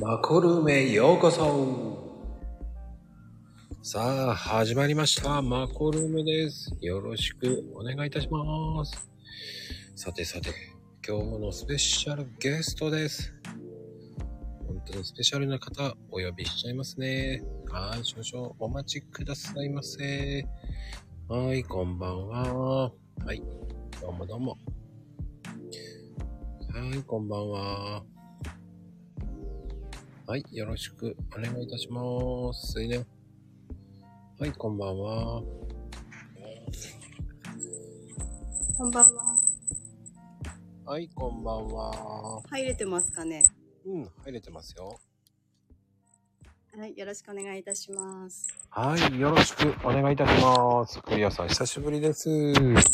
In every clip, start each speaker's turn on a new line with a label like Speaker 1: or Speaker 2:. Speaker 1: マコルームへようこそさあ、始まりました。マコルームです。よろしくお願いいたします。さてさて、今日のスペシャルゲストです。本当にスペシャルな方、お呼びしちゃいますね。はい、少々お待ちくださいませ。はい、こんばんは。はい、どうもどうも。はい、こんばんは。はい、よろしくお願いいたします。すいね。はい、こんばんは。
Speaker 2: こんばんは。
Speaker 1: はい、こんばんは。
Speaker 2: 入れてますかね。
Speaker 1: うん、入れてますよ。
Speaker 2: はい、よろしくお願いいたします。
Speaker 1: はい、よろしくお願いいたします。クリアさん、久しぶりです。聞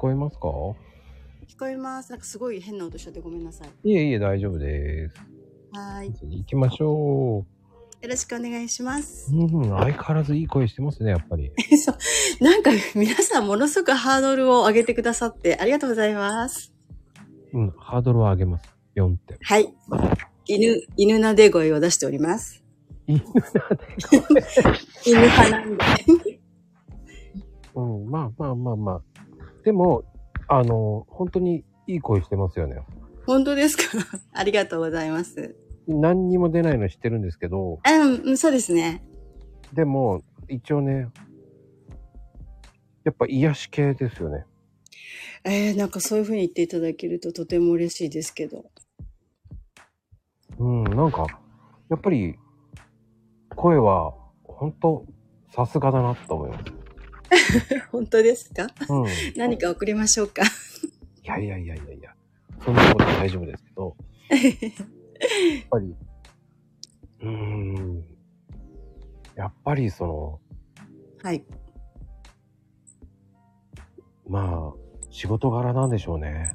Speaker 1: こえますか
Speaker 2: 聞こえます。なんかすごい変な音しちゃってごめんなさい。
Speaker 1: いえいえ、大丈夫です。
Speaker 2: はーい、
Speaker 1: 次行きましょ
Speaker 2: よろしくお願いします
Speaker 1: う。。うん、相変わらずいい声してますね、やっぱり。
Speaker 2: そう、なんか皆さんものすごくハードルを上げてくださってありがとうございます。
Speaker 1: うん、ハードルを上げます。4点。
Speaker 2: はい、犬犬なで声を出しております。
Speaker 1: 犬
Speaker 2: 犬派なんで。
Speaker 1: うん、まあまあまあまあ。でも、あの、本当にいい声してますよね。
Speaker 2: 本当ですかありがとうございます。
Speaker 1: 何にも出ないの知ってるんですけど、
Speaker 2: うんうん、そうですね。
Speaker 1: でも、一応ね、やっぱ癒し系ですよね。
Speaker 2: えー、なんかそういう風に言っていただけるととても嬉しいですけど。
Speaker 1: うん、なんか、やっぱり、声は、本当さすがだなと思います。
Speaker 2: 本当ですか
Speaker 1: うん。い
Speaker 2: 何か送りましょうか。
Speaker 1: やいやいやいやいや、そんなことは大丈夫ですけど、やっぱり、うーん、やっぱりその、
Speaker 2: はい。
Speaker 1: まあ、仕事柄なんでしょうね。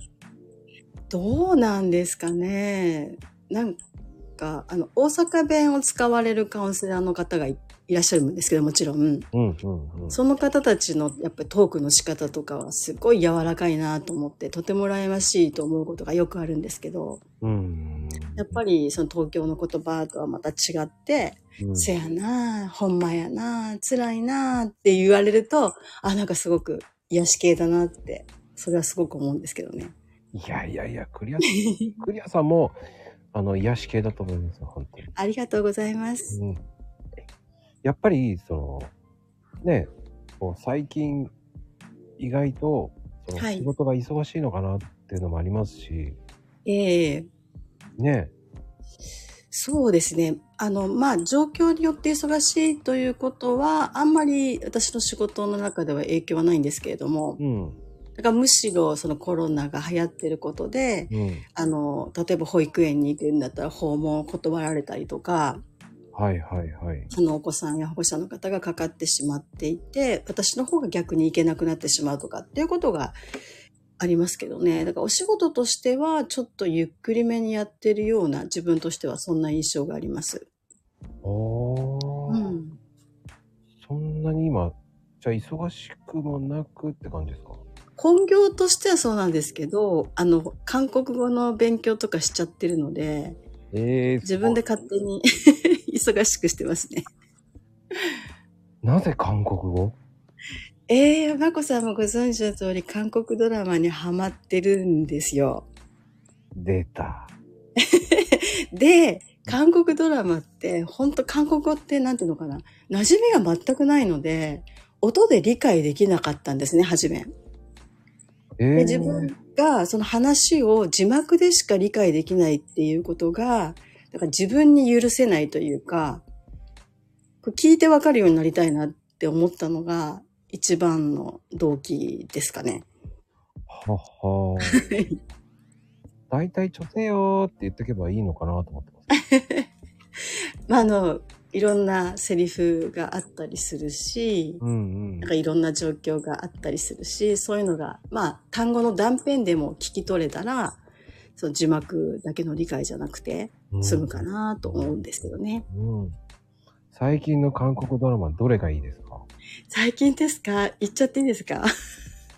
Speaker 2: どうなんですかね。なんか、あの、大阪弁を使われるカウンセラーの方がいいらっしゃるんですけど、もちろん。
Speaker 1: うんうんうん。
Speaker 2: その方たちの、やっぱりトークの仕方とかはすごい柔らかいなと思って、とても羨ましいと思うことがよくあるんですけど、
Speaker 1: うん。
Speaker 2: やっぱりその東京の言葉とはまた違って、
Speaker 1: り、うん、
Speaker 2: せやなほんまやな辛いなって言われると、あ、なんかすごく癒し系だなって、それはすごく思うんですけどね。
Speaker 1: いやいやいや、クリア、クリアさんも、あの、癒し系だと思いますよ、本当に。
Speaker 2: ありがとうございます。
Speaker 1: うん。やっぱり、その、ね、こう最近、意外と、その
Speaker 2: はい
Speaker 1: 仕事が忙しいのかなっていうのもありますし、
Speaker 2: ええ
Speaker 1: ね、
Speaker 2: そうですね。あの、まあ、状況によって忙しいということは、あんまり私の仕事の中では影響はないんですけれども、
Speaker 1: うん、
Speaker 2: だからむしろそのコロナが流行ってることで、
Speaker 1: うん。
Speaker 2: あの、例えば保育園に行くんだったら訪問を断られたりとか、
Speaker 1: はいはいはい。
Speaker 2: あの、お子さんや保護者の方がかかってしまっていて、私の方が逆に行けなくなってしまうとかっていうことがありますけどね。だからお仕事としては、ちょっとゆっくりめにやってるような、自分としてはそんな印象があります。
Speaker 1: お
Speaker 2: う
Speaker 1: ー、
Speaker 2: ん。
Speaker 1: そんなに今、じゃあ忙しくもなくって感じですか
Speaker 2: 本業としてはそうなんですけど、あの、韓国語の勉強とかしちゃってるので、
Speaker 1: ええ
Speaker 2: 自分で勝手に 忙しくしてますね。
Speaker 1: なぜ韓国語
Speaker 2: えー、まこさんもご存知の通り、韓国ドラマにハマってるんですよ。
Speaker 1: 出た。
Speaker 2: で、韓国ドラマって、ほんと韓国語ってなんていうのかな、馴染みが全くないので、音で理解できなかったんですね、初め。
Speaker 1: え
Speaker 2: で
Speaker 1: ー
Speaker 2: 自分がその話を字幕でしか理解できないっていうことが、だから自分に許せないというか、これ聞いてわかるようになりたいなって思ったのが一番の動機ですかね。
Speaker 1: はは。大体女性よーって言っとけばいいのかなと思ってます。
Speaker 2: まあ、あの、いろんなセリフがあったりするし、
Speaker 1: うんうん
Speaker 2: なん。かいろんな状況があったりするし、そういうのが、まあ、単語の断片でも聞き取れたら、その字幕だけの理解じゃなくて
Speaker 1: うん
Speaker 2: 済むかなと思うんですけどね。
Speaker 1: うん。最近の韓国ドラマどれがいいですか
Speaker 2: 最近ですか言っ ちゃっていいですか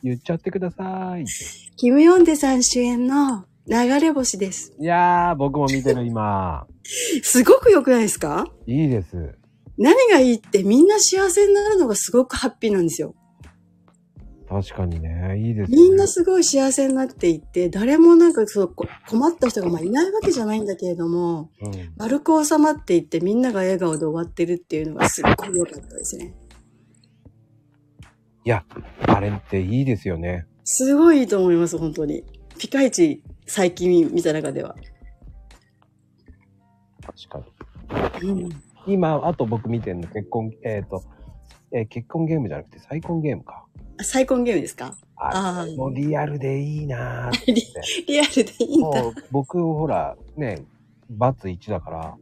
Speaker 1: 言っちゃってください。
Speaker 2: キム・ヨンデさん主演の流れ星です。
Speaker 3: いやー、僕も見てる今。
Speaker 2: すごく良くないですか
Speaker 3: いいです。
Speaker 2: 何がいいってみんな幸せになるのがすごくハッピーなんですよ。
Speaker 3: 確かにね、いいです、ね。
Speaker 2: みんなすごい幸せになっていて、誰もなんかそうこ困った人がまあいないわけじゃないんだけれども、
Speaker 3: うん
Speaker 2: 丸く収まっていってみんなが笑顔で終わってるっていうのがすっごい良かったですね。
Speaker 3: いや、あれっていいですよね。
Speaker 2: すごいいいと思います、本当に。ピカイチ最近見た中では。
Speaker 3: 確かに。
Speaker 2: うん、
Speaker 3: 今、あと僕見てるの、結婚、えっ、と、えー結婚ゲームじゃなくて再婚ゲームか。
Speaker 2: あ再婚ゲームですかあ
Speaker 3: あ
Speaker 2: ー
Speaker 3: もうリアルでいいなーって。
Speaker 2: リアルでいいんだ。
Speaker 3: もう僕、ほら、ね、バツ1だから、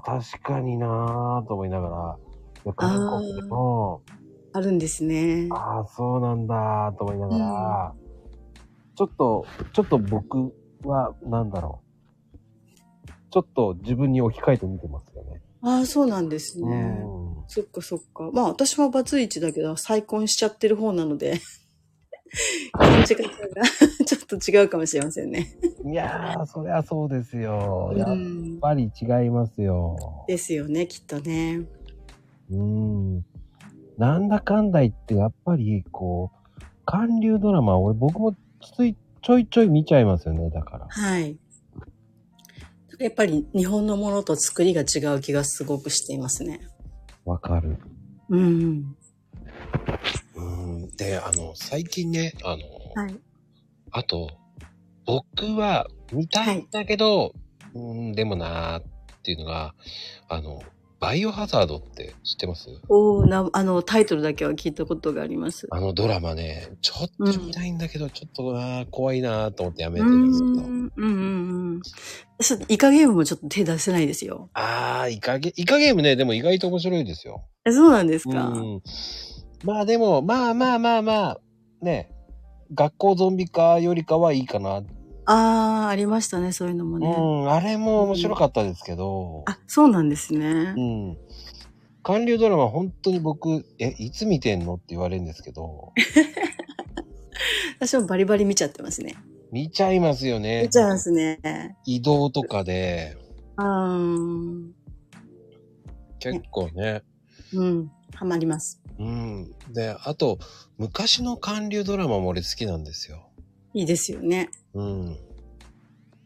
Speaker 3: ああ、確かになーと思いながら、で
Speaker 2: あー
Speaker 3: 韓国でも、
Speaker 2: あ、あるんですね。
Speaker 3: ああ、そうなんだーと思いながら、ちょっと、ちょっと僕は、なんだろう。ちょっと自分に置き換えて見てますよね。
Speaker 2: ああ、そうなんですね。
Speaker 3: うん
Speaker 2: そっかそっか。まあ私もバツイチだけど、再婚しちゃってる方なので、感じ方が ちょっと違うかもしれませんね。
Speaker 3: いやー、そりゃそうですよ。
Speaker 2: う
Speaker 3: やっ
Speaker 2: ん、
Speaker 3: ぱり違いますよ。
Speaker 2: ですよね、きっとね。
Speaker 3: うん。なんだかんだ言って、やっぱり、こう、韓流ドラマ、俺、僕もつい、ちょいちょい見ちゃいますよね、だから。
Speaker 2: はい。やっぱり日本のものと作りが違う気がすごくしていますね。
Speaker 3: わかる。
Speaker 2: うん。
Speaker 1: うん。で、あの、最近ね、あの、
Speaker 2: はい。
Speaker 1: あと、僕は見たいんだけど、うん、でもなーっていうのが、あの、バイオハザードって知ってます
Speaker 2: おおな、あの、タイトルだけは聞いたことがあります。
Speaker 1: あのドラマね、ちょっと見たいんだけど、ちょっとなー怖いなーと思ってやめ
Speaker 2: う
Speaker 1: てるんですけど。
Speaker 2: ん、うん、うん。私、イカゲームもちょっと手出せないですよ。
Speaker 1: あー、イカゲ、イカゲームね、でも意外と面白いですよ。
Speaker 2: え、そうなんです
Speaker 1: う
Speaker 2: か。
Speaker 1: ん。まあでも、まあまあまあまあ、ね、学校ゾンビ化よりかはいいかな。
Speaker 2: ああ、ありましたね、そういうのも
Speaker 1: う
Speaker 2: ね。
Speaker 1: ん、あれも面白かったですけど。
Speaker 2: あ、そうなんですね
Speaker 1: う。ん。韓流ドラマ、本当に僕、え、いつ見てんのって言われるんですけど、
Speaker 2: 私もバリバリ見ちゃってますね。
Speaker 1: 見ちゃいますよね
Speaker 2: 見。ちゃいますね。
Speaker 1: 移動とかで、
Speaker 2: うーん。
Speaker 1: 結構ね。
Speaker 2: うん。ハマります。
Speaker 1: うん。で、あと、昔の韓流ドラマも俺好きなんですよ。
Speaker 2: いいですよね。
Speaker 1: うん。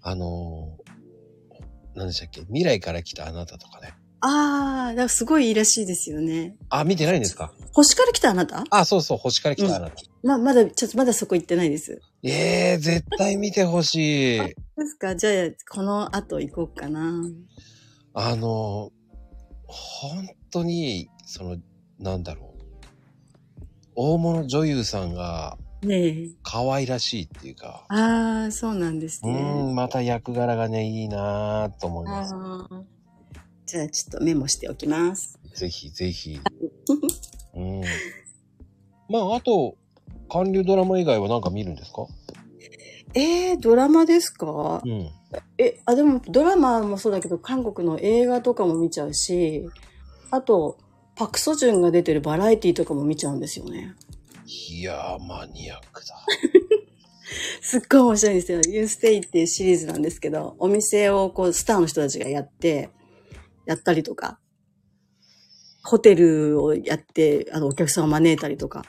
Speaker 1: あのー、何でしたっけ未来から来たあなたとかね。
Speaker 2: ああ、だからすごいいいらしいですよね。
Speaker 1: あ、見てないんですか
Speaker 2: 星から来たあなた
Speaker 1: あ、そうそう、星から来たあなた。
Speaker 2: ま、まだ、ちょっとまだそこ行ってないです。
Speaker 1: ええー、絶対見てほしい。
Speaker 2: ですかじゃあ、この後行こうかな。
Speaker 1: あの、本当に、その、なんだろう。大物女優さんが
Speaker 2: ねえ。
Speaker 1: 可愛らしいっていうか、
Speaker 2: ああ、そうなんです
Speaker 1: う
Speaker 2: ね。
Speaker 1: ん、また役柄がね、いいなぁと思い
Speaker 2: あ
Speaker 1: ます。
Speaker 2: ーじゃあ、ちょっとメモしておきます。
Speaker 1: ぜひぜ ひ。うん。まあ、あと、韓流ドラマ以外はなんか見るんですか
Speaker 2: えー、ドラマですか
Speaker 1: うん。
Speaker 2: え、あ、でもドラマもそうだけど、韓国の映画とかも見ちゃうし、あと、パクソジュンが出てるバラエティとかも見ちゃうんですよね。
Speaker 1: いやー、マニアックだ。
Speaker 2: すっごい面白いんですよ。ユーステイっていうシリーズなんですけど、お店をこう、スターの人たちがやって、やったりとか、ホテルをやって、あの、お客さんを招いたりとか、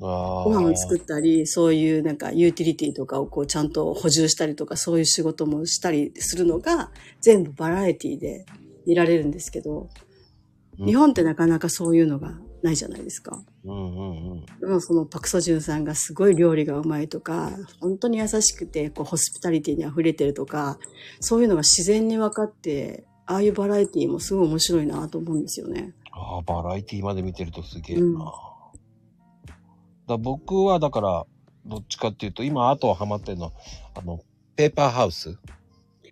Speaker 1: あ
Speaker 2: ご飯を作ったり、そういうなんかユーティリティとかをこうちゃんと補充したりとか、そういう仕事もしたりするのが、全部バラエティで見られるんですけど、
Speaker 1: うん
Speaker 2: 日本ってなかなかそういうのがないじゃないですか。
Speaker 1: うんうんうん。
Speaker 2: でもそのパクソジュンさんがすごい料理がうまいとか、本当に優しくて、こうホスピタリティに溢れてるとか、そういうのが自然に分かって、ああいうバラエティもすごい面白いなと思うんですよね。
Speaker 1: ああ、バラエティまで見てるとすげえな。だ僕はだから、どっちかっていうと、今、あとハマってるのは、あの、ペーパーハウス。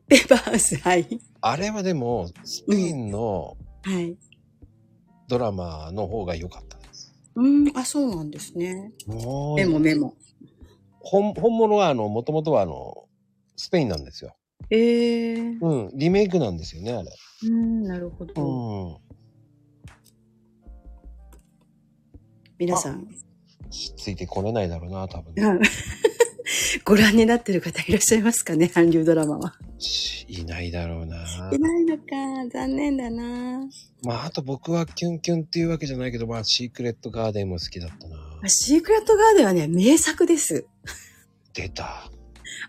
Speaker 2: ペーパーハウス、はい。
Speaker 1: あれはでも、スペインの
Speaker 2: はい。
Speaker 1: ドラマの方が良かったです。
Speaker 2: うん、あ、そうなんですね。
Speaker 1: も
Speaker 2: メモ
Speaker 1: う、
Speaker 2: メモ。
Speaker 1: 本本物は、あの、もともとは、あの、スペインなんですよ。
Speaker 2: ええー。
Speaker 1: うん、リメイクなんですよね、あれ。
Speaker 2: うん、なるほ
Speaker 1: う
Speaker 2: ど。
Speaker 1: ん。
Speaker 2: 皆さん。
Speaker 1: ついてこれないだろうな、多分、
Speaker 2: うん ご覧になってる方いらっしゃいますかね、韓流ドラマは。
Speaker 1: いないだろうな。
Speaker 2: いないのか、残念だな。
Speaker 1: まあ、あと僕はキュンキュンっていうわけじゃないけど、まあ、シークレットガーデンも好きだったな。
Speaker 2: シークレットガーデンはね、名作です。
Speaker 1: 出た。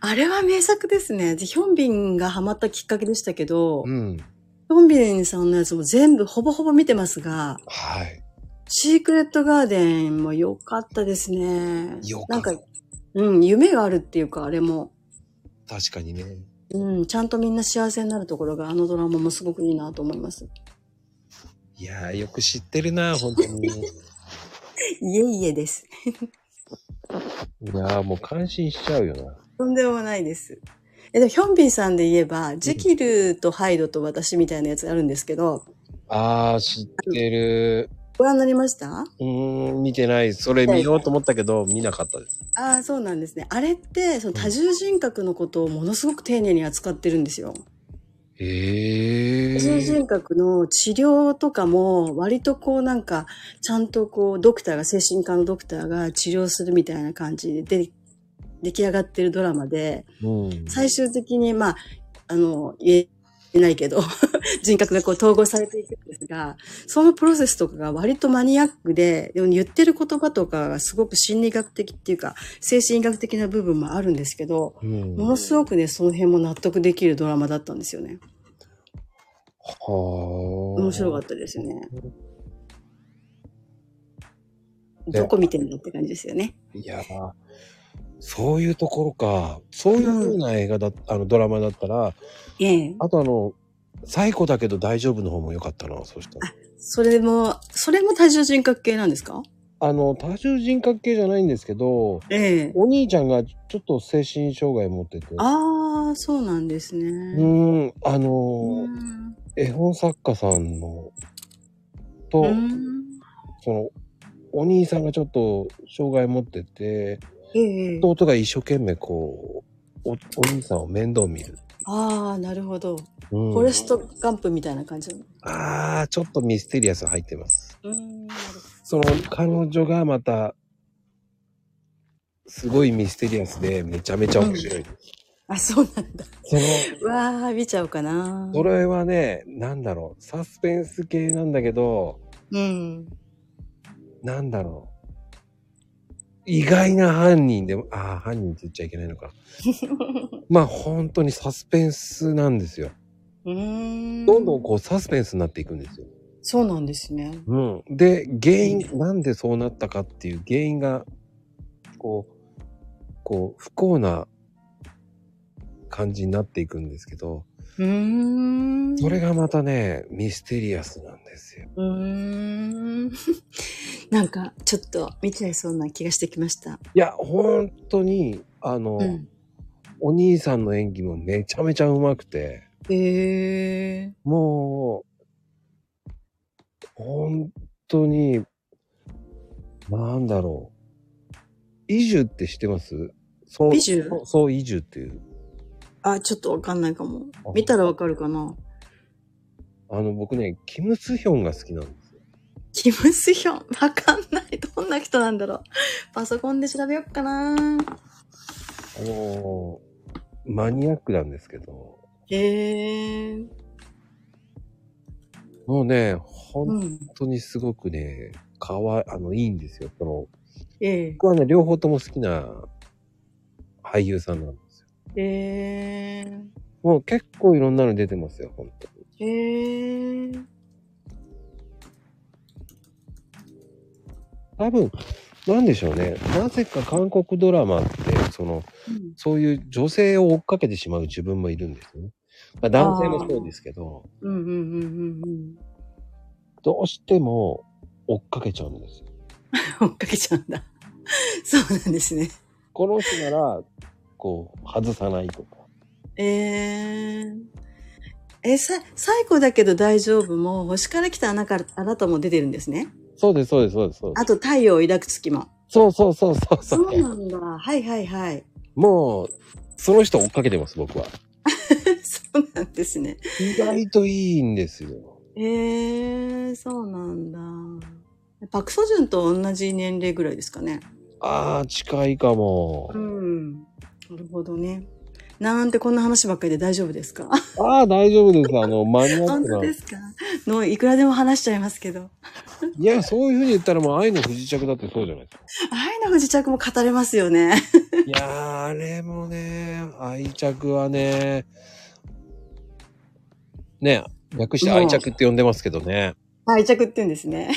Speaker 2: あれは名作ですね。でヒョンビンがハマったきっかけでしたけど、ヒ
Speaker 1: うん。
Speaker 2: ョンビンさんのやつも全部ほぼほぼ見てますが、
Speaker 1: はい。
Speaker 2: シークレットガーデンも良かったですね。
Speaker 1: よか
Speaker 2: な
Speaker 1: っ
Speaker 2: ん
Speaker 1: た
Speaker 2: か、うん、夢があるっていうか、あれも。
Speaker 1: 確かにね。
Speaker 2: うん、ちゃんとみんな幸せになるところが、あのドラマもすごくいいなと思います。
Speaker 1: いやー、よく知ってる な、本当に。い
Speaker 2: いえいえです。
Speaker 1: やー、もう感心しちゃうよな。
Speaker 2: とんでもないです。え、でもヒョンビンさんで言えば、ジキルとハイドと私みたいなやつあるんですけど、
Speaker 1: あー、知ってる。
Speaker 2: ご覧になりました
Speaker 1: うーん、見てない。それ見ようと思ったけど、見なかったです。
Speaker 2: ああ、そうなんですね。あれって、その多重人格のことをものすごく丁寧に扱ってるんですよ。
Speaker 1: へ
Speaker 2: 多重
Speaker 1: ー。
Speaker 2: 人格の治療とかも、割とこうなんか、ちゃんとこう、ドクターが、精神科のドクターが治療するみたいな感じで、で出来上がってるドラマで、
Speaker 1: うん。
Speaker 2: 最終的に、まあ、あの、言えないけど、 人格がこう統合されていくんですが、そのプロセスとかが割とマニアックで、でも言ってる言葉とかがすごく心理学的っていうか、精神医学的な部分もあるんですけど、
Speaker 1: うん
Speaker 2: ものすごくね、その辺も納得できるドラマだったんですよね。面
Speaker 1: 面
Speaker 2: 白か
Speaker 1: っ
Speaker 2: ったですよね。
Speaker 1: で
Speaker 2: どこ見てんのって感じですよね。
Speaker 1: た。いやーそういうところか。そういうふうな映画だ、あの、ドラマだったら、
Speaker 2: ええ。
Speaker 1: あとあの、最古だけど大丈夫の方も良かったな、そうしたら。
Speaker 2: それも、それも多重人格系なんですか
Speaker 1: あの、多重人格系じゃないんですけど、
Speaker 2: ええ。
Speaker 1: お兄ちゃんがちょっと精神障害持ってて、う
Speaker 2: ああ、そうなんですね。
Speaker 1: ーん、あのー、
Speaker 2: うん。
Speaker 1: 絵本作家さんの、と、
Speaker 2: うん
Speaker 1: その、お兄さんがちょっと障害持ってて、
Speaker 2: ええ。
Speaker 1: 弟が一生懸命こう、お、お兄さんを面倒見る。
Speaker 2: ああ、なるほど。
Speaker 1: うん
Speaker 2: フォレストガンプみたいな感じなの。
Speaker 1: ああ、ちょっとミステリアス入ってます。
Speaker 2: うん。なる
Speaker 1: その彼女がまた、すごいミステリアスでめちゃめちゃ面白い。
Speaker 2: あ、そうなんだ。
Speaker 1: その、
Speaker 2: わあ、見ちゃうかな。
Speaker 1: それはね、なんだろう、サスペンス系なんだけど、
Speaker 2: うん。
Speaker 1: なんだろう。意外な犯人でも、ああ、犯人って言っちゃいけないの か。まあ本当にサスペンスなんですよ。
Speaker 2: うん。
Speaker 1: どんどんこうサスペンスになっていくんですよ。
Speaker 2: そうなんですね。
Speaker 1: うん、で原因なんでそうなったかっていう原因がこうこう不幸な感じになっていくんですけど
Speaker 2: うん。
Speaker 1: それがまたねミステリアスなんですよ。
Speaker 2: うーん。なんか、ちょっと見ちゃいそうな気がしてきました。
Speaker 1: いや本当にあの、
Speaker 2: うん。
Speaker 1: お兄さんの演技もめちゃめちゃうまくて
Speaker 2: へえ。
Speaker 1: もう本当になんだろう移住って知ってますそう
Speaker 2: イジュ
Speaker 1: そうそう移住っていう。
Speaker 2: あ、ちょっとわかんないかも。見たらわかるかな。
Speaker 1: あの、僕ね、キム・スヒョンが好きなんですよ。
Speaker 2: キムスヒョン、わかんない。どんな人なんだろう。パソコンで調べよっかな。
Speaker 1: あのーマニアックなんですけど、
Speaker 2: へえ。
Speaker 1: もうね、
Speaker 2: う
Speaker 1: 本
Speaker 2: ん。
Speaker 1: 当にすごくね、かわい、あの、いいんですよ。その、
Speaker 2: え
Speaker 1: 僕はね、両方とも好きな俳優さんなんですよ。
Speaker 2: え。へえ。
Speaker 1: もう結構いろんなの出てますよ、本当に。
Speaker 2: へえ。
Speaker 1: 多分、なんでしょうね。なぜか韓国ドラマって、その、そういう女性を追っかけてしまう自分もいるんですよね。まあ、男性もそうですけど、
Speaker 2: うんうんうんうんうん。
Speaker 1: どうしても追っかけちゃうんですよ
Speaker 2: 追っかけちゃうんだ。そうなんですね。
Speaker 1: この人なら、こう、外さないとか。
Speaker 2: えー、え、さ、最後だけど大丈夫も、星から来たあなからあなたも出てるんですね。
Speaker 1: そうです、そうです、そうです。そうで
Speaker 2: あ
Speaker 1: す
Speaker 2: と、太陽を抱く月も。
Speaker 1: そうそうそうそうそ
Speaker 2: そううなんだ。はいはいはい。
Speaker 1: もう、その人追っかけてます、僕は。
Speaker 2: そうなんですね。
Speaker 1: 意外といいんですよ。
Speaker 2: えー、そうなんだ。パクソジュンと同じ年齢ぐらいですかね。
Speaker 1: あー、近いかも
Speaker 2: う。ん。なるほどね。なんてこんな話ばっかりで大丈夫ですか
Speaker 1: ああ、大丈夫です。 あの、マニアッ
Speaker 2: 本
Speaker 1: ク
Speaker 2: 当
Speaker 1: な。
Speaker 2: ですかの、いくらでも話しちゃいますけど。
Speaker 1: いや、そういうふうに言ったらもう愛の不時着だってそうじゃないですか。
Speaker 2: 愛の不時着も語れますよね。
Speaker 1: いやー、あれもね、愛着はね、ね、略して愛着って呼んでますけどね。
Speaker 2: 愛着って言うんですね。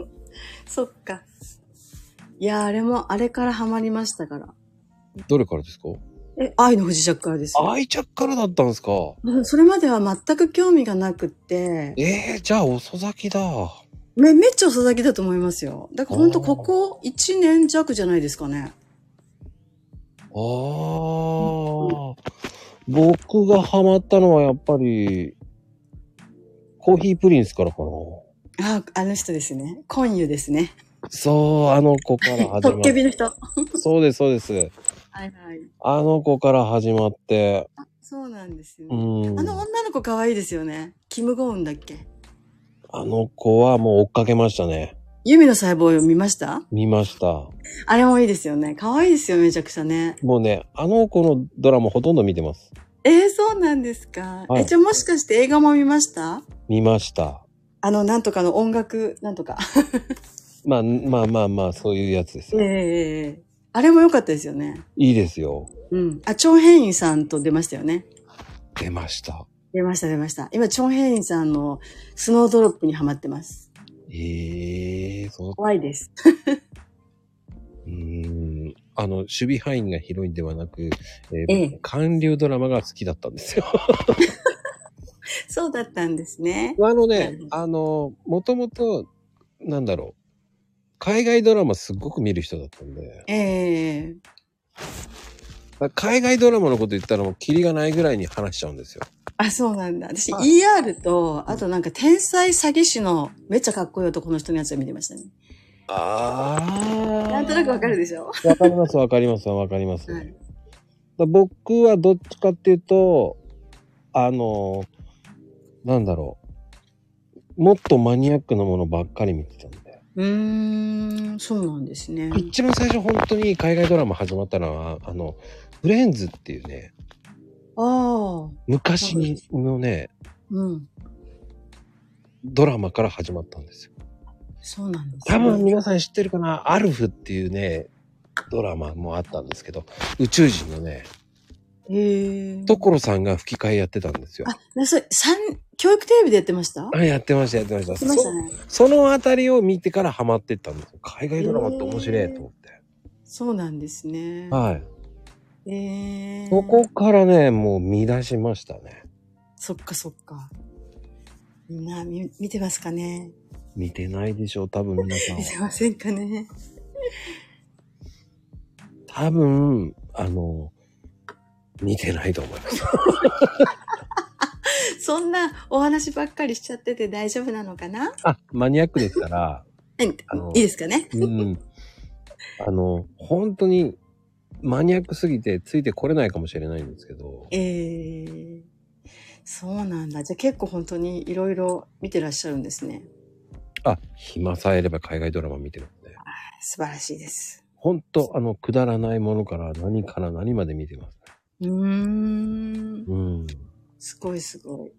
Speaker 2: そっか。いや、あれも、あれからハマりましたから。
Speaker 1: どれからですか
Speaker 2: え、愛の不時着からですよ。
Speaker 1: 愛着からだったんですか
Speaker 2: うんそれまでは全く興味がなくって、
Speaker 1: えー、じゃあ遅咲きだ。
Speaker 2: め、めっちゃ遅咲きだと思いますよ。だからほんとここ1年弱じゃないですかね。
Speaker 1: あー。僕がハマったのはやっぱり、コーヒープリンスからかな。
Speaker 2: あ、あの人ですね。今湯ですね。
Speaker 1: そう、あの子から
Speaker 2: ト
Speaker 1: 始ま
Speaker 2: ッ
Speaker 1: っ
Speaker 2: ケビの人。は
Speaker 1: そうです、そうです。
Speaker 2: いはい。
Speaker 1: あの子から始まって、
Speaker 2: あ、そうなんですよ
Speaker 1: う
Speaker 2: ね。
Speaker 1: ん。
Speaker 2: あの女の子可愛いですよね。キム・ゴウンだっけ
Speaker 1: あの子はもう追っかけましたね。
Speaker 2: 弓の細胞を見ました
Speaker 1: 見ました。
Speaker 2: あれもいいですよね。可愛いですよ、めちゃくちゃね。
Speaker 1: もうね、あの子のドラマほとんど見てます。
Speaker 2: えー、そうなんですか。
Speaker 1: はい
Speaker 2: え、じゃあもしかして映画も見ました
Speaker 1: 見ました。
Speaker 2: あの、なんとかの音楽、なんとか。
Speaker 1: まあまあまあまあ、そういうやつです
Speaker 2: ええ
Speaker 1: よ。
Speaker 2: ええあれも良かったですよね。
Speaker 1: いいですよ。
Speaker 2: うん。あ、チョンヘインさんと出ましたよね。
Speaker 1: 出ました。
Speaker 2: 出ました、出ました。今、チョンヘインさんのスノードロップにハマってます。
Speaker 1: ええそう。
Speaker 2: 怖いです。
Speaker 1: うーん。あの、守備範囲が広いんではなく、えー
Speaker 2: ええ
Speaker 1: 韓流ドラマが好きだったんですよ。
Speaker 2: そうだったんですね。
Speaker 1: あの
Speaker 2: な
Speaker 1: ね
Speaker 2: るほ、ど
Speaker 1: あの、もともと、なんだろう。海外ドラマすっごく見る人だったんで、
Speaker 2: ええ
Speaker 1: 海外ドラマのこと言ったらもうキリがないぐらいに話しちゃうんですよ。
Speaker 2: あ、そうなんだ。私、
Speaker 1: は
Speaker 2: ER と、あとなんか、天才詐欺師の、めっちゃかっこいい男の人のやつを見てましたね。
Speaker 1: ああ。
Speaker 2: なんとなくわかるでしょ
Speaker 1: わかります、わかります、わかります。
Speaker 2: はい
Speaker 1: だ僕はどっちかっていうと、あの、なんだろう。もっとマニアックなものばっかり見てたんで。
Speaker 2: うーん、そうなんですね。
Speaker 1: 一番最初本当に海外ドラマ始まったのは、あの、フレンズっていうね、
Speaker 2: ああ、
Speaker 1: 昔のね、
Speaker 2: うん。
Speaker 1: ドラマから始まったんですよ。
Speaker 2: そうなんです、
Speaker 1: 多分皆さん知ってるかな、アルフっていうね、ドラマもあったんですけど、宇宙人のね、
Speaker 2: へえ。
Speaker 1: 所さんが吹き替えやってたんですよ。
Speaker 2: あ、なそれ、三、教育テレビでやってました
Speaker 1: あ、やってました、やってました。
Speaker 2: しましたね。
Speaker 1: そのあたりを見てからハマってったんですよ。海外ドラマって面白いと思って。
Speaker 2: そうなんですね。
Speaker 1: はい。
Speaker 2: ええ。
Speaker 1: そこからね、もう見出しましたね。
Speaker 2: そっかそっか。みんな見見てますかね
Speaker 1: 見てないでしょう、多分皆さん
Speaker 2: 見
Speaker 1: は。
Speaker 2: てませんかね
Speaker 1: 多分、あの、見てないと思います。
Speaker 2: そんなお話ばっかりしちゃってて大丈夫なのかな
Speaker 1: あ、マニアックですから、
Speaker 2: うん
Speaker 1: あの
Speaker 2: いいですかね
Speaker 1: うん。あの、本当にマニアックすぎてついてこれないかもしれないんですけど、
Speaker 2: ええそうなんだ。じゃあ結構本当にいろいろ見てらっしゃるんですね。
Speaker 1: あ、暇さえあれば海外ドラマ見てるんで。
Speaker 2: 素晴らしいです。
Speaker 1: 本当、あの、くだらないものから何から何まで見てます。
Speaker 2: うーん。
Speaker 1: うん。
Speaker 2: すごいすごい。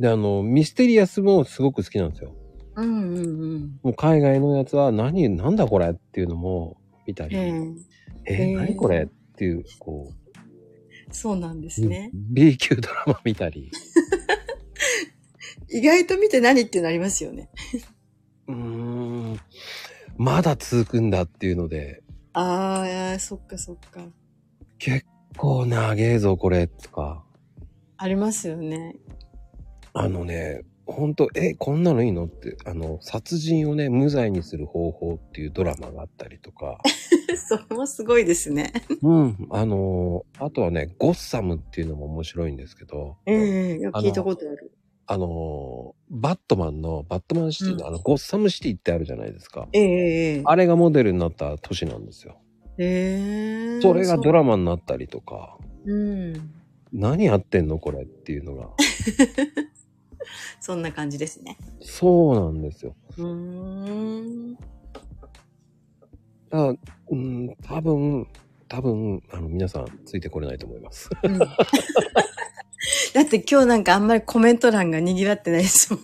Speaker 1: で、あの、ミステリアスもすごく好きなんですよ。
Speaker 2: うんうんうん。
Speaker 1: もう海外のやつは何、なんだこれっていうのも見たり、
Speaker 2: ええ
Speaker 1: えー
Speaker 2: ええ
Speaker 1: 何これっていう、こ
Speaker 2: そうなんです
Speaker 1: う、
Speaker 2: ね。
Speaker 1: B 級ドラマ見たり、
Speaker 2: 意外と見て何ってなりますよね。
Speaker 1: うーん、まだ続くんだっていうので、
Speaker 2: ああ、そっかそっか。
Speaker 1: 結構長えぞこれとか、
Speaker 2: ありますよね。
Speaker 1: あのね、ほんと、え、こんなのいいのって、あの、殺人をね、無罪にする方法っていうドラマがあったりとか、
Speaker 2: それもすごいですね。
Speaker 1: うん、あのあとはね、ゴッサムっていうのも面白いんですけど、
Speaker 2: ええいや
Speaker 1: あの
Speaker 2: 聞いたことある。
Speaker 1: あのーバットマンの、バットマンシティの、
Speaker 2: うん
Speaker 1: あの、ゴッサムシティってあるじゃないですか。
Speaker 2: えええ
Speaker 1: あれがモデルになった都市なんですよ。
Speaker 2: ええ
Speaker 1: それがド
Speaker 2: ラ
Speaker 1: ラマになったりとか、
Speaker 2: うん。
Speaker 1: 何やってんのこれっていうのが。
Speaker 2: そんな感じですね。
Speaker 1: そうなんですよ。
Speaker 2: うーん。
Speaker 1: だから、うん、多分、多分、あの、皆さんついてこれないと思い ます。
Speaker 2: うんだって今日なんかあんまりコメント欄が賑わってないですもん。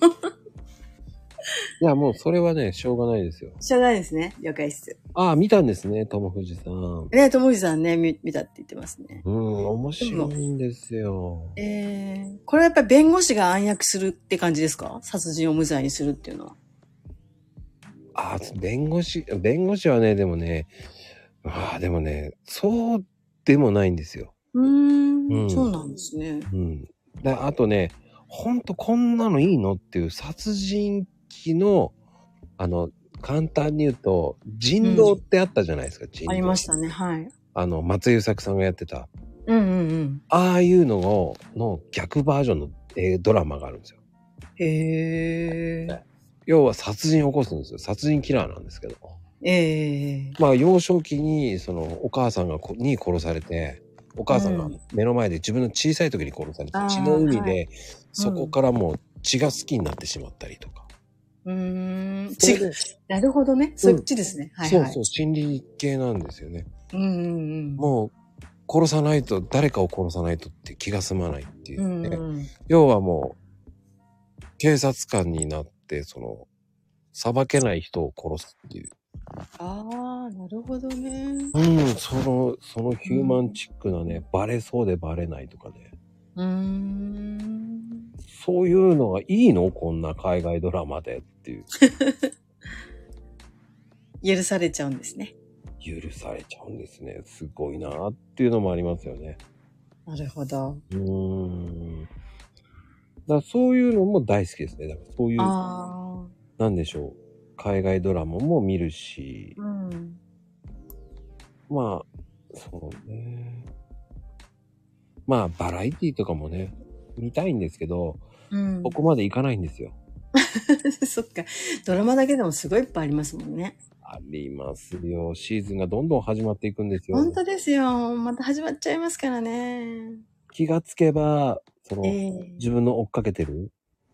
Speaker 1: いや、もうそれはね、しょうがないですよ。
Speaker 2: しょうがないですね。了解です。
Speaker 1: ああ、見たんですね、友藤さん。うん、
Speaker 2: ね、ともじさんね、見見たって言ってますね。
Speaker 1: 面白いんですよ。
Speaker 2: えー、これはやっぱり弁護士が暗躍するって感じですか殺人を無罪にするっていうのは。
Speaker 1: ああ、弁護士、弁護士はね、でもね、ああ、でもね、そうでもないんですよ。
Speaker 2: うーん,、
Speaker 1: うん
Speaker 2: そうなんですね。
Speaker 1: うん。だあとね、ほんとこんなのいいのっていう殺人鬼の、あの、簡単に言うと、人道ってあったじゃないですか、人道。
Speaker 2: ありましたね、はい。
Speaker 1: あの、松井優作さんがやってた、
Speaker 2: うんうんうん。
Speaker 1: ああいうのを、の逆バージョンの、えードラマがあるんですよ。
Speaker 2: へー。
Speaker 1: 要は殺人を起こすんですよ。殺人キラーなんですけど。
Speaker 2: えー。
Speaker 1: まあ、幼少期に、その、お母さんがこ、に殺されて、お母さんが
Speaker 2: うん
Speaker 1: 目の前で自分の小さい時に殺されて
Speaker 2: あ、ー
Speaker 1: 血の海
Speaker 2: は
Speaker 1: で、そこからもう血が好きになってしまったりとか。
Speaker 2: うーん。
Speaker 1: それ
Speaker 2: 違
Speaker 1: で
Speaker 2: う。なるほどね。そっちですね。はいはい。
Speaker 1: そうそう、心理系なんですよね。
Speaker 2: うんうんうん。
Speaker 1: もう、殺さないと、誰かを殺さないとって気が済まないっていうう、
Speaker 2: ん
Speaker 1: ね
Speaker 2: うん。
Speaker 1: 要はもう、警察官になって、その、裁けない人を殺すっていう。
Speaker 2: ああ、なるほどね。
Speaker 1: うん、その、そのヒューマンチックなね、バレそうでバレないとかね。
Speaker 2: うーん。
Speaker 1: そういうのがいいのこんな海外ドラマでって いう。
Speaker 2: 許されちゃうんですね。
Speaker 1: 許されちゃうんですね。すごいなっていうのもありますよね。
Speaker 2: なるほど。
Speaker 1: うーん。だからそういうのも大好きですね。だからそういう、
Speaker 2: あ
Speaker 1: なんでしょう。海外ドラマも見るし
Speaker 2: あ。、うん。
Speaker 1: まあ、そうね。まあ、バラエティとかもね、見たいんですけど、
Speaker 2: うん
Speaker 1: こ。こまでいかないんですよ。
Speaker 2: そっか。ドラマだけでもすごいいっぱいありますもんね。
Speaker 1: ありますよ。シーズンがどんどん始まっていくんですよ。
Speaker 2: 本当ですよ。また始まっちゃいますからね。
Speaker 1: 気がつけば、その、
Speaker 2: ええ
Speaker 1: 自分の追っかけてる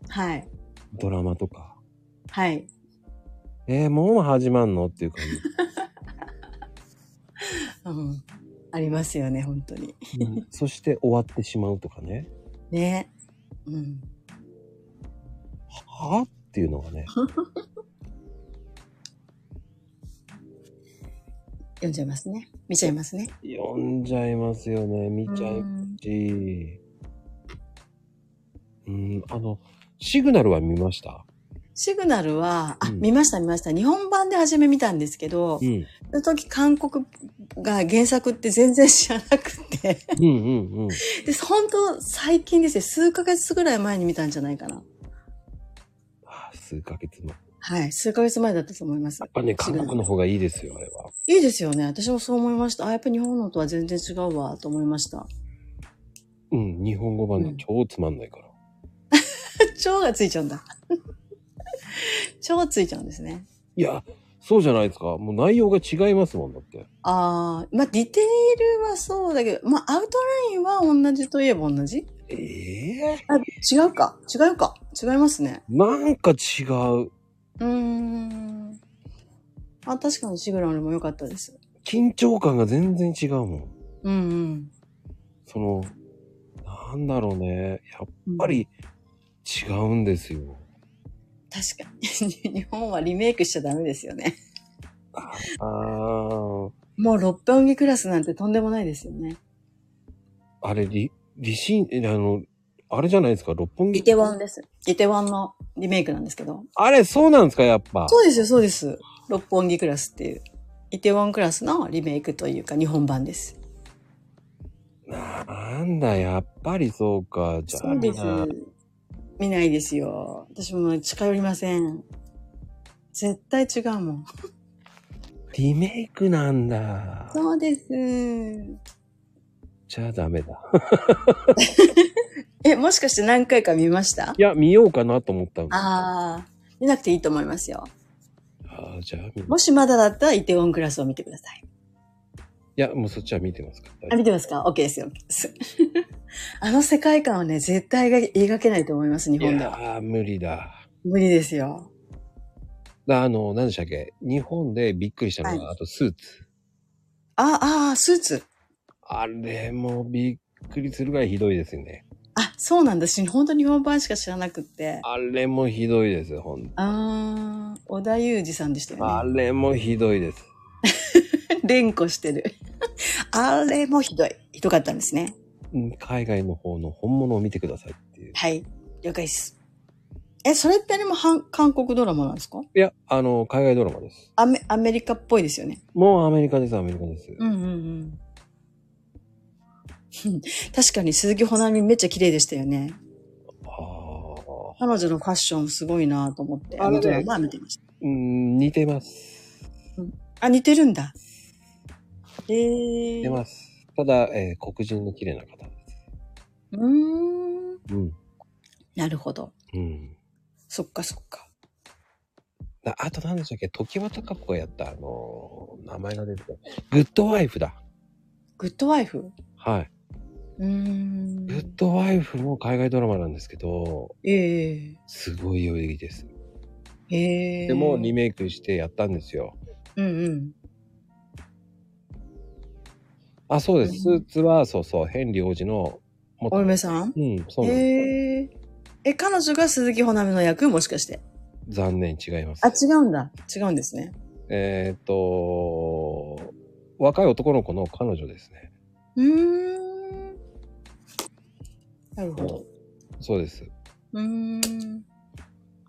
Speaker 2: はい。
Speaker 1: ドラマとか、
Speaker 2: はい。
Speaker 1: えー、もう始まんのっていう感
Speaker 2: うん。ありますよね、本当に。
Speaker 1: じ、 うんそして終わってしまうとかね。
Speaker 2: ね。うん。
Speaker 1: はぁっていうのがね。
Speaker 2: 読んじゃいますね。見ちゃいますね。
Speaker 1: 読んじゃいますよね。見ちゃい
Speaker 2: うん
Speaker 1: し。うん、あの、シグナルは見ました
Speaker 2: シグナルは、あ、
Speaker 1: うん
Speaker 2: 見ました見ました。日本版で初め見たんですけど、
Speaker 1: うん。
Speaker 2: その時韓国が原作って全然知らなくて。
Speaker 1: うんうんうん。
Speaker 2: で、本当最近ですね、数ヶ月ぐらい前に見たんじゃないかな。
Speaker 1: あー数ヶ月も。や
Speaker 2: はい。数ヶ月前だったと思います。
Speaker 1: っぱね、韓国の方がいいですよ、あれは。
Speaker 2: いいですよね。私もそう思いました。あ、やっぱ日本のとは全然違うわ、と思いました。
Speaker 1: うん、日本語版で超つまんないから。
Speaker 2: 蝶がついちゃうんだ。 蝶がついちゃうんですね。
Speaker 1: いや、そうじゃないですか。もう内容が違いますもんだって。
Speaker 2: ああ、まあ、ディテールはそうだけど、まあ、アウトラインは同じといえば同じ
Speaker 1: ええ
Speaker 2: あ、違うか。違うか。違いますね。
Speaker 1: なんか違う。
Speaker 2: うーん。あ、確かにシグナルも良かったです。
Speaker 1: 緊張感が全然違うもん。
Speaker 2: うんうん。
Speaker 1: その、なんだろうね。やっ
Speaker 2: やっ
Speaker 1: ぱ。り違うんですよ。
Speaker 2: 確かに。日本はリメイクしちゃダメですよね。
Speaker 1: あー、
Speaker 2: もう六本木クラスなんてとんでもないですよね。
Speaker 1: あれ、り、りしん、えあの、あれじゃないですか、六本木。
Speaker 2: イテワンです。イテワンのリメイクなんですけど。
Speaker 1: あれ、そうなんですか、やっぱ。
Speaker 2: そうですよ、そうです。六本木クラスっていう。イテワンクラスのリメイクというか日本版です。
Speaker 1: なんだ、やっぱりそうか。じゃあ、
Speaker 2: そう
Speaker 1: み
Speaker 2: で
Speaker 1: ん
Speaker 2: す
Speaker 1: な、。
Speaker 2: 見ないですよ。私も近寄りません。絶対違うもん。
Speaker 1: リメイクなんだ。
Speaker 2: そうです。
Speaker 1: じゃあ、ダメだ。
Speaker 2: え、もしかして何回か見ました
Speaker 1: いや、見ようかなと思ったんです
Speaker 2: ああ、見なくていいと思いますよ。
Speaker 1: あーじゃあ、見る
Speaker 2: もしまだだったら、イテウォンクラスを見てください。
Speaker 1: いや、もうそっちは見てますから。
Speaker 2: あ、見てますか ?OK ですよ。 すあの世界観はね、絶対が描けないと思います、日
Speaker 1: いや
Speaker 2: 本では。
Speaker 1: ー、無理だ。
Speaker 2: 無理ですよ。
Speaker 1: だあの、何でしたっけ日本でびっくりしたのが、
Speaker 2: は
Speaker 1: あとスーツ。
Speaker 2: あ、ああ、スーツ。
Speaker 1: あれもびっくりするぐらいひどいですよね。
Speaker 2: あ、そうなんだ。し本当に日本版しか知らなくって。
Speaker 1: あれもひどいです、ほんと。
Speaker 2: ああ、小田裕二さんでしたよ
Speaker 1: あ
Speaker 2: ね。
Speaker 1: れもひどいです。
Speaker 2: 連呼してる。 あれもひどい。ひどかったんですね。
Speaker 1: うん海外の方の本物を見てくださいっていう。
Speaker 2: はい。了解です。え、それってあれもはん韓国ドラマなんですか
Speaker 1: いや、あの、海外ドラマです。
Speaker 2: アメアメリカっぽいですよね。
Speaker 1: もうアメリカです、アメリカです。
Speaker 2: うんうんうん。 確かに鈴木保奈美めっちゃ綺麗でしたよね。
Speaker 1: ああ、
Speaker 2: 彼女のファッションすごいなと思って、あ
Speaker 1: あれね
Speaker 2: のドラマは見てました。
Speaker 1: うん、似てます。
Speaker 2: あ、似てるんだ。えー。
Speaker 1: 似てます。ただ、えー黒人の綺麗な方です。
Speaker 2: うーん。
Speaker 1: うん。
Speaker 2: なるほど。
Speaker 1: うん。
Speaker 2: そっかそっか。
Speaker 1: だあと何でしたっけ時は貴子がやった、あのー名前が出てこないグッドワイフだ。
Speaker 2: グッドワイフ
Speaker 1: はい。
Speaker 2: うーん
Speaker 1: グ。ッドワイフも海外ドラマなんですけど、
Speaker 2: ええ
Speaker 1: すごい良いです。
Speaker 2: ええ
Speaker 1: でもリメイクしてやったんですよ。
Speaker 2: うんうん。
Speaker 1: あ、そうです。スーツは、そうそう、ヘンリー王子の、も
Speaker 2: お嫁さん
Speaker 1: うん、そうなんです。
Speaker 2: えええ、彼女が鈴木保奈美の役もしかして。
Speaker 1: 残念、違います
Speaker 2: あ、。違うんだ。違うんですね。
Speaker 1: えーっと、若い男の子の彼女ですね。
Speaker 2: うーん。なるほど。
Speaker 1: そうです。
Speaker 2: うーん。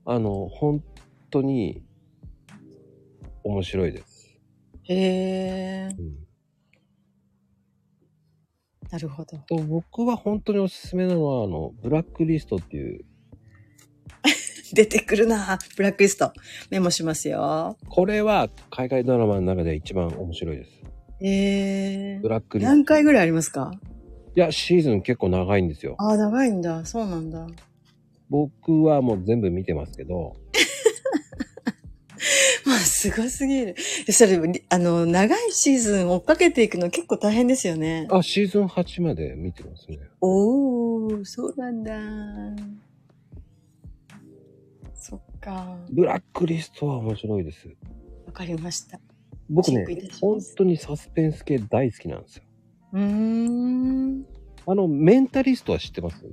Speaker 1: あの、本当に、面白いです。
Speaker 2: へえ
Speaker 1: うん
Speaker 2: なるほど。
Speaker 1: と僕は本当におすすめなのは、あの、ブラックリストっていう、
Speaker 2: 出てくるなブラックリスト。メモしますよ。
Speaker 1: これは海外ドラマの中で一番面白いです。
Speaker 2: ええ
Speaker 1: ブラックリスト。
Speaker 2: 何回ぐらいありますか
Speaker 1: いや、シーズン結構長いんですよ。
Speaker 2: ああ、長いんだ。そうなんだ。
Speaker 1: 僕はもう全部見てますけど、
Speaker 2: まあ、すごすぎる。それ、りあの、長いシーズン追っかけていくの結構大変ですよね。
Speaker 1: あ、シーズン8まで見てますね。
Speaker 2: おー、そうなんだ。そっか。
Speaker 1: ブラックリストは面白いです。
Speaker 2: わかりました。
Speaker 1: 僕
Speaker 2: チェックいたし
Speaker 1: ね
Speaker 2: ます、
Speaker 1: 本当にサスペンス系大好きなんですよ。
Speaker 2: うーん。
Speaker 1: あの、メンタリストは知ってます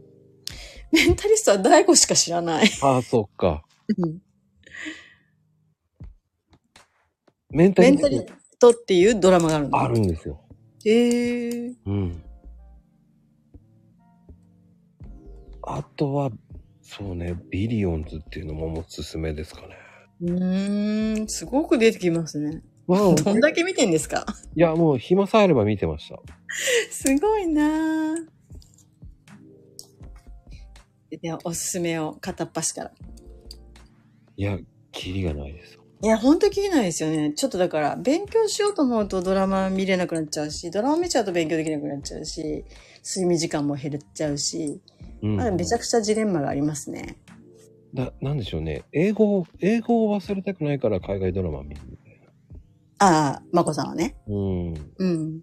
Speaker 2: メンタリストは大悟しか知らない。
Speaker 1: ああ、そっか。メンタ
Speaker 2: メ
Speaker 1: リ
Speaker 2: ン
Speaker 1: スト
Speaker 2: タリストっていうドラマがあるの
Speaker 1: あるんですよ。
Speaker 2: へえー。
Speaker 1: うん。あとは、そうね、ビリオンズっていうのももうおすすめですかね。
Speaker 2: うーん、すごく出てきますね。
Speaker 1: わあ、
Speaker 2: どんだけ見てんですか
Speaker 1: いや、もう暇さえあれば見てました。
Speaker 2: すごいなぁでは、おすすめを片っ端から。
Speaker 1: いや、キリがないです。
Speaker 2: いや、ほんと聞けないですよね。ちょっとだから、勉強しようと思うとドラマ見れなくなっちゃうし、ドラマ見ちゃうと勉強できなくなっちゃうし、睡眠時間も減っちゃうし、
Speaker 1: うん。
Speaker 2: まだめちゃくちゃジレンマがありますね。
Speaker 1: な、なんでしょうね。英語を、英語を忘れたくないから海外ドラマ見るみたいな。
Speaker 2: ああ、まこさんはね。
Speaker 1: うん。
Speaker 2: うん。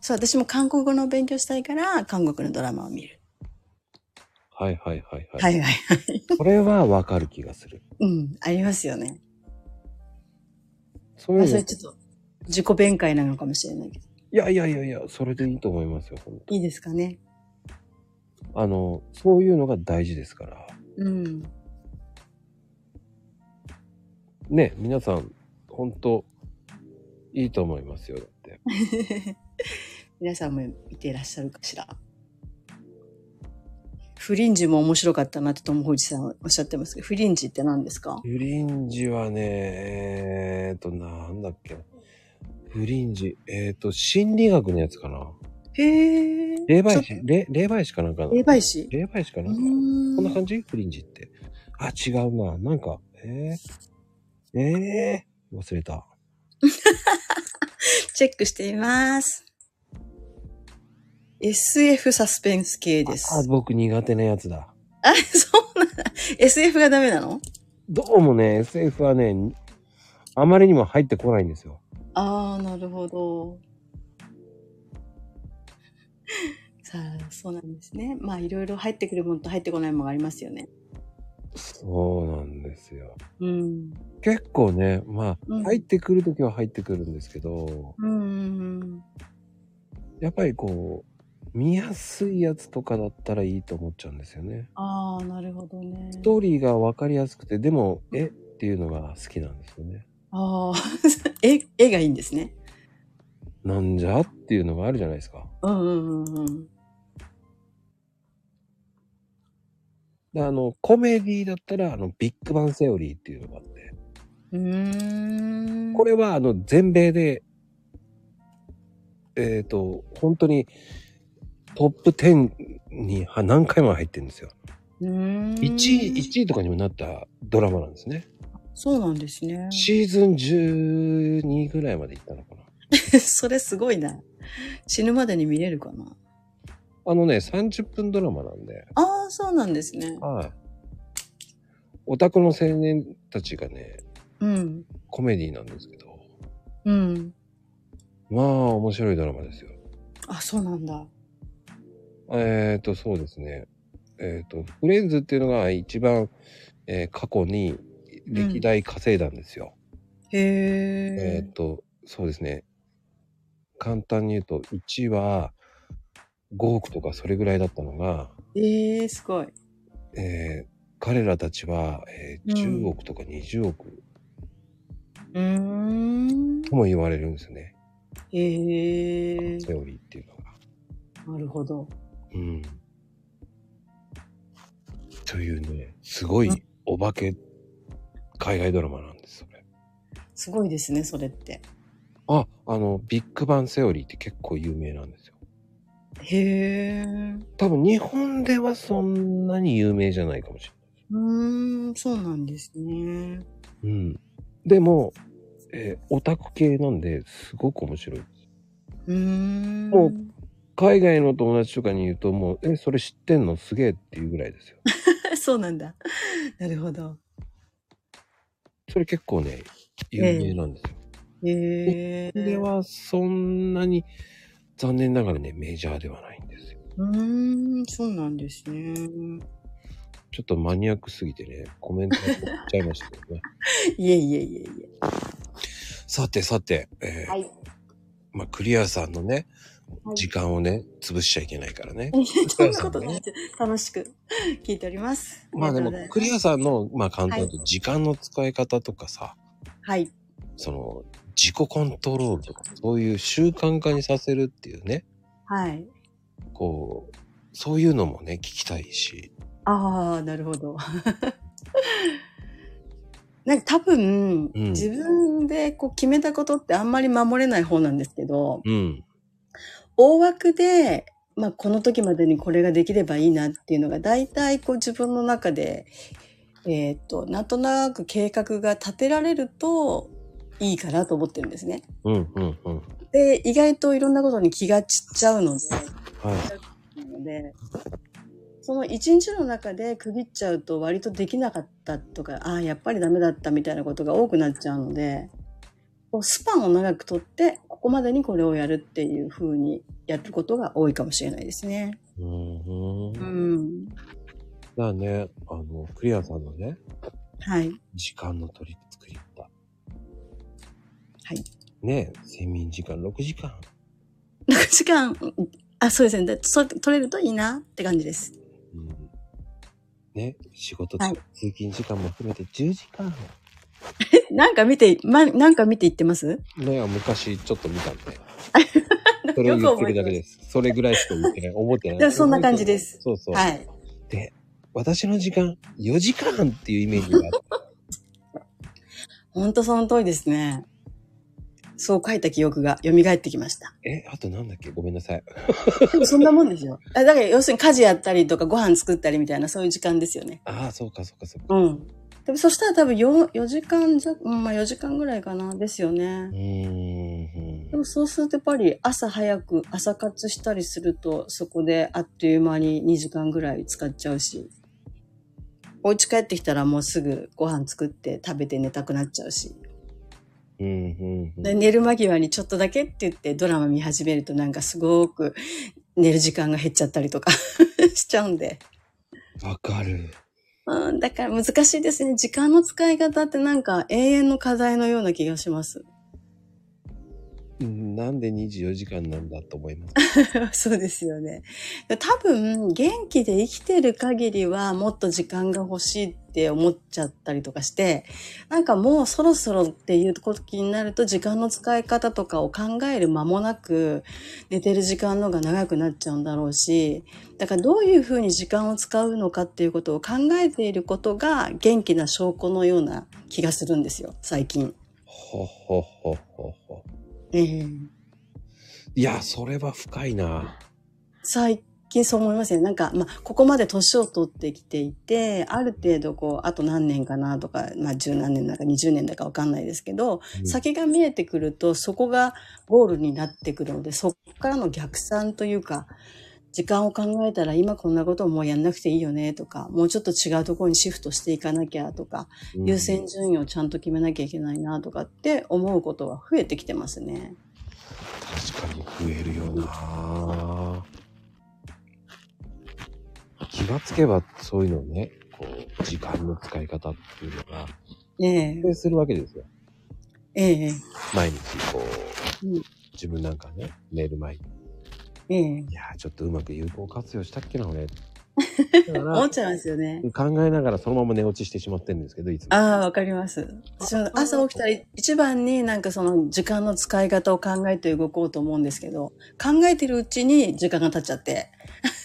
Speaker 2: そう、私も韓国語の勉強したいから、韓国のドラマを見る。
Speaker 1: はいはいはいはい。
Speaker 2: はいはい。
Speaker 1: これはわかる気がする。
Speaker 2: うん、ありますよね。
Speaker 1: そうい
Speaker 2: まあ、
Speaker 1: う
Speaker 2: そ
Speaker 1: の。
Speaker 2: れ
Speaker 1: い
Speaker 2: ちょっと、自己弁解なのかもしれないけど。
Speaker 1: やいやいやいや、それでいいと思いますよ、本当
Speaker 2: いいですかね。
Speaker 1: あの、そういうのが大事ですから。
Speaker 2: うん。
Speaker 1: ね、皆さん、本当いいと思いますよ、だって。
Speaker 2: 皆さんも見ていらっしゃるかしら。フリンジも面白かったなってトム・ホイジさんはおっしゃってますけど、フリンジって何ですか
Speaker 1: フリンジはね、えーっと、なんだっけ。フリンジ、えーっと、心理学のやつかな。
Speaker 2: へえ。
Speaker 1: 霊媒
Speaker 2: ちょ
Speaker 1: 師、霊霊媒師かなんか
Speaker 2: っ
Speaker 1: の
Speaker 2: と。霊媒師
Speaker 1: 霊媒師かな
Speaker 2: うー
Speaker 1: んか。
Speaker 2: ん
Speaker 1: こんな感じフリンジって。あ、違うな。なんか、えー、えー、忘れた。
Speaker 2: チェックしてみます。SF サスペンス系です。
Speaker 1: あ、僕苦手なやつだ。
Speaker 2: あ、そうなんだ。SF がダメなの
Speaker 1: どうもね、SF はね、あまりにも入ってこないんですよ。
Speaker 2: ああ、なるほど。さあ、そうなんですね。まあ、いろいろ入ってくるものと入ってこないものがありますよね。
Speaker 1: そうなんですよ。
Speaker 2: うん。
Speaker 1: 結構ね、まあ、
Speaker 2: うん
Speaker 1: 入ってくるときは入ってくるんですけど、
Speaker 2: うんうんうん。
Speaker 1: やっぱりこう、見やすいやつとかだったらいいと思っちゃうんですよね。
Speaker 2: ああ、なるほどね。
Speaker 1: ストーリーがわかりやすくて、でも、えっていうのが好きなんですよね。
Speaker 2: ああ、
Speaker 4: 絵、絵がいいんですね。
Speaker 1: なんじゃっていうのがあるじゃないですか。
Speaker 2: うんうんうんうん。
Speaker 1: であの、コメディだったら、あの、ビッグバンセオリーっていうのがあって、
Speaker 2: うーん。
Speaker 1: これはあの、全米で、えっ、と、本当に、トップ10には何回も入ってるんですよ。
Speaker 2: うーん。
Speaker 1: 1位、1位とかにもなったドラマなんですね。
Speaker 2: そうなんですね。
Speaker 1: シーズン12ぐらいまで行ったのかな。
Speaker 2: それすごいな。死ぬまでに見れるかな。
Speaker 1: あのね、30分ドラマなんで、
Speaker 2: ああ、そうなんですね。
Speaker 1: はい。オタクの青年たちがね、
Speaker 2: うん。
Speaker 1: コメディなんですけど、
Speaker 2: うん。
Speaker 1: まあ、面白いドラマですよ。
Speaker 2: あ、そうなんだ。
Speaker 1: えっ、と、そうですね。えっ、と、フレンズっていうのが一番、えー過去に歴代稼いだんですよ。
Speaker 2: へ
Speaker 1: えっ、
Speaker 2: え。
Speaker 1: と、そうですね。簡単に言うと、1は5億とかそれぐらいだったのが、
Speaker 2: ええ、すごい。
Speaker 1: えー彼らたちは、えー
Speaker 2: うん
Speaker 1: 10億とか20億
Speaker 2: うーん。
Speaker 1: とも言われるんですよね。
Speaker 2: へえ。
Speaker 1: セオリーっていうのが。
Speaker 2: なるほど。
Speaker 1: うん。というね、すごいお化け海外ドラマなんです、それ。
Speaker 2: すごいですね、それって。
Speaker 1: あ、あの、ビッグバンセオリーって結構有名なんですよ。
Speaker 2: へえ。う
Speaker 1: 多分日本ではそんなに有名じゃないかもし
Speaker 2: ーん、そうなんですね。
Speaker 1: れない。うん。でも、えーオタク系なんで、すごく面白い。
Speaker 2: うーん。
Speaker 1: もう海外の友達とかに言うと、もう、え、それ知ってんのすげえっていうぐらいですよ。
Speaker 2: そうなんだ。なるほど。
Speaker 1: それ結構ね、有名なんですよ。
Speaker 2: へえ。
Speaker 1: それはそんなに、残念ながらね、メジャーではないんですよ。
Speaker 2: うーん、そうなんですね。
Speaker 1: ちょっとマニアックすぎてね、コメントが飛っちゃ いましたけどね。
Speaker 2: いえいえいえいえ。
Speaker 1: さてさて、えー
Speaker 4: はい
Speaker 1: まあ、クリアさんのね、
Speaker 4: はい
Speaker 1: 時間をね、潰しちゃいけないからね。
Speaker 2: そんなことないです。楽しく聞いております。
Speaker 1: まあでも、クリ
Speaker 2: ア。
Speaker 1: アさんの、まあ簡単に言うと、時間の使い方とかさ、
Speaker 2: はい。
Speaker 1: その、自己コントロールとか、そういう習慣化にさせるっていうね、
Speaker 2: はい。
Speaker 1: こう、そういうのもね、聞きたいし。
Speaker 2: ああ、なるほど。 なんか多分、
Speaker 1: うん
Speaker 2: 自分でこう決めたことってあんまり守れない方なんですけど、
Speaker 1: うん。
Speaker 2: 大枠で、まあ、この時までにこれができればいいなっていうのが、大体こう自分の中で、えーっと、なんとなく計画が立てられるといいかなと思ってるんですね。
Speaker 1: うん、うん、うん。
Speaker 2: で、意外といろんなことに気が散っちゃうので、
Speaker 1: はい。
Speaker 2: なので、その一日の中で区切っちゃうと割とできなかったとか、ああ、やっぱりダメだったみたいなことが多くなっちゃうので、こうスパンを長くとって、ここまでにこれをやるっていう風にやることが多いかもしれないですね。
Speaker 1: うん、うん。
Speaker 2: う
Speaker 1: だか
Speaker 2: ん。
Speaker 1: らね、あの、クリアさんのね、
Speaker 2: はい。
Speaker 1: 時間の取り作り方。
Speaker 2: はい。
Speaker 1: ね、睡眠時間6時間。
Speaker 2: なんか時間、あ、そうですね。だそ取れるといいなって感じです。
Speaker 1: うん。ね、仕事、
Speaker 2: はい
Speaker 1: 通勤時間も含めて10時間。
Speaker 2: えなんか見て、ま、なんか見ていってます
Speaker 1: ね昔ちょっと見たんで。 それを
Speaker 2: よく
Speaker 1: 言って
Speaker 2: 覚え
Speaker 1: る
Speaker 2: て
Speaker 1: だ
Speaker 2: ま
Speaker 1: け
Speaker 2: す。
Speaker 1: です。それぐらいしか言ってない。思ってない。
Speaker 2: いやそんな感じです。
Speaker 1: そうそう。
Speaker 2: はい。
Speaker 1: 私の時間、4時間っていうイメージがあって。
Speaker 2: ほんとその通りですね。そう書いた記憶が蘇ってきました。
Speaker 1: え、あとなんだっけごめんなさい。
Speaker 2: でもそんなもんですよ。あだから要するに家事やったりとかご飯作ったりみたいなそういう時間ですよね。
Speaker 1: ああ、そうかそうかそうか。
Speaker 2: うん。でもそしたら多分 4, 4時間じゃ、うん、まあ4時間ぐらいかなですよね
Speaker 1: う。ーん
Speaker 2: で。もそうするとやっぱり朝早く朝活したりするとそこであっという間に2時間ぐらい使っちゃうし。お家帰ってきたらもうすぐご飯作って食べて寝たくなっちゃうし。
Speaker 1: うん、うん、うん。
Speaker 2: で寝る間際にちょっとだけって言ってドラマ見始めるとなんかすごく寝る時間が減っちゃったりとか しちゃうんで。
Speaker 1: わかる。
Speaker 2: うん、だから難しいですね。時間の使い方ってなんか永遠の課題のような気がします。
Speaker 1: うんなんで24時間なんだと思います。
Speaker 2: そうですよね。多分、元気で生きてる限りはもっと時間が欲しいって思っちゃったりとかして、なんかもうそろそろっていう時になると時間の使い方とかを考える間もなく、寝てる時間の方が長くなっちゃうんだろうし、だからどういうふうに時間を使うのかっていうことを考えていることが元気な証拠のような気がするんですよ、最近。
Speaker 1: ほほほほほ。
Speaker 2: ええ
Speaker 1: いや、それは深いな。
Speaker 2: 最近そう思いますね。なんか、まあ、ここまで年を取ってきていて、ある程度こう、あと何年かなとか、まあ、十何年だか20年だかわかんないですけど、
Speaker 1: うん
Speaker 2: 先が見えてくると、そこがゴールになってくるので、そこからの逆算というか、時間を考えたら今こんなことをもうやんなくていいよねとか、もうちょっと違うところにシフトしていかなきゃとか、
Speaker 1: うん
Speaker 2: 優先順位をちゃんと決めなきゃいけないなとかって思うことが増えてきてますね。
Speaker 1: 確かに増えるよな。気がつけばそういうのね、こう、時間の使い方っていうのが、
Speaker 2: ね
Speaker 1: 発生するわけですよ。
Speaker 2: え、ええ、
Speaker 1: 毎日、こう、
Speaker 2: うん
Speaker 1: 自分なんかね、メール前に、
Speaker 2: ええ。
Speaker 1: いやー、ちょっとうまく有効活用したっけな、 俺。だか
Speaker 2: 思
Speaker 1: ら
Speaker 2: っちゃいますよね。
Speaker 1: 考えながらそのまま寝落ちしてしまってるんですけど、いつも。
Speaker 2: ああ、わかります。私も朝起きたら一番になんかその時間の使い方を考えて動こうと思うんですけど、考えてるうちに時間が経っちゃって、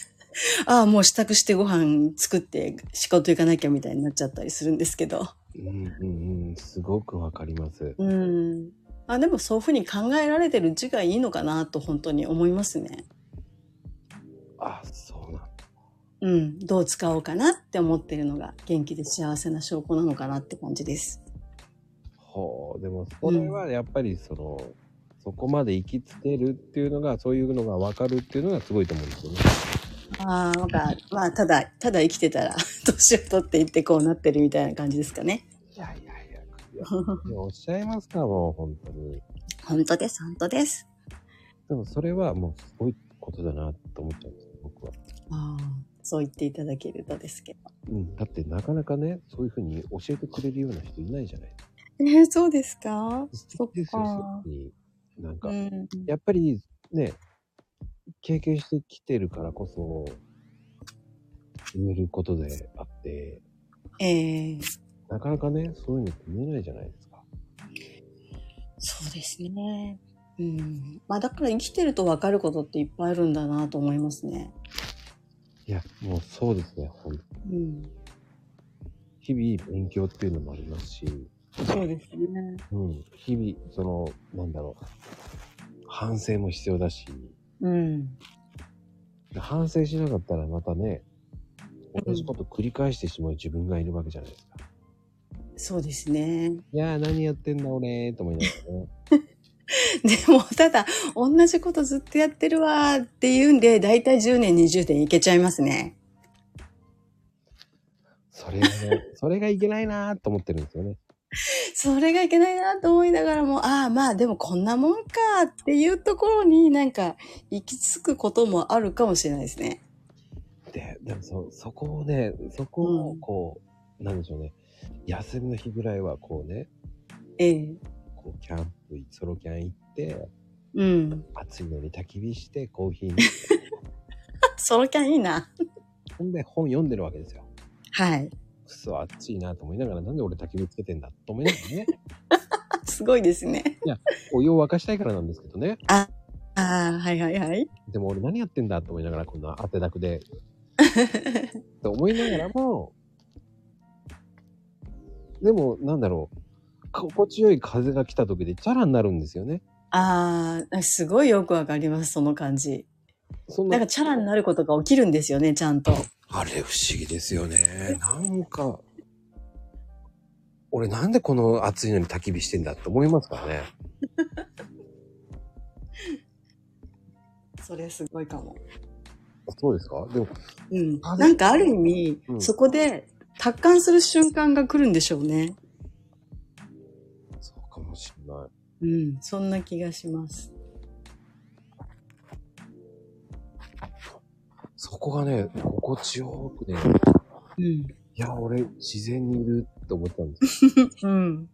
Speaker 2: ああ、もう支度してご飯作って仕事行かなきゃみたいになっちゃったりするんですけど。
Speaker 1: うんうんうん、すごくわかります。
Speaker 2: うん。あでもそういうふうに考えられてるうちがいいのかなと本当に思いますね。
Speaker 1: あ、そうなんだ。
Speaker 2: うん。どう使おうかなって思ってるのが元気で幸せな証拠なのかなって感じです。
Speaker 1: ほう、でもそれはやっぱりその、そこまで行きつけるっていうのが、そういうのがわかるっていうのがすごいと思うんですよね。
Speaker 2: ああ、なんか、まあ、ただ、ただ生きてたら、 年を取っていってこうなってるみたいな感じですかね。
Speaker 1: いやいやいや、いやいやおっしゃいますからもう本当に。
Speaker 2: 本当です、本当です。
Speaker 1: でもそれはもうすごいことだなと思っちゃうんですよ、僕は。
Speaker 2: ああ、そう言っていただけるとですけど。
Speaker 1: うん、だってなかなかね、そういうふうに教えてくれるような人いないじゃない
Speaker 2: え そうですか
Speaker 1: 素敵ですよ、
Speaker 2: そっ
Speaker 1: す
Speaker 2: か
Speaker 1: ごい。なんか、
Speaker 2: うん。
Speaker 1: やっぱりね、経験してきてるからこそ、見えることであって、
Speaker 2: ええ
Speaker 1: なかなかね、そういうのって見えないじゃないですか。
Speaker 2: そうですね。うん。まあ、だから生きてると分かることっていっぱいあるんだなと思いますね。
Speaker 1: いや、もうそうですね、ほん
Speaker 2: うん。
Speaker 1: 日々勉強っていうのもありますし、
Speaker 2: そうですね。
Speaker 1: うん、日々、その、なんだろう、反省も必要だし、
Speaker 2: うん。
Speaker 1: 反省しなかったらまたね、同じこと繰り返してしまう自分がいるわけじゃないですか。
Speaker 2: そうですね。
Speaker 1: いやー、何やってんだ俺ーと思いながらね。
Speaker 2: でも、ただ、同じことずっとやってるわーっていうんで、だいたい10年、20年いけちゃいますね。
Speaker 1: それがね、それがいけないなーと思ってるんですよね。
Speaker 2: それがいけないなと思いながらも、ああまあでもこんなもんかっていうところになんか行き着くこともあるかもしれないですね。
Speaker 1: で、でもそ、そこをね、そこ
Speaker 2: う
Speaker 1: を
Speaker 2: ん
Speaker 1: こう、なんでしょうね。休みの日ぐらいはこうね、
Speaker 2: ええ。
Speaker 1: こうキャンプ、ソロキャン行って、
Speaker 2: うん。
Speaker 1: 暑いのに焚き火して、コーヒー飲んで、
Speaker 2: ソロキャンいいな。
Speaker 1: ほんで 本読んでるわけですよ。
Speaker 2: はい。
Speaker 1: くそ、暑いなと思いながら、なんで俺焚き火つけてんだと思いながらね、
Speaker 2: あすごいですね。
Speaker 1: お湯を沸かしたいからなんですけどね。
Speaker 2: ああ、はいはいはい。
Speaker 1: でも俺何やってんだと思いながら、こんな汗だくで、と思いながらも、でも、なんだろう、心地よい風が来た時でチャラになるんですよね。
Speaker 2: ああ、すごいよくわかります、その感じ。
Speaker 1: そん
Speaker 2: なん
Speaker 1: な
Speaker 2: か、チャラになることが起きるんですよね、ちゃんと。
Speaker 1: あれ不思議ですよね。なんか、俺なんでこの暑いのに焚き火してんだって思いますからね。
Speaker 2: それすごいかも。
Speaker 1: そうですかでも、
Speaker 2: うん。なんかある意味、
Speaker 1: うん
Speaker 2: そこで達観する瞬間が来るんでしょうね。
Speaker 1: そうかもしれない。
Speaker 2: うん。そんな気がします。
Speaker 1: そこがね、心地よくね、
Speaker 2: うん。
Speaker 1: いや、俺自然にいるって思ったんですよ。
Speaker 2: うん。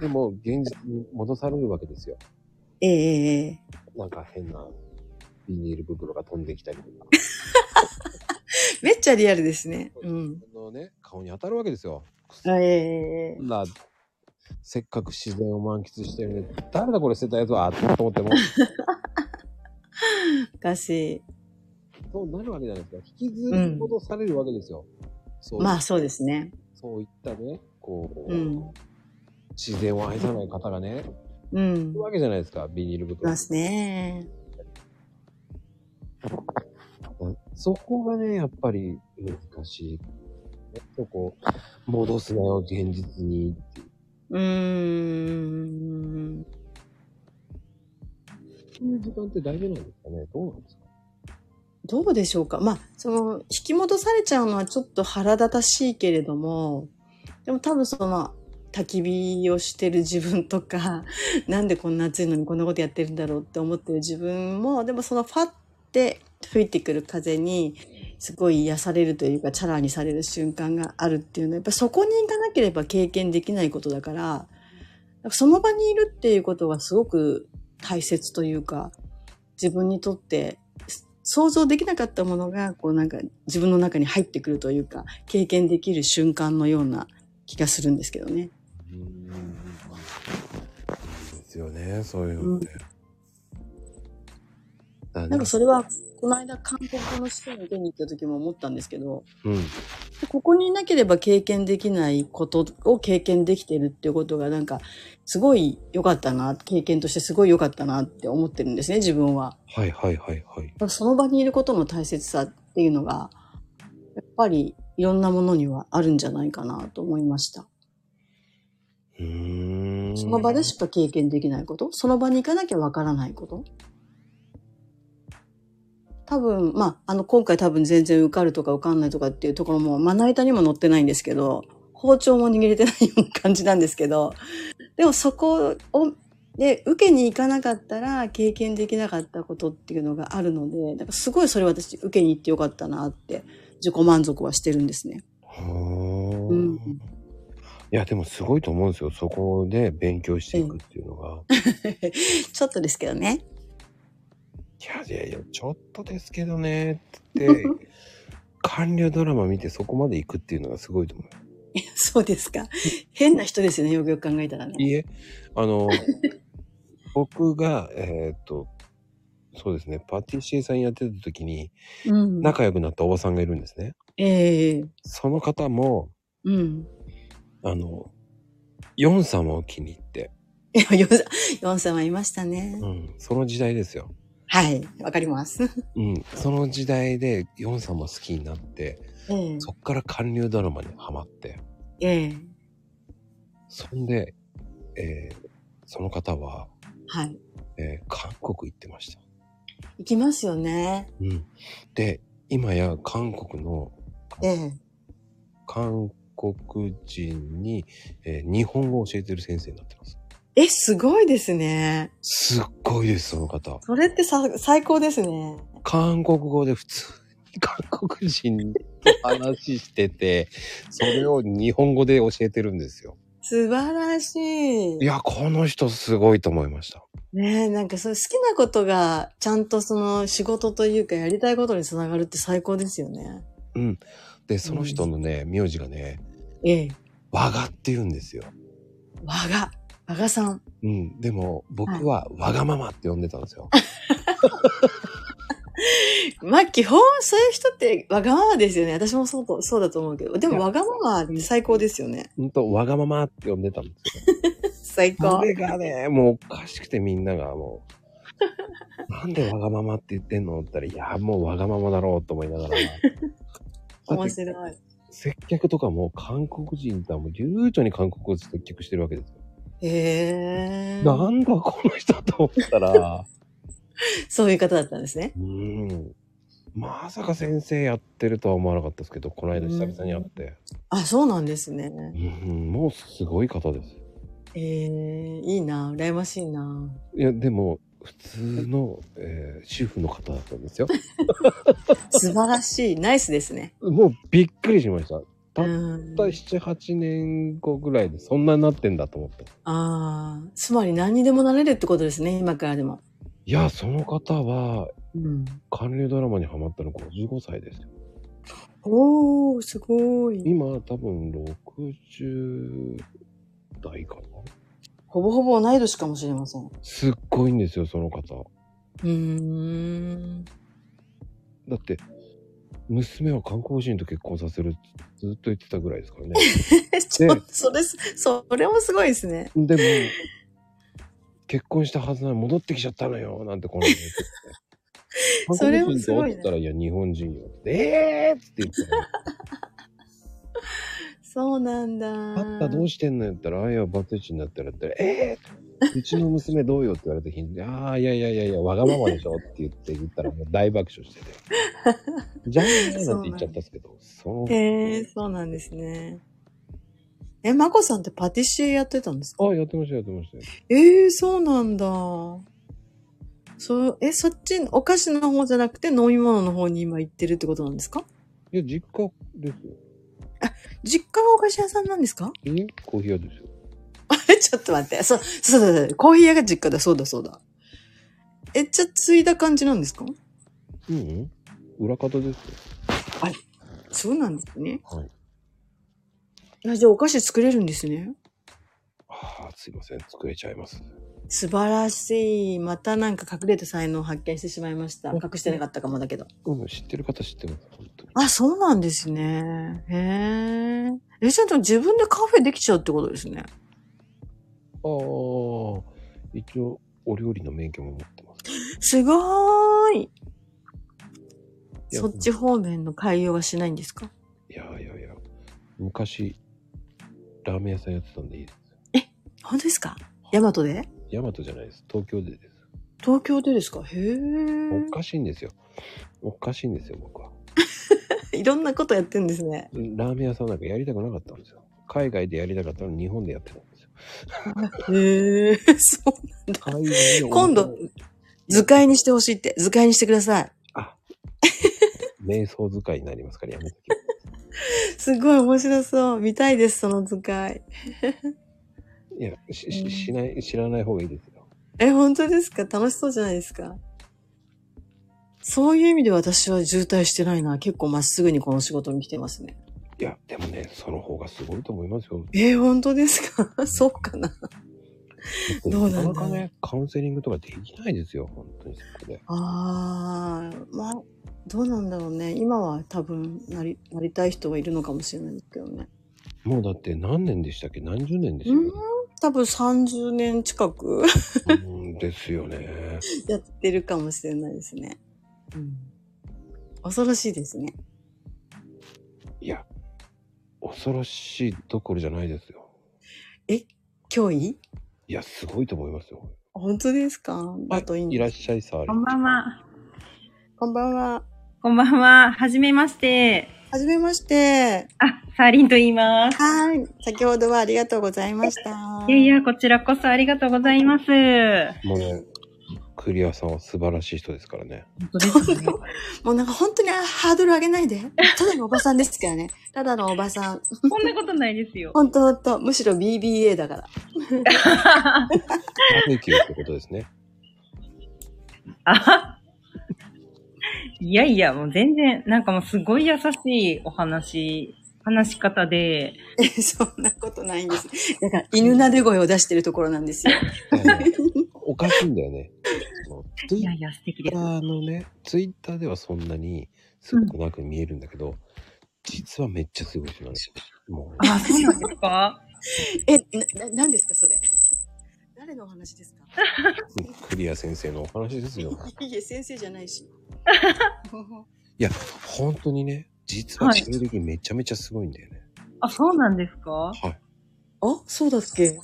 Speaker 1: でも、現実に戻されるわけですよ。
Speaker 2: ええええ
Speaker 1: なんか変なビニール袋が飛んできたりとか。
Speaker 2: めっちゃリアルですね。うん。
Speaker 1: 自分のね、顔に当たるわけですよ。
Speaker 2: ええええ
Speaker 1: な、せっかく自然を満喫してるのに、誰だこれ捨てたやつはと思っても、
Speaker 2: おかし
Speaker 1: そうなるわけじゃないですか。引きずり戻されるわけですよ。そ
Speaker 2: い。
Speaker 1: う、
Speaker 2: まあそうですね。
Speaker 1: そういったね、こう、
Speaker 2: うん
Speaker 1: 自然を愛さない方がね、
Speaker 2: うん
Speaker 1: いる。わけじゃないですか、ビニール袋。
Speaker 2: ますね。
Speaker 1: そこがね、やっぱり難しい。そこ、戻すなよ、現実に。
Speaker 2: うーん。
Speaker 1: っていう時間って大事なんですかねどうなんですか
Speaker 2: どうでしょうか。まあ、その、引き戻されちゃうのはちょっと腹立たしいけれども、でも多分その、まあ、焚き火をしてる自分とか、 なんでこんな暑いのにこんなことやってるんだろうって思ってる自分も、でもそのファって吹いてくる風に、すごい癒されるというか、チャラにされる瞬間があるっていうのは、やっぱそこに行かなければ経験できないことだから、なんかその場にいるっていうことがすごく大切というか、自分にとって想像できなかったものが、こうなんか自分の中に入ってくるというか、経験できる瞬間のような気がするんですけどね。
Speaker 1: うん。ですよね、そういう
Speaker 2: の
Speaker 1: の
Speaker 2: っ
Speaker 1: ってて。
Speaker 2: なんかそれは、この間韓国の試験を受けに行った時も思ったんですけど、
Speaker 1: うん。
Speaker 2: ここにいなければ経験できないことを経験できてるっていうことがなんか、すごい良かったな、経験としてすごい良かったなって思ってるんですね、自分は。
Speaker 1: はいはいはいはい。
Speaker 2: その場にいることの大切さっていうのが、やっぱりいろんなものにはあるんじゃないかなと思いました。
Speaker 1: うーん。
Speaker 2: その場でしか経験できないこと、その場に行かなきゃわからないこと。多分、まあ、あの、今回多分全然受かるとか受かんないとかっていうところも、まな板にも載ってないんですけど、包丁も握れてないような感じなんですけど、でもそこを、で、受けに行かなかったら経験できなかったことっていうのがあるので、なんかすごいそれ私受けに行ってよかったなって、自己満足はしてるんですね。
Speaker 1: はー
Speaker 2: うん
Speaker 1: いや、でもすごいと思うんですよ。そこで勉強していくっていうの が。
Speaker 2: ちょっとですけどね。
Speaker 1: いやいやいや、ちょっとですけどね、っ て、韓流ドラマ見てそこまで行くっていうのがすごいと思う。
Speaker 2: そうですか。変な人ですよね、よくよく考えたらね。
Speaker 1: いいえ、あ の、僕が、えーっと、そうですね、パティシエさんやってた時に
Speaker 2: うん
Speaker 1: 仲良くなったおばさんがいるんですね。
Speaker 2: ええ
Speaker 1: その方も、
Speaker 2: うん。
Speaker 1: あの、ヨン様を気に入って、
Speaker 2: いや、ヨンさん、ヨンさんはいましたね。
Speaker 1: うん、その時代ですよ。
Speaker 2: はい、わかります。
Speaker 1: うん、その時代でヨン様好きになって、
Speaker 2: ええ
Speaker 1: そっから韓流ドラマにハマって、
Speaker 2: ええ
Speaker 1: そんで、えーその方は、
Speaker 2: はい。
Speaker 1: えー韓国行ってました。
Speaker 2: 行きますよね。
Speaker 1: うん、で、今や韓国の
Speaker 2: ええ
Speaker 1: 韓国人に、えー日本語を教えてる先生になってます。
Speaker 2: え、すごいですね。
Speaker 1: すっごいです、その方。
Speaker 2: それってさ、最高ですね。
Speaker 1: 韓国語で普通に韓国人と話してて、それを日本語で教えてるんですよ。
Speaker 2: 素晴らしい。
Speaker 1: いや、この人すごいと思いました。
Speaker 2: ねえ、なんかそう、好きなことが、ちゃんとその仕事というか、やりたいことにつながるって最高ですよね。
Speaker 1: うん。で、その人のね、名字がね、
Speaker 2: ええ
Speaker 1: 和賀って言うんですよ。
Speaker 2: わが、わがさん。
Speaker 1: うん。でも、僕はわがままって呼んでたんですよ。
Speaker 2: まあ、基本、そういう人って、わがままですよね。私もそうと、そうだと思うけど。で
Speaker 1: い
Speaker 2: も、
Speaker 1: や
Speaker 2: わがままって最高ですよね。
Speaker 1: ほんと、わがままって呼んでたんですよ。
Speaker 2: 最
Speaker 1: そ
Speaker 2: 高。
Speaker 1: れがね、もうおかしくてみんながもう、なんでわがままって言ってんのって言ったら、いや、もうわがままだろうと思いながら。だっ
Speaker 2: 面
Speaker 1: て
Speaker 2: 白い。
Speaker 1: 接客とかも韓国人とはもう流暢に韓国語で接客してるわけですよ。
Speaker 2: へえ。
Speaker 1: なんだこの人と思ったら、
Speaker 2: そういう方だったんですね。
Speaker 1: うーん。まさか先生やってるとは思わなかったですけど、この間久々に会って。
Speaker 2: あ、そうなんですね。
Speaker 1: うん、もうすごい方です。
Speaker 2: ええ、いいな、羨ましいな。
Speaker 1: いや、でも、普通の、えー主婦の方だったんですよ。
Speaker 2: 素晴らしい、ナイスですね。
Speaker 1: もうびっくりしました。たっ
Speaker 2: うん
Speaker 1: た7、8年後ぐらいでそんなになってんだと思って。
Speaker 2: ああ、つまり何にでもなれるってことですね、今からでも。
Speaker 1: いや、その方は、
Speaker 2: うん。
Speaker 1: 韓流ドラマにハマったの55歳ですよ。
Speaker 2: おー、すごい。
Speaker 1: 今、多分60代かな。
Speaker 2: ほぼほぼ同い年かもしれません。う
Speaker 1: すっごいんですよ、その方。
Speaker 2: ーん。
Speaker 1: だって、娘は韓国人と結婚させるってずっと言ってたぐらいですからね。
Speaker 2: ちょっと、それす、それもすごいですね。
Speaker 1: でも、結婚したはずなのに戻ってきちゃったのよ、なんてこの間言ってて
Speaker 2: それもすごい
Speaker 1: 韓国人とって言っ
Speaker 2: ね
Speaker 1: たら、いや、日本人よ。えーっつって言 ってたの。
Speaker 2: そうなんだ。
Speaker 1: パッタどうしてんのよって言ったら、あいや、バツイチになったらって言ったら、えー、うちの娘どうよって言われた日に、ああ、いやいやいやいや、わがままでしょって言って言ったら、もう大爆笑してて。じゃあ、なんて言っちゃったんですけど、そう。
Speaker 2: へえー、そうなんですね。え、まこさんってパティシエやってたんですか
Speaker 1: あ、やってました、やってました。
Speaker 2: ええー、そうなんだ。そう、え、そっち、お菓子の方じゃなくて飲み物の方に今行ってるってことなんですか
Speaker 1: いや、実家ですよ。
Speaker 2: 実家のお菓子屋さんなんですか
Speaker 1: いいコーヒー屋ですよ。
Speaker 2: え、ちょっと待って。そう、そうだ、そうだコーヒー屋が実家だ、そうだ、そうだ。え、じゃあ、継いだ感じなんですか
Speaker 1: うん、うん、裏方ですよ。
Speaker 2: そうなんですね。
Speaker 1: はい。
Speaker 2: あじゃあ、お菓子作れるんですね。
Speaker 1: ああ、すいません、作れちゃいます。
Speaker 2: 素晴らしい。またなんか隠れた才能を発見してしまいました。隠してなかったかもだけど。
Speaker 1: うん、知ってる方知ってます、本当に。
Speaker 2: あ、そうなんですね。へえ。え、ちゃんと自分でカフェできちゃうってことですね。
Speaker 1: ああ、一応、お料理の免許も持ってます。
Speaker 2: すごーい。
Speaker 1: いや
Speaker 2: そっち方面の開業はしないんですか
Speaker 1: いやいやいや、昔、ラーメン屋さんやってたんでいいです。
Speaker 2: 本当ですかヤマトで
Speaker 1: 大和じゃないです。東京でです。
Speaker 2: 東京でですかへー
Speaker 1: おかしいんですよ。おかしいんですよ、僕は。
Speaker 2: いろんなことやってんですね。
Speaker 1: ラーメン屋さんなんかやりたくなかったんですよ。海外でやりたかったのに日本でやってたんですよ。
Speaker 2: へえ、そう。
Speaker 1: 海外で
Speaker 2: 今度、図解にしてほしいって、図解にしてください。
Speaker 1: 瞑想使いになりますからやめとき。
Speaker 2: すごい面白そう。見たいです、その図解。
Speaker 1: いや、し、ししない、知らない方がいいですよ。
Speaker 2: え、本当ですか楽しそうじゃないですかそういう意味で私は渋滞してないな。結構まっすぐにこの仕事に来てますね。
Speaker 1: いや、でもね、その方がすごいと思いますよ。
Speaker 2: え、本当ですか そうかなどうなんだろ
Speaker 1: な
Speaker 2: う
Speaker 1: かなかね、カウンセリングとかできないですよ、本当にそこで。
Speaker 2: ああ、まあ、どうなんだろうね。今は多分なり、なりたい人はいるのかもしれないですけどね。
Speaker 1: もうだって何年でしたっけ何十年です
Speaker 2: う
Speaker 1: よ、
Speaker 2: ん、多分30年近く
Speaker 1: うんですよね。
Speaker 2: やってるかもしれないですね。うん。恐ろしいですね。
Speaker 1: いや、恐ろしいどころじゃないですよ。
Speaker 2: 脅威
Speaker 1: いや、すごいと思いますよ。
Speaker 2: 本当ですかだといいん
Speaker 1: い
Speaker 2: で
Speaker 1: らっ
Speaker 2: す。
Speaker 1: しゃいさ。
Speaker 5: こんばんは。
Speaker 2: こんばんは。
Speaker 5: こんばんは。はじめまして。
Speaker 2: はじめまして。
Speaker 5: あ、サーリンと言います。
Speaker 2: はい。先ほどはありがとうございました。
Speaker 5: いやいや、こちらこそありがとうございます。本
Speaker 1: もうね、クリアさんは素晴らしい人ですから ね。
Speaker 5: 当ですね。
Speaker 2: もうなんか本当にハードル上げないで。ただのおばさんですからね。ただのおばさん。
Speaker 5: こんなことないですよ。
Speaker 2: 本当本当。むしろ BBA だから。
Speaker 1: バーベキューってことです ね。
Speaker 5: あはいやいや、もう全然、なんかもうすごい優しいお話、話し方で、
Speaker 2: えそんなことないんです。だから、犬撫で声を出してるところなんですよ。
Speaker 1: だからねおかしいんだよね。そのツ
Speaker 5: い
Speaker 1: イ
Speaker 5: や
Speaker 1: ッ
Speaker 5: いや、素敵で
Speaker 1: タ
Speaker 5: す。
Speaker 1: ーのね、ツイッターではそんなにすごくなく見えるんだけど、実はめっちゃすごい人なんですよ。もう
Speaker 5: あ、そうなんです か
Speaker 2: え、な、ななんですか、それ。誰のお話ですか
Speaker 1: クリア先生のお話ですよ。
Speaker 2: いえ、先生じゃないし。
Speaker 1: いや、本当にね、実は経歴めちゃめちゃすごいんだよね。
Speaker 5: あ、そうなんですか
Speaker 1: はい。
Speaker 2: あ、そうだっけ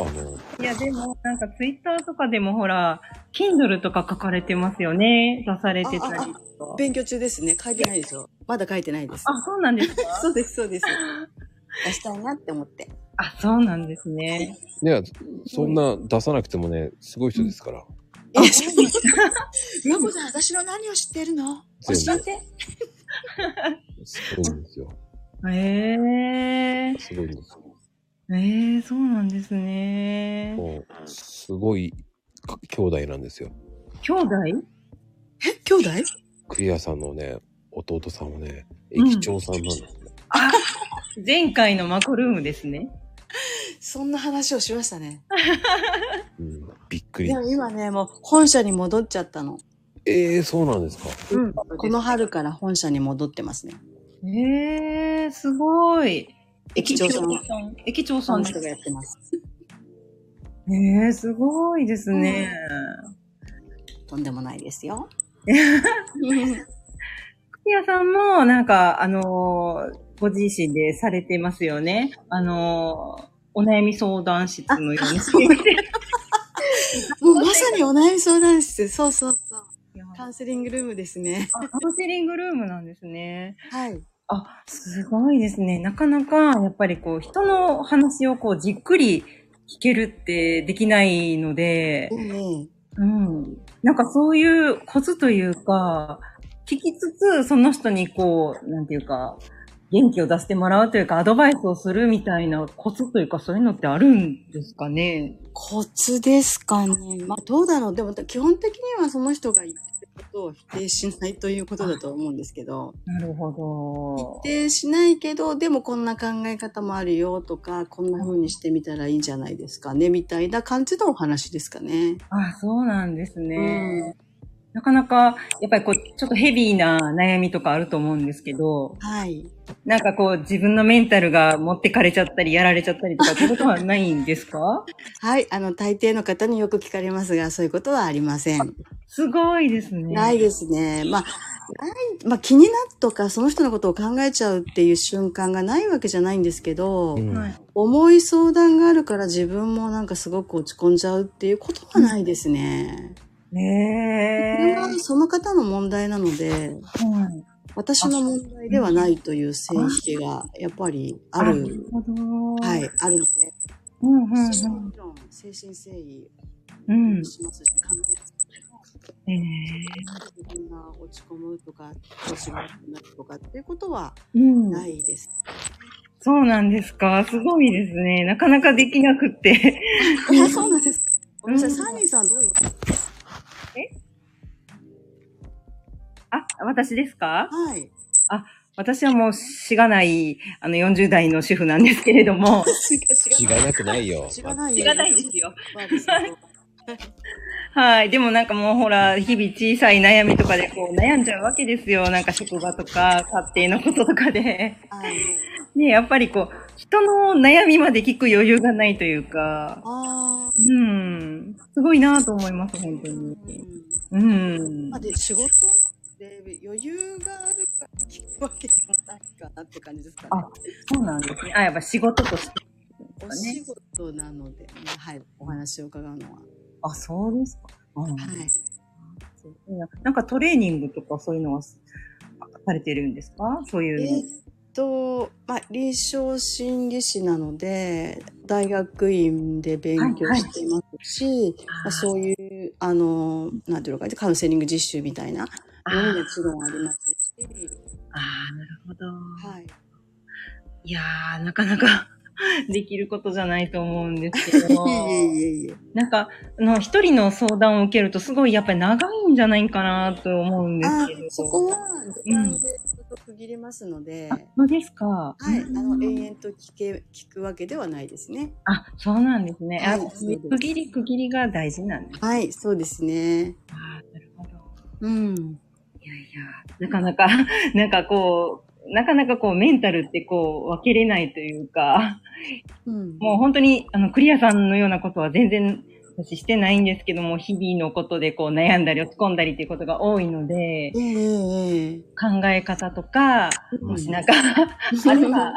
Speaker 1: あの、
Speaker 5: いや、でも、なんかツイッターとかでもほら、Kindle とか書かれてますよね。出されてたりとか。
Speaker 2: 勉強中ですね。書いてないですよ。まだ書いてないです。
Speaker 5: あ、そうなんですか
Speaker 2: そうです、そうです。出したいなって思って。
Speaker 5: あ、そうなんですね。
Speaker 1: ね、そんな出さなくてもね、すごい人ですから。
Speaker 2: え、まこさん、私の何を知ってるの
Speaker 1: 全
Speaker 6: 教えて。
Speaker 1: 部。すごいんですよ。
Speaker 5: ええ
Speaker 1: すごいんですよ。
Speaker 5: ええそうなんですね。
Speaker 1: もう、すごいか兄弟なんですよ。
Speaker 5: 兄弟
Speaker 2: え、兄弟
Speaker 1: クリアさんのね、弟さんはね、駅長さんなんですよ。
Speaker 5: 前回のマコルームですね。
Speaker 2: そんな話をしましたね。
Speaker 1: うんびっくり
Speaker 2: で。も今ね、もう本社に戻っちゃったの。
Speaker 1: ええそうなんですか。
Speaker 5: うん。
Speaker 2: この春から本社に戻ってますね。
Speaker 5: ええすごい。
Speaker 2: 駅長さん。
Speaker 5: ん。駅長
Speaker 2: そ
Speaker 5: さん
Speaker 2: の
Speaker 5: で
Speaker 2: 人
Speaker 5: す
Speaker 2: がやってます。
Speaker 5: ええすごいですね。
Speaker 2: とんでもないです よ。
Speaker 5: クリアさんも、なんか、あのーご自身でされてますよね。あのーお悩み相談室のように。
Speaker 2: もうまさにお悩み相談室。そうそうそう。
Speaker 5: いや
Speaker 2: カウンセリングルームですね。
Speaker 5: あカウンセリングルームなんですね。
Speaker 2: はい。
Speaker 5: あ、すごいですね。なかなか、やっぱりこう、人の話をこう、じっくり聞けるってできないので、
Speaker 2: ね
Speaker 5: うん。なんかそういうコツというか、聞きつつ、その人にこう、なんていうか、元気を出してもらうというか、アドバイスをするみたいなコツというか、そういうのってあるんですかね。
Speaker 2: コツですかね。まあどうだろう。でも基本的にはその人が言ってることを否定しないということだと思うんですけど。
Speaker 5: なるほ
Speaker 2: 否定しないけど、でもこんな考え方もあるよとか、こんな風にしてみたらいいんじゃないですかね、みたいな感じのお話ですかね。
Speaker 5: ど。あ、そうなんですね。なかなか、やっぱりこう、ちょっとヘビーな悩みとかあると思うんですけど、
Speaker 2: はい。
Speaker 5: なんかこう、自分のメンタルが持ってかれちゃったり、やられちゃったりとかってことはないんですか
Speaker 2: はい。あの、大抵の方によく聞かれますが、そういうことはありません。
Speaker 5: すごいですね。
Speaker 2: ないですね。まあ、ない、まあ気になっとか、その人のことを考えちゃうっていう瞬間がないわけじゃないんですけど、
Speaker 1: うん
Speaker 5: はい
Speaker 2: 重い相談があるから自分もなんかすごく落ち込んじゃうっていうことはないですね。これ
Speaker 5: ねえ。
Speaker 2: はその方の問題なので、
Speaker 5: はい
Speaker 2: 私の問題ではないという性否定がやっぱりあ
Speaker 5: なる
Speaker 2: る、
Speaker 5: ほど。。
Speaker 2: はいい、あるので、
Speaker 5: うんうん
Speaker 2: もちろん精神誠意
Speaker 5: うん。うん。
Speaker 2: しますし、考
Speaker 5: ええ
Speaker 2: え自分が落ち込むとか、調子が悪くなるとかっていうことは
Speaker 5: うん。
Speaker 2: ないです。
Speaker 5: そうなんですか。すごいですね。なかなかできなくって。
Speaker 2: あそうなんですか。ごめんな
Speaker 5: うん
Speaker 2: さい、サニーさんどういう
Speaker 5: あ、私ですか
Speaker 2: はい。
Speaker 5: 私はもう、しがない、あの、40代の主婦なんですけれども。
Speaker 1: 違がなくないよ。
Speaker 2: 知らない
Speaker 5: し
Speaker 2: よ。
Speaker 5: がないですよ。
Speaker 2: まあですけど
Speaker 5: はい。でもなんかもうほら、日々小さい悩みとかでこう悩んじゃうわけですよ。なんか職場とか、家庭のこととかで。
Speaker 2: はい。
Speaker 5: ねやっぱりこう、人の悩みまで聞く余裕がないというか。
Speaker 2: ああ。
Speaker 5: うん。すごいなと思います、本当に。
Speaker 2: うん
Speaker 5: うん
Speaker 2: まあ。で、仕事で余裕があるから聞くわけでもないかなって感じですかね。
Speaker 5: あそうなんですね。あ、やっぱ仕事として。
Speaker 2: お仕事なので、ね、はい、お話を伺うのは。
Speaker 5: あ、そうですか。う
Speaker 2: は
Speaker 5: ん
Speaker 2: い。
Speaker 5: なんかトレーニングとかそういうのはされてるんですかそうい
Speaker 2: え
Speaker 5: うの。
Speaker 2: ーっと、まあ、臨床心理士なので、大学院で勉強していますし、まあ、そういう、あの、なんていうのか、カウンセリング実習みたいなのももちろんありますし、
Speaker 5: あー、なるほど。
Speaker 2: はい。。
Speaker 5: いやー、なかなか できることじゃないと思うんですけど
Speaker 2: いえいえいえいえ。
Speaker 5: なんか、あの、一人の相談を受けるとすごいやっぱり長いんじゃないかなと思うんです
Speaker 2: あ
Speaker 5: けど。
Speaker 2: そこは、時間でちょっと区切れますので、
Speaker 5: あそうですか。は
Speaker 2: はい、あの、延々と聞け、聞くわけではないですね。
Speaker 5: あ、そうなんですね。あ
Speaker 2: はいそうです
Speaker 5: 区切り区切りが大事なんです。
Speaker 2: はい、そうですね。
Speaker 5: あなるほど。
Speaker 2: うん。
Speaker 5: いやいや、なかなか、 なんかこう、なかなかこうメンタルってこう分けれないというか、
Speaker 2: うん。
Speaker 5: もう本当にあのクリアさんのようなことは全然私してないんですけども、日々のことでこう悩んだり落ち込んだりっていうことが多いので、
Speaker 2: ええええ
Speaker 5: 考え方とか、
Speaker 2: うん
Speaker 5: もしなんかあれば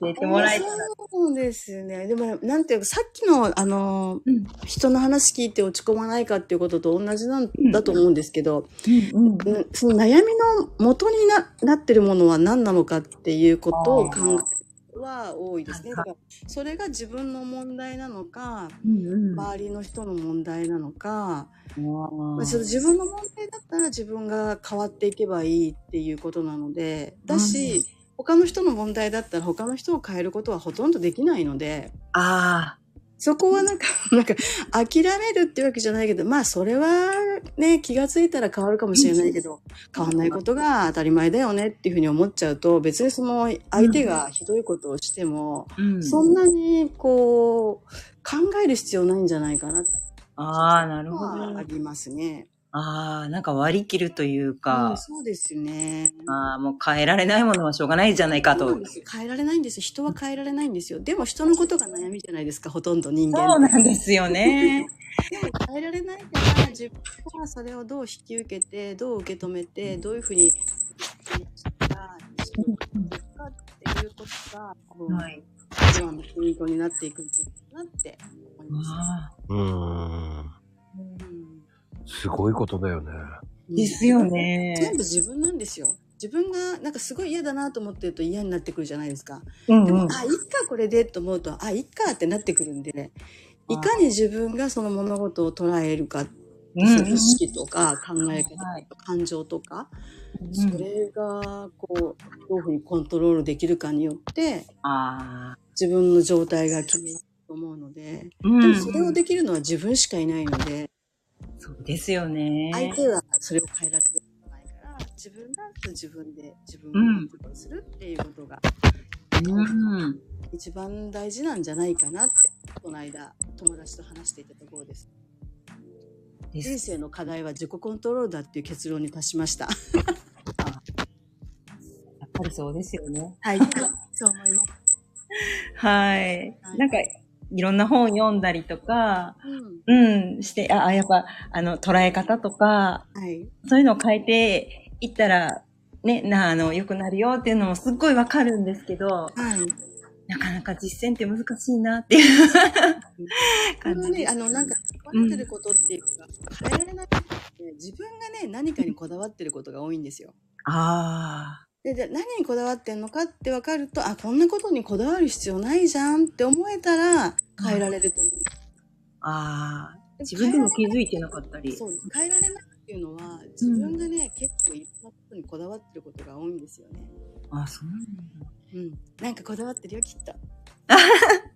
Speaker 5: 教えてもらえたら。
Speaker 2: そうですね。でも、なんていうか、さっきの、あの、
Speaker 5: うん
Speaker 2: 人の話聞いて落ち込まないかっていうことと同じなん
Speaker 5: うん
Speaker 2: だと思うんですけど、
Speaker 5: うんうん
Speaker 2: んその悩みの元にななってるものは何なのかっていうことを考えるは多いですね。だからそれが自分の問題なのか、
Speaker 7: うんうん。
Speaker 2: 周りの人の問題なのか、ま
Speaker 7: あ
Speaker 2: あ、
Speaker 7: ー
Speaker 2: その自分の問題だったら自分が変わっていけばいいっていうことなので、だし、他の人の問題だったら他の人を変えることはほとんどできないので、
Speaker 7: あ
Speaker 2: そこはなんか、 なんか、諦めるってわけじゃないけど、まあ、それはね、気がついたら変わるかもしれないけど、変わんないことが当たり前だよねっていうふうに思っちゃうと、別にその相手がひどいことをしても、
Speaker 7: ー。うん。
Speaker 2: そんなにこう、考える必要ないんじゃないかなって
Speaker 7: ああ、な
Speaker 2: いう
Speaker 7: る
Speaker 2: の
Speaker 7: ほど。
Speaker 2: はありますね。
Speaker 7: ああ、なんか割り切るという
Speaker 2: う
Speaker 7: か
Speaker 2: ん、そうですね。
Speaker 7: ああ、もう変えられないものはしょうがないじゃないか
Speaker 2: そうな
Speaker 7: と
Speaker 2: んで。す変えられないんですよ。人は変えられないんですよ。でも人のことが悩みじゃないですか、ほとんど人間って
Speaker 7: そうなんですよね。
Speaker 2: でも変えられないから自分はそれをどう引き受けてどう受け止めてどういうふうにかっていうことが多分
Speaker 7: はい。
Speaker 2: 一番のポイントになっていくんじゃないかなって思います。
Speaker 7: ああ
Speaker 1: うーん。
Speaker 2: うん
Speaker 1: すごいことだよね。
Speaker 7: ですよ
Speaker 2: 全
Speaker 7: ね
Speaker 2: 部。自分なんですよ。自分がなんかすごい嫌だなと思ってると嫌になってくるじゃないですか。
Speaker 7: うん
Speaker 2: で
Speaker 7: う
Speaker 2: も、
Speaker 7: ん。
Speaker 2: あ、いっか、これでと思うと、あ、いっかってなってくるんで、ね、いかに自分がその物事を捉えるか、
Speaker 7: うん
Speaker 2: そうの
Speaker 7: ん
Speaker 2: 意識とか考え方とか
Speaker 7: はい
Speaker 2: 感情とか、
Speaker 7: うん
Speaker 2: それが、こう、どういうふうにコントロールできるかによって、
Speaker 7: ああ。
Speaker 2: 自分の状態が決めると思うので、
Speaker 7: う
Speaker 2: でも
Speaker 7: ん。
Speaker 2: それをできるのは自分しかいないので、
Speaker 7: そうですよね。
Speaker 2: 相手はそれを変えられることないから、自分が自分で自分を
Speaker 7: うん
Speaker 2: コントロールするっていうことが、
Speaker 7: うん。
Speaker 2: 一番大事なんじゃないかなって、この間、友達と話していたところです。
Speaker 7: で
Speaker 2: 人
Speaker 7: す
Speaker 2: 生の課題は自己コントロールだっていう結論に達しました。
Speaker 7: やっぱりそうですよね。
Speaker 2: はい。 そう思います。
Speaker 7: はい。なんか、いろんな本読んだりとか、
Speaker 2: うん。
Speaker 7: うん、して、あ、あやっぱ、あの、捉え方とか、
Speaker 2: はい。
Speaker 7: そういうのを変えていったら、ね、な、あの、良くなるよっていうのもすっごいわかるんですけど、
Speaker 2: はい。
Speaker 7: なかなか実践って難しいなっていう
Speaker 2: これ
Speaker 7: 感
Speaker 2: は
Speaker 7: じ
Speaker 2: ね、
Speaker 7: で
Speaker 2: あ
Speaker 7: す。
Speaker 2: の、なんか、こだわってることっていうか、変えられないことって、自分がね、何かにこだわってることが多いんですよ。
Speaker 7: ああ。
Speaker 2: で、じゃあ何にこだわってんのかって分かると、あ、こんなことにこだわる必要ないじゃんって思えたら、変えられると思う。
Speaker 7: ああ。自分でも気づいてなかったり。
Speaker 2: そう、変えられないっていうのは、自分がね、結構いろんなことにこだわってることが多いんですよね。
Speaker 7: ああ、そうなんだ。
Speaker 2: うん。なんかこだわってるよ、きっと。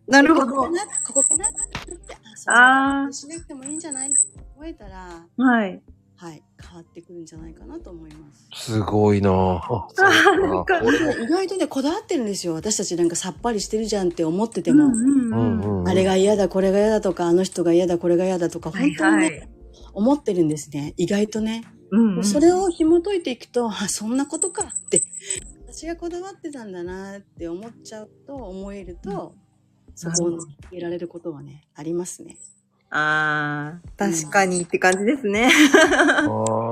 Speaker 7: なる
Speaker 2: こ
Speaker 7: ほ
Speaker 2: こか
Speaker 7: ど。
Speaker 2: なここかなって言って、あ、
Speaker 7: あ
Speaker 2: そうしなくてもいいんじゃないって思えたら、
Speaker 7: あ。はい。
Speaker 2: はい、変わってくるんじゃないかなと思います。
Speaker 1: すごいなぁ。そうか
Speaker 2: でも意外とね、こだわってるんですよ。私たちなんかさっぱりしてるじゃんって思ってて
Speaker 7: うん
Speaker 2: も、
Speaker 7: うんうん。
Speaker 1: うんうん
Speaker 2: あれが嫌だ、これが嫌だとか、あの人が嫌だ、これが嫌だとか、
Speaker 7: はい
Speaker 2: 本当にね、
Speaker 7: はい。
Speaker 2: 思ってるんですね。意外とね。
Speaker 7: うんうん。
Speaker 2: それを紐解いていくと、 あ、そんなことかって、私がこだわってたんだなって思っちゃうと、思えると、そこを
Speaker 7: なるほど
Speaker 2: 抜けられることはね、ありますね。
Speaker 7: ああ、確かにって感じですね。
Speaker 1: ああ、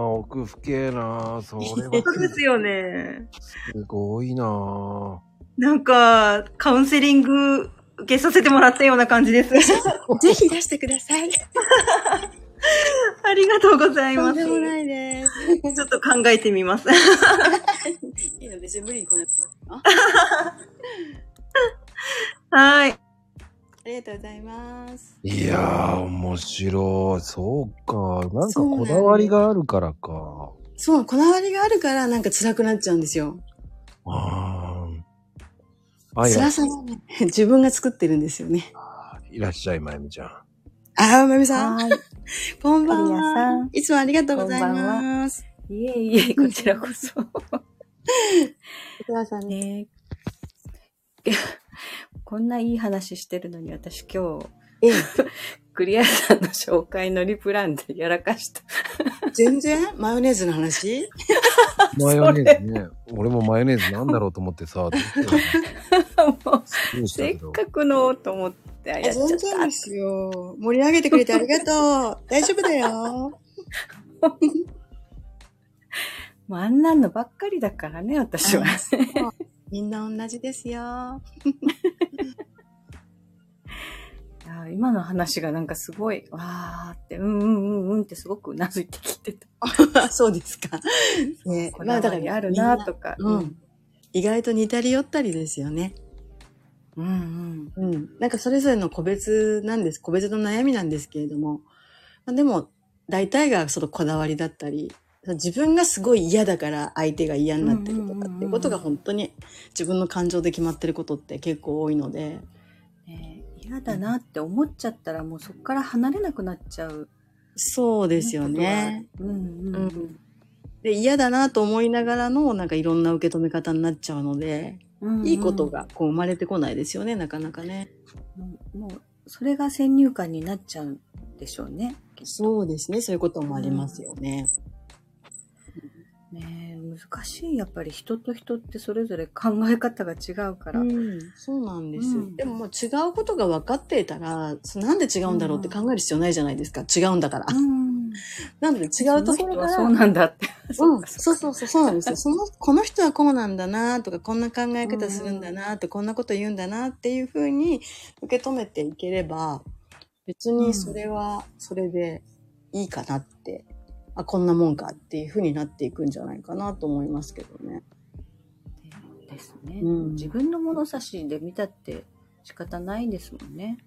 Speaker 1: 奥深えなぁ。それは
Speaker 7: そうですよね。
Speaker 1: すごいなぁ。
Speaker 7: なんか、カウンセリング受けさせてもらったような感じ です。
Speaker 2: ぜひ出してくだ さい。
Speaker 7: ありがとうござい
Speaker 2: と
Speaker 7: ま
Speaker 2: ん
Speaker 7: す。
Speaker 2: で
Speaker 7: ち
Speaker 2: も
Speaker 7: ょ
Speaker 2: ないです。
Speaker 7: っと考えてみます。
Speaker 2: いいの、別に無理に来なくても。あ
Speaker 7: はい。
Speaker 2: ありがとうございます。
Speaker 1: いやー、面白い。そうか。なんか
Speaker 2: そうなん
Speaker 1: こ
Speaker 2: です
Speaker 1: だわりがあるからか。
Speaker 2: そう、こだわりがあるからなんか辛くなっちゃうんですよ。
Speaker 1: あーあ、いら
Speaker 2: 辛さがね、自分が作ってるんですよね。
Speaker 1: いらっしゃい、まゆみちゃん。
Speaker 2: あー、まゆみさん。こんば
Speaker 7: ま
Speaker 2: ん
Speaker 7: ゆみさ
Speaker 2: は
Speaker 7: ん。
Speaker 2: いつもありがとうござい
Speaker 7: こんばん
Speaker 2: ます。
Speaker 5: いえいえ、こちらこそ。
Speaker 2: お母さんね。
Speaker 5: ねえいやこんないい話してるのに私今日、
Speaker 2: ええ、
Speaker 5: クリアさんの紹介のリプランでやらかした。
Speaker 2: 全然マヨネーズの話
Speaker 1: マヨネーズね。俺もマヨネーズなんだろうと思ってさ、
Speaker 5: もう、
Speaker 1: どうした
Speaker 5: せ
Speaker 1: け
Speaker 5: っ
Speaker 1: ど。
Speaker 5: かくのと思って、あやっちゃっ
Speaker 2: 全然ですよ。盛り上げてくれてありが とう。大丈夫だよ。
Speaker 5: た。もうあんなんのばっかりだからね、私は。
Speaker 2: みんな同じですよ。
Speaker 5: いや今の話がなんかすごい、わーって、うんうんうんうんってすごくうなずいてきてた。
Speaker 2: そうですか。ね
Speaker 5: こだわりあるなとか。
Speaker 2: うん。意外と似たり寄ったりですよね。
Speaker 5: うん
Speaker 2: うん。なんかそれぞれの個別なんです。個別の悩みなんですけれども。まあ、でも、大体がそのこだわりだったり、自分がすごい嫌だから相手が嫌になったりとかっていうことが本当に自分の感情で決まってることって結構多いので、
Speaker 5: うん。ね嫌だなって思っちゃったら、もうそこから離れなくなっちゃう。
Speaker 2: そうですよね。
Speaker 5: うんうんう
Speaker 2: うんん。で、嫌だなと思いながらのなんかいろんな受け止め方になっちゃうので、
Speaker 5: うんうん
Speaker 2: いいこと。がこう生まれてこないですよね、なかなかね。
Speaker 5: うんもう、それが先入観になっちゃうんでしょうね。
Speaker 2: そうですね、そういうこともありますよね。
Speaker 5: ねえ難しい。やっぱり人と人ってそれぞれ考え方が違うから。
Speaker 2: うん、そうなんです、
Speaker 5: うん
Speaker 2: でももう違うことが分かっていたら、そなんで違うんだろうって考える必要ないじゃないですか。違うんだから。
Speaker 5: うん。
Speaker 2: なので違うところから。
Speaker 5: その人はそうなんだって。
Speaker 2: うん、そうそうそう、そうなんですよ。その、この人はこうなんだなとか、こんな考え方するんだなとか、こんなこと言うんだなっていうふうに受け止めていければ、別にそれはそれでいいかなって、あ、こんなもんかっていうふうになっていくんじゃないかなと思いますけどね。
Speaker 5: ですね、
Speaker 2: うん
Speaker 5: 自分の物差しで見たって仕方ないですもんね。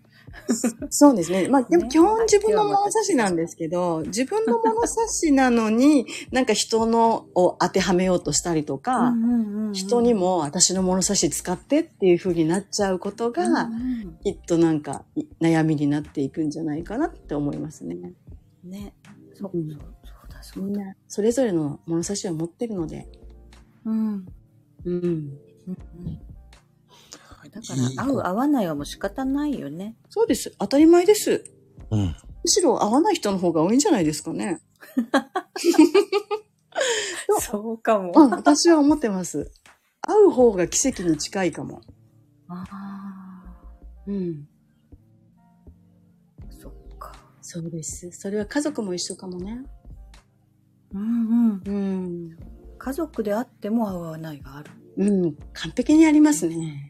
Speaker 2: そうですね。まあ、でも
Speaker 5: ね
Speaker 2: 基本自分の物差しなんですけど、自分の物差しなのに、なんか人のを当てはめようとしたりとか、人にも
Speaker 5: も
Speaker 2: 私の物差し使ってっていう風になっちゃうことが、きっとなんかい悩みになっていくんじゃないかなって思いますね。
Speaker 5: ね、そう
Speaker 2: うん
Speaker 5: そうそうだそ
Speaker 2: み
Speaker 5: うんだ。
Speaker 2: なそれぞれの物差しを持ってるので。
Speaker 5: うん。
Speaker 2: うん。
Speaker 5: だから合う合わないはもう仕方ないよね。
Speaker 2: そうです。当たり前です。
Speaker 1: うん。
Speaker 2: むしろ合わない人の方が多いんじゃないですかね。
Speaker 5: そうかも
Speaker 2: うん、私は思ってます。会う方が奇跡に近いかも。
Speaker 5: ああ
Speaker 2: うん。
Speaker 5: ー、そっか。
Speaker 2: そうです。それは家族も一緒かもね。
Speaker 5: うんうん。
Speaker 2: うん。
Speaker 5: 家族であっても合う合わないがある。
Speaker 2: うん。完璧にありますね。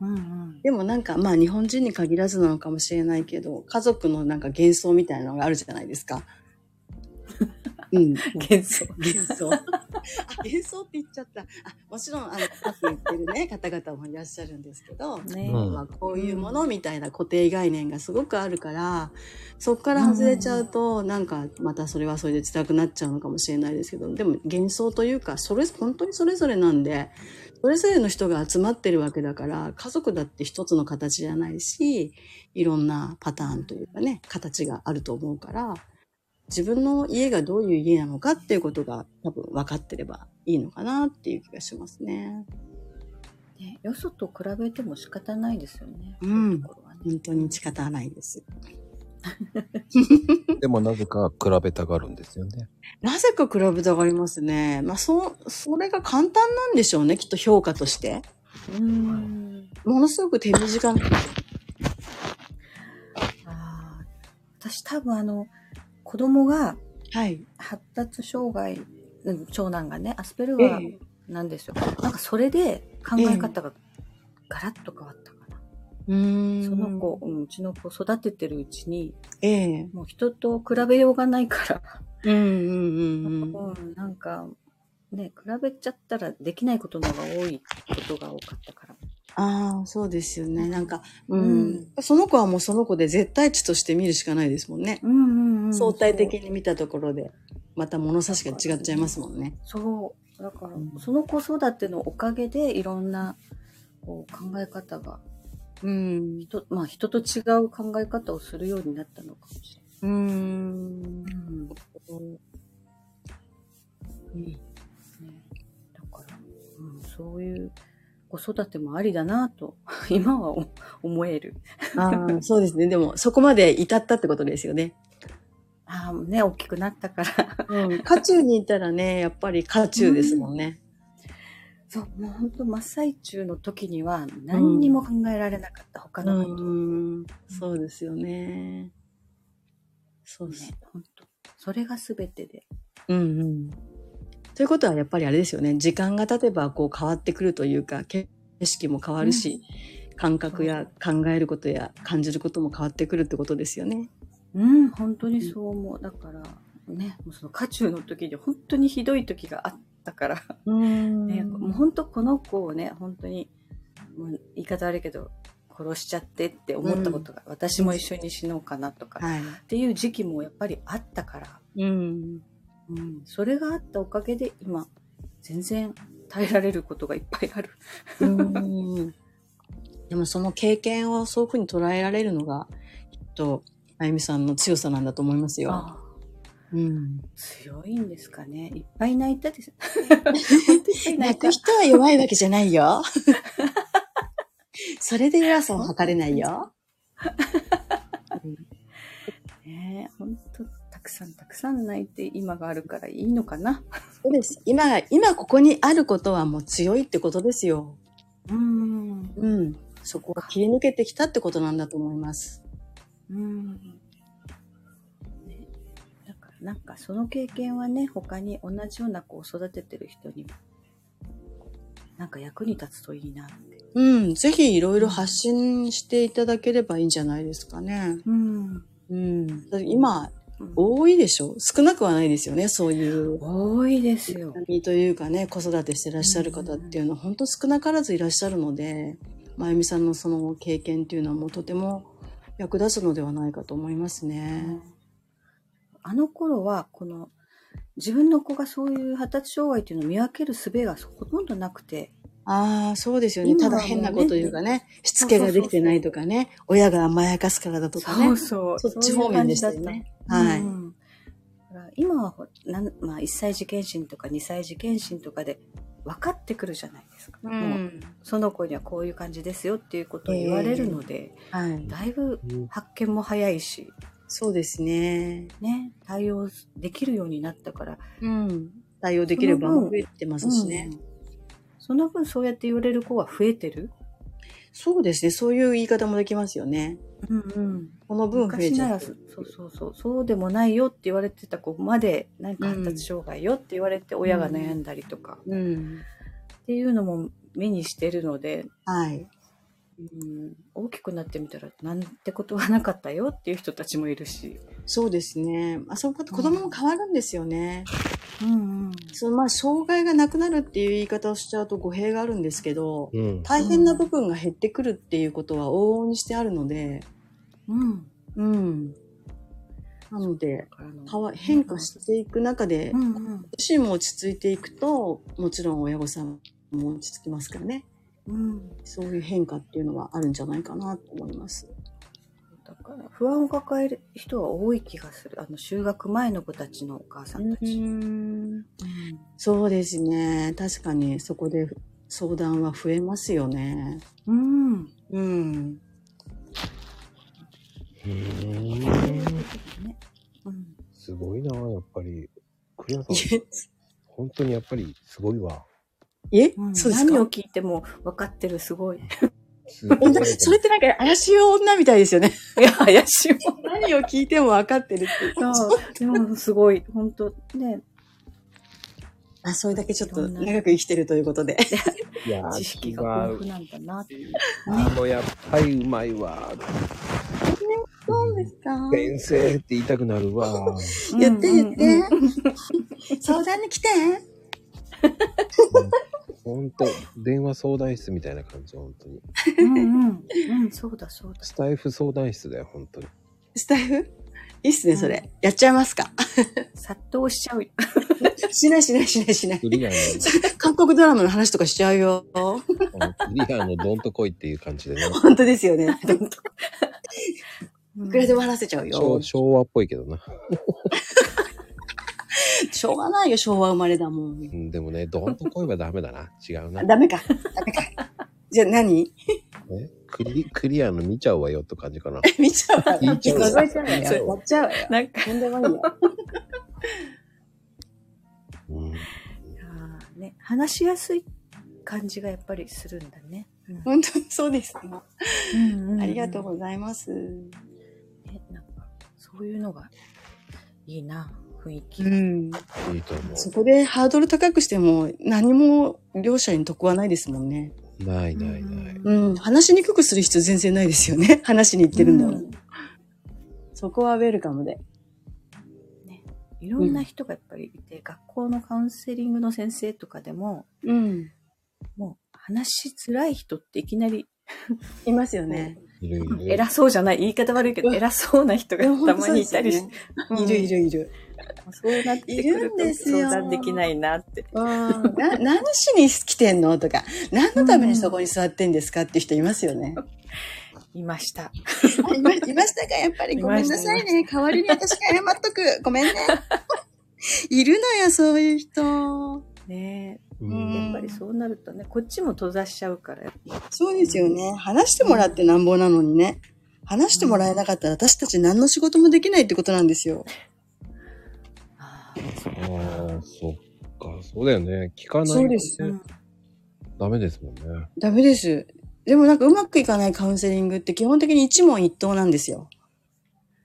Speaker 5: うんうん。
Speaker 2: でもなんか、まあ日本人に限らずなのかもしれないけど、家族のなんか幻想みたいなのがあるじゃないです か。うん。
Speaker 5: 幻想。
Speaker 2: 幻想。あ、幻想って言っちゃった。あ、もちろん、あの、各言ってるね、方々もいらっしゃるんですけど、
Speaker 5: ね、
Speaker 1: うん
Speaker 2: まあこういうものみたいな固定概念がすごくあるから、そこから外れちゃうと、なんかまたそれはそれで辛くなっちゃうのかもしれないですけど、でも幻想というか、それ、本当にそれぞれなんで、それぞれの人が集まってるわけだから、家族だって一つの形じゃないし、いろんなパターンというかね、形があると思うから、自分の家がどういう家なのかっていうことが多分分かってればいいのかなっていう気がしますね。
Speaker 5: ねよそと比べても仕方ないですよね。
Speaker 2: うん
Speaker 5: そういうところはね
Speaker 2: 本当に仕方ないです。
Speaker 1: でもなぜか比べたがるんですよね。
Speaker 2: なぜか比べたがりますね。まあ、そう、それが簡単なんでしょうね、きっと評価として。
Speaker 5: うん。
Speaker 2: ものすごく手短な。
Speaker 5: ああ、私多分あの、子供が
Speaker 2: はい。
Speaker 5: 発達障害、うん長男がね、アスペルガーなんですよ。なんかそれで考え方がガラッと変わったかな。
Speaker 2: うーん
Speaker 5: その子、。うんうちの子育ててるうちに、
Speaker 2: ええ
Speaker 5: もう人と比べようがないか
Speaker 2: う
Speaker 5: ら、
Speaker 2: んうんうんうん。
Speaker 5: うんなんか、ね、比べちゃったらできないことの方が多いことが多かったから。
Speaker 2: ああ、そうですよね。なんか、う
Speaker 5: うん
Speaker 2: ん。その子はもうその子で絶対値として見るしかないですもんね。
Speaker 5: うんうんうん。
Speaker 2: 相対的に見たところで、また物差しが違っちゃいますもんね。
Speaker 5: そう。だから
Speaker 2: うん、
Speaker 5: その子育てのおかげで、いろんな、こう、考え方が、
Speaker 2: うん。
Speaker 5: 人、まあ、人と違う考え方をするようになったのかもし
Speaker 2: うーん。
Speaker 5: れない。うん。ね、
Speaker 2: うん
Speaker 5: だから、うん、そういう子育てもありだなと、 今はお思える。
Speaker 2: ああ、そうですね。でも、そこまで至ったってことですよね。
Speaker 5: ああ、もうね、大きくなったから。
Speaker 2: うん。渦中にいたらね、やっぱり渦中ですもんね。
Speaker 5: そう、もう本当真っ最中の時には、何にも考えられなかった、他のこと。
Speaker 2: うん。そうですよね。そうそう
Speaker 5: ね、本当それが全てで。
Speaker 2: うんうん。ということはやっぱりあれですよね。時間が経てばこう変わってくるというか、景色も変わるし、感覚や考えることや感じることも変わってくるってことですよね。
Speaker 5: うん、本当にそう思う。だから、ね、もうその渦中の時に本当にひどい時があったから、
Speaker 2: うん
Speaker 5: ね、もう本当この子をね、本当に、もう言い方悪いけど、殺しちゃってって思ったことが、私も一緒に死のうかなとか、
Speaker 2: はい。
Speaker 5: っていう時期もやっぱりあったから、
Speaker 2: うん。
Speaker 5: うん、それがあったおかげで今全然耐えられることがいっぱいある。
Speaker 2: うん。でもその経験をそういうふうに捉えられるのが、きっと、あゆみさんの強さなんだと思いますよ。
Speaker 5: あ
Speaker 2: うん。
Speaker 5: 強いんですかね。いっぱい泣いたです。
Speaker 2: 泣く人は弱いわけじゃない よ。それで偉さを測れないよ。
Speaker 5: ねえ、本当たくさんたくさん泣いて今があるからいいのかな。
Speaker 2: そうです。今が、今ここにあることはもう強いってことですよ。
Speaker 5: うん。
Speaker 2: うん。そこが切り抜けてきたってことなんだと思います。
Speaker 5: うん。ねだからなんかその経験はね、他に同じような子を育ててる人にも、なんか役に立つといいなって。
Speaker 2: うん。ぜひいろいろ発信していただければいいんじゃないですかね。
Speaker 5: うん。
Speaker 2: うん。だって今、多いでしょ少なくはないですよね。そういう。
Speaker 5: 多いですよ。
Speaker 2: というかね、子育てしてらっしゃる方っていうのは本当少なからずいらっしゃるので、まゆみさんのその経験っていうのはもうとても役立つのではないかと思いますね。
Speaker 5: あの頃は、この、自分の子がそういう発達障害っていうのを見分ける術がほとんどなくて、
Speaker 2: ああ、そうですよね。
Speaker 5: 今
Speaker 2: た
Speaker 5: は
Speaker 2: だ変なこと言うかね、しつけができてないとかね、親が甘やかすからだとかね。
Speaker 5: そう
Speaker 2: そっち方面でしたよ
Speaker 5: そういう感じ
Speaker 2: ね
Speaker 5: だっ。
Speaker 2: はい。
Speaker 5: うんだから今はほなん、まあ、1歳児検診とか2歳児検診とかで分かってくるじゃないですか。
Speaker 2: う
Speaker 5: もう。その子にはこういう感じですよっていうことを言われるので、
Speaker 2: はい。
Speaker 5: だいぶ発見も早いし、
Speaker 2: そうですね。
Speaker 5: ね、対応できるようになったから、
Speaker 2: うん。対応できれば
Speaker 5: その分
Speaker 2: 増えてますしね。
Speaker 5: うんその分そうやって言われる子は増えてる。
Speaker 2: そうですね。そういう言い方もできますよね。
Speaker 5: うんうん、
Speaker 2: この分増え
Speaker 5: 昔
Speaker 2: ち
Speaker 5: な
Speaker 2: ゃっ
Speaker 5: ら
Speaker 2: て
Speaker 5: そ
Speaker 2: る
Speaker 5: うそうそうそうでもないよって言われてた子までなんか発達障害よって言われて親が悩んだりとか、
Speaker 2: うん。
Speaker 5: っていうのも目にしてるので、
Speaker 2: はい。
Speaker 5: うん、大きくなってみたらなんてことはなかったよっていう人たちもいるし、
Speaker 2: そうですね。あそうか、子供も変わるんですよね。
Speaker 5: うんうん、
Speaker 2: そのまあ、障害がなくなるっていう言い方をしちゃうと語弊があるんですけど、
Speaker 3: うん。
Speaker 2: 大変な部分が減ってくるっていうことは往々にしてあるので、
Speaker 5: うん、
Speaker 2: うん。なので、
Speaker 5: あの
Speaker 2: 変わ変化していく中で、
Speaker 5: う
Speaker 2: 自
Speaker 5: んうん
Speaker 2: 身も落ち着いていくと、もちろん親御さんも落ち着きますからね。
Speaker 5: うん、
Speaker 2: そういう変化っていうのはあるんじゃないかなと思います。
Speaker 5: だから不安を抱える人は多い気がするあの就学前の子たちのお母さんたち、
Speaker 2: そうですね。確かにそこで相談は増えますよね。
Speaker 5: うん
Speaker 2: うん。
Speaker 5: ねうん、
Speaker 3: すごいな、やっぱり。クリアさん、
Speaker 2: え、
Speaker 3: 本当にやっぱりすごいわ。
Speaker 2: え
Speaker 5: うん
Speaker 2: そうですか
Speaker 5: 何を聞いても分かってるすごい
Speaker 3: すごい
Speaker 2: 女それってなんか怪しい女みたいですよね。
Speaker 5: いや怪しいもん
Speaker 2: 何を聞いても分かってるっていう。
Speaker 5: そうでもすごい本当ね
Speaker 2: あ、それだけちょっ
Speaker 5: いろ
Speaker 2: と
Speaker 5: んな
Speaker 2: 長く生きてるということで。
Speaker 3: いやー
Speaker 5: 知識が
Speaker 3: 違
Speaker 5: 豊
Speaker 3: う
Speaker 5: 富なんだなって
Speaker 3: あの、やっぱりうまいわ。
Speaker 2: そうですか
Speaker 3: 先生って言いたくなるわ。
Speaker 2: 言って言っ
Speaker 5: うんうん
Speaker 2: て。相談に来て。
Speaker 3: 本当電話相談室みたいな感じ、本当に。
Speaker 5: うんうんうん、そうだそうだ。
Speaker 3: スタイフ相談室だよ、本当に。
Speaker 2: スタイフいいっすね、それ。やっちゃいますか。
Speaker 5: 殺到しちゃう。
Speaker 2: しないしないしないしない。
Speaker 3: クリアの、
Speaker 2: 韓国ドラマの話とかしちゃう よ。
Speaker 3: あのクリアのどんとこいっていう感じでね。
Speaker 2: 本当ですよね。
Speaker 5: うん
Speaker 2: いくらで終わらせちゃうよ
Speaker 3: 昭。昭和っぽいけどな。
Speaker 2: しょうがないよ、昭和生まれだもん
Speaker 3: う。んでもね、どんとこいはダメだな。違うな。
Speaker 2: ダメか。ダメか。 じゃあ何
Speaker 3: ねクリクリアの見ちゃうわよって感じか な。
Speaker 2: 見ちゃうわ。
Speaker 3: 聞いちゃうわ
Speaker 2: 覗いちゃうわよ。
Speaker 3: そう
Speaker 2: やっちゃう わよ。
Speaker 5: なんか、
Speaker 2: とんでもいいよ。
Speaker 3: うん
Speaker 5: あーね、話しやすい感じがやっぱりするんだね。
Speaker 2: 本当にそうです。
Speaker 5: うん
Speaker 2: ありがとう
Speaker 5: ざい
Speaker 2: ございます。
Speaker 5: ます。ねなんかそういうのがいいな、雰囲気。
Speaker 2: うん。
Speaker 3: いいと思
Speaker 2: そこでハードル高くしても何も両者に得はないですもんね。
Speaker 3: う。ないないない。
Speaker 2: うん。話しにくくする必要全然ないですよね。 話しに行ってるんだもん。
Speaker 5: う
Speaker 2: そこはウェルカムで。
Speaker 5: いろんな人がやっぱりいて、学校のカウンセリングの先生とかでも、
Speaker 2: うん。
Speaker 5: もう話しづらい人っていきなり
Speaker 2: いますよね。
Speaker 1: いるいる。
Speaker 5: 偉そうじゃない、言い方悪いけど、偉そうな人が
Speaker 2: いや
Speaker 5: たまにいたりし
Speaker 2: 本当そうで
Speaker 5: うん
Speaker 2: すよねいるいるいる。
Speaker 5: そうなってくる
Speaker 2: いるんです
Speaker 5: と
Speaker 2: よ
Speaker 5: 相談できないなって。
Speaker 2: うんな 何しに来てんのとか、何のためにそこに座ってんですかって人いますよね。
Speaker 5: いました。
Speaker 2: あいま いましたかやっぱりごめんなさいね。代わりに私が謝っとく。ごめん ね。いるのよ、そういう人。
Speaker 5: ね
Speaker 8: う
Speaker 2: う
Speaker 5: え
Speaker 8: ん
Speaker 2: ん
Speaker 5: やっぱりそうなるとね、こっちも閉ざしちゃうから、
Speaker 2: そうですよね。話してもらってなんぼなのにね。話してもらえなかったら私たち何の仕事もできないってことなんですよ。
Speaker 5: あ
Speaker 1: ああ、そっか。そうだよね。聞かないと
Speaker 2: そうです
Speaker 5: うん
Speaker 1: ダメですもんね。
Speaker 2: ダメです。でもなんかうまくいかないカウンセリングって基本的に一問一答なんですよ。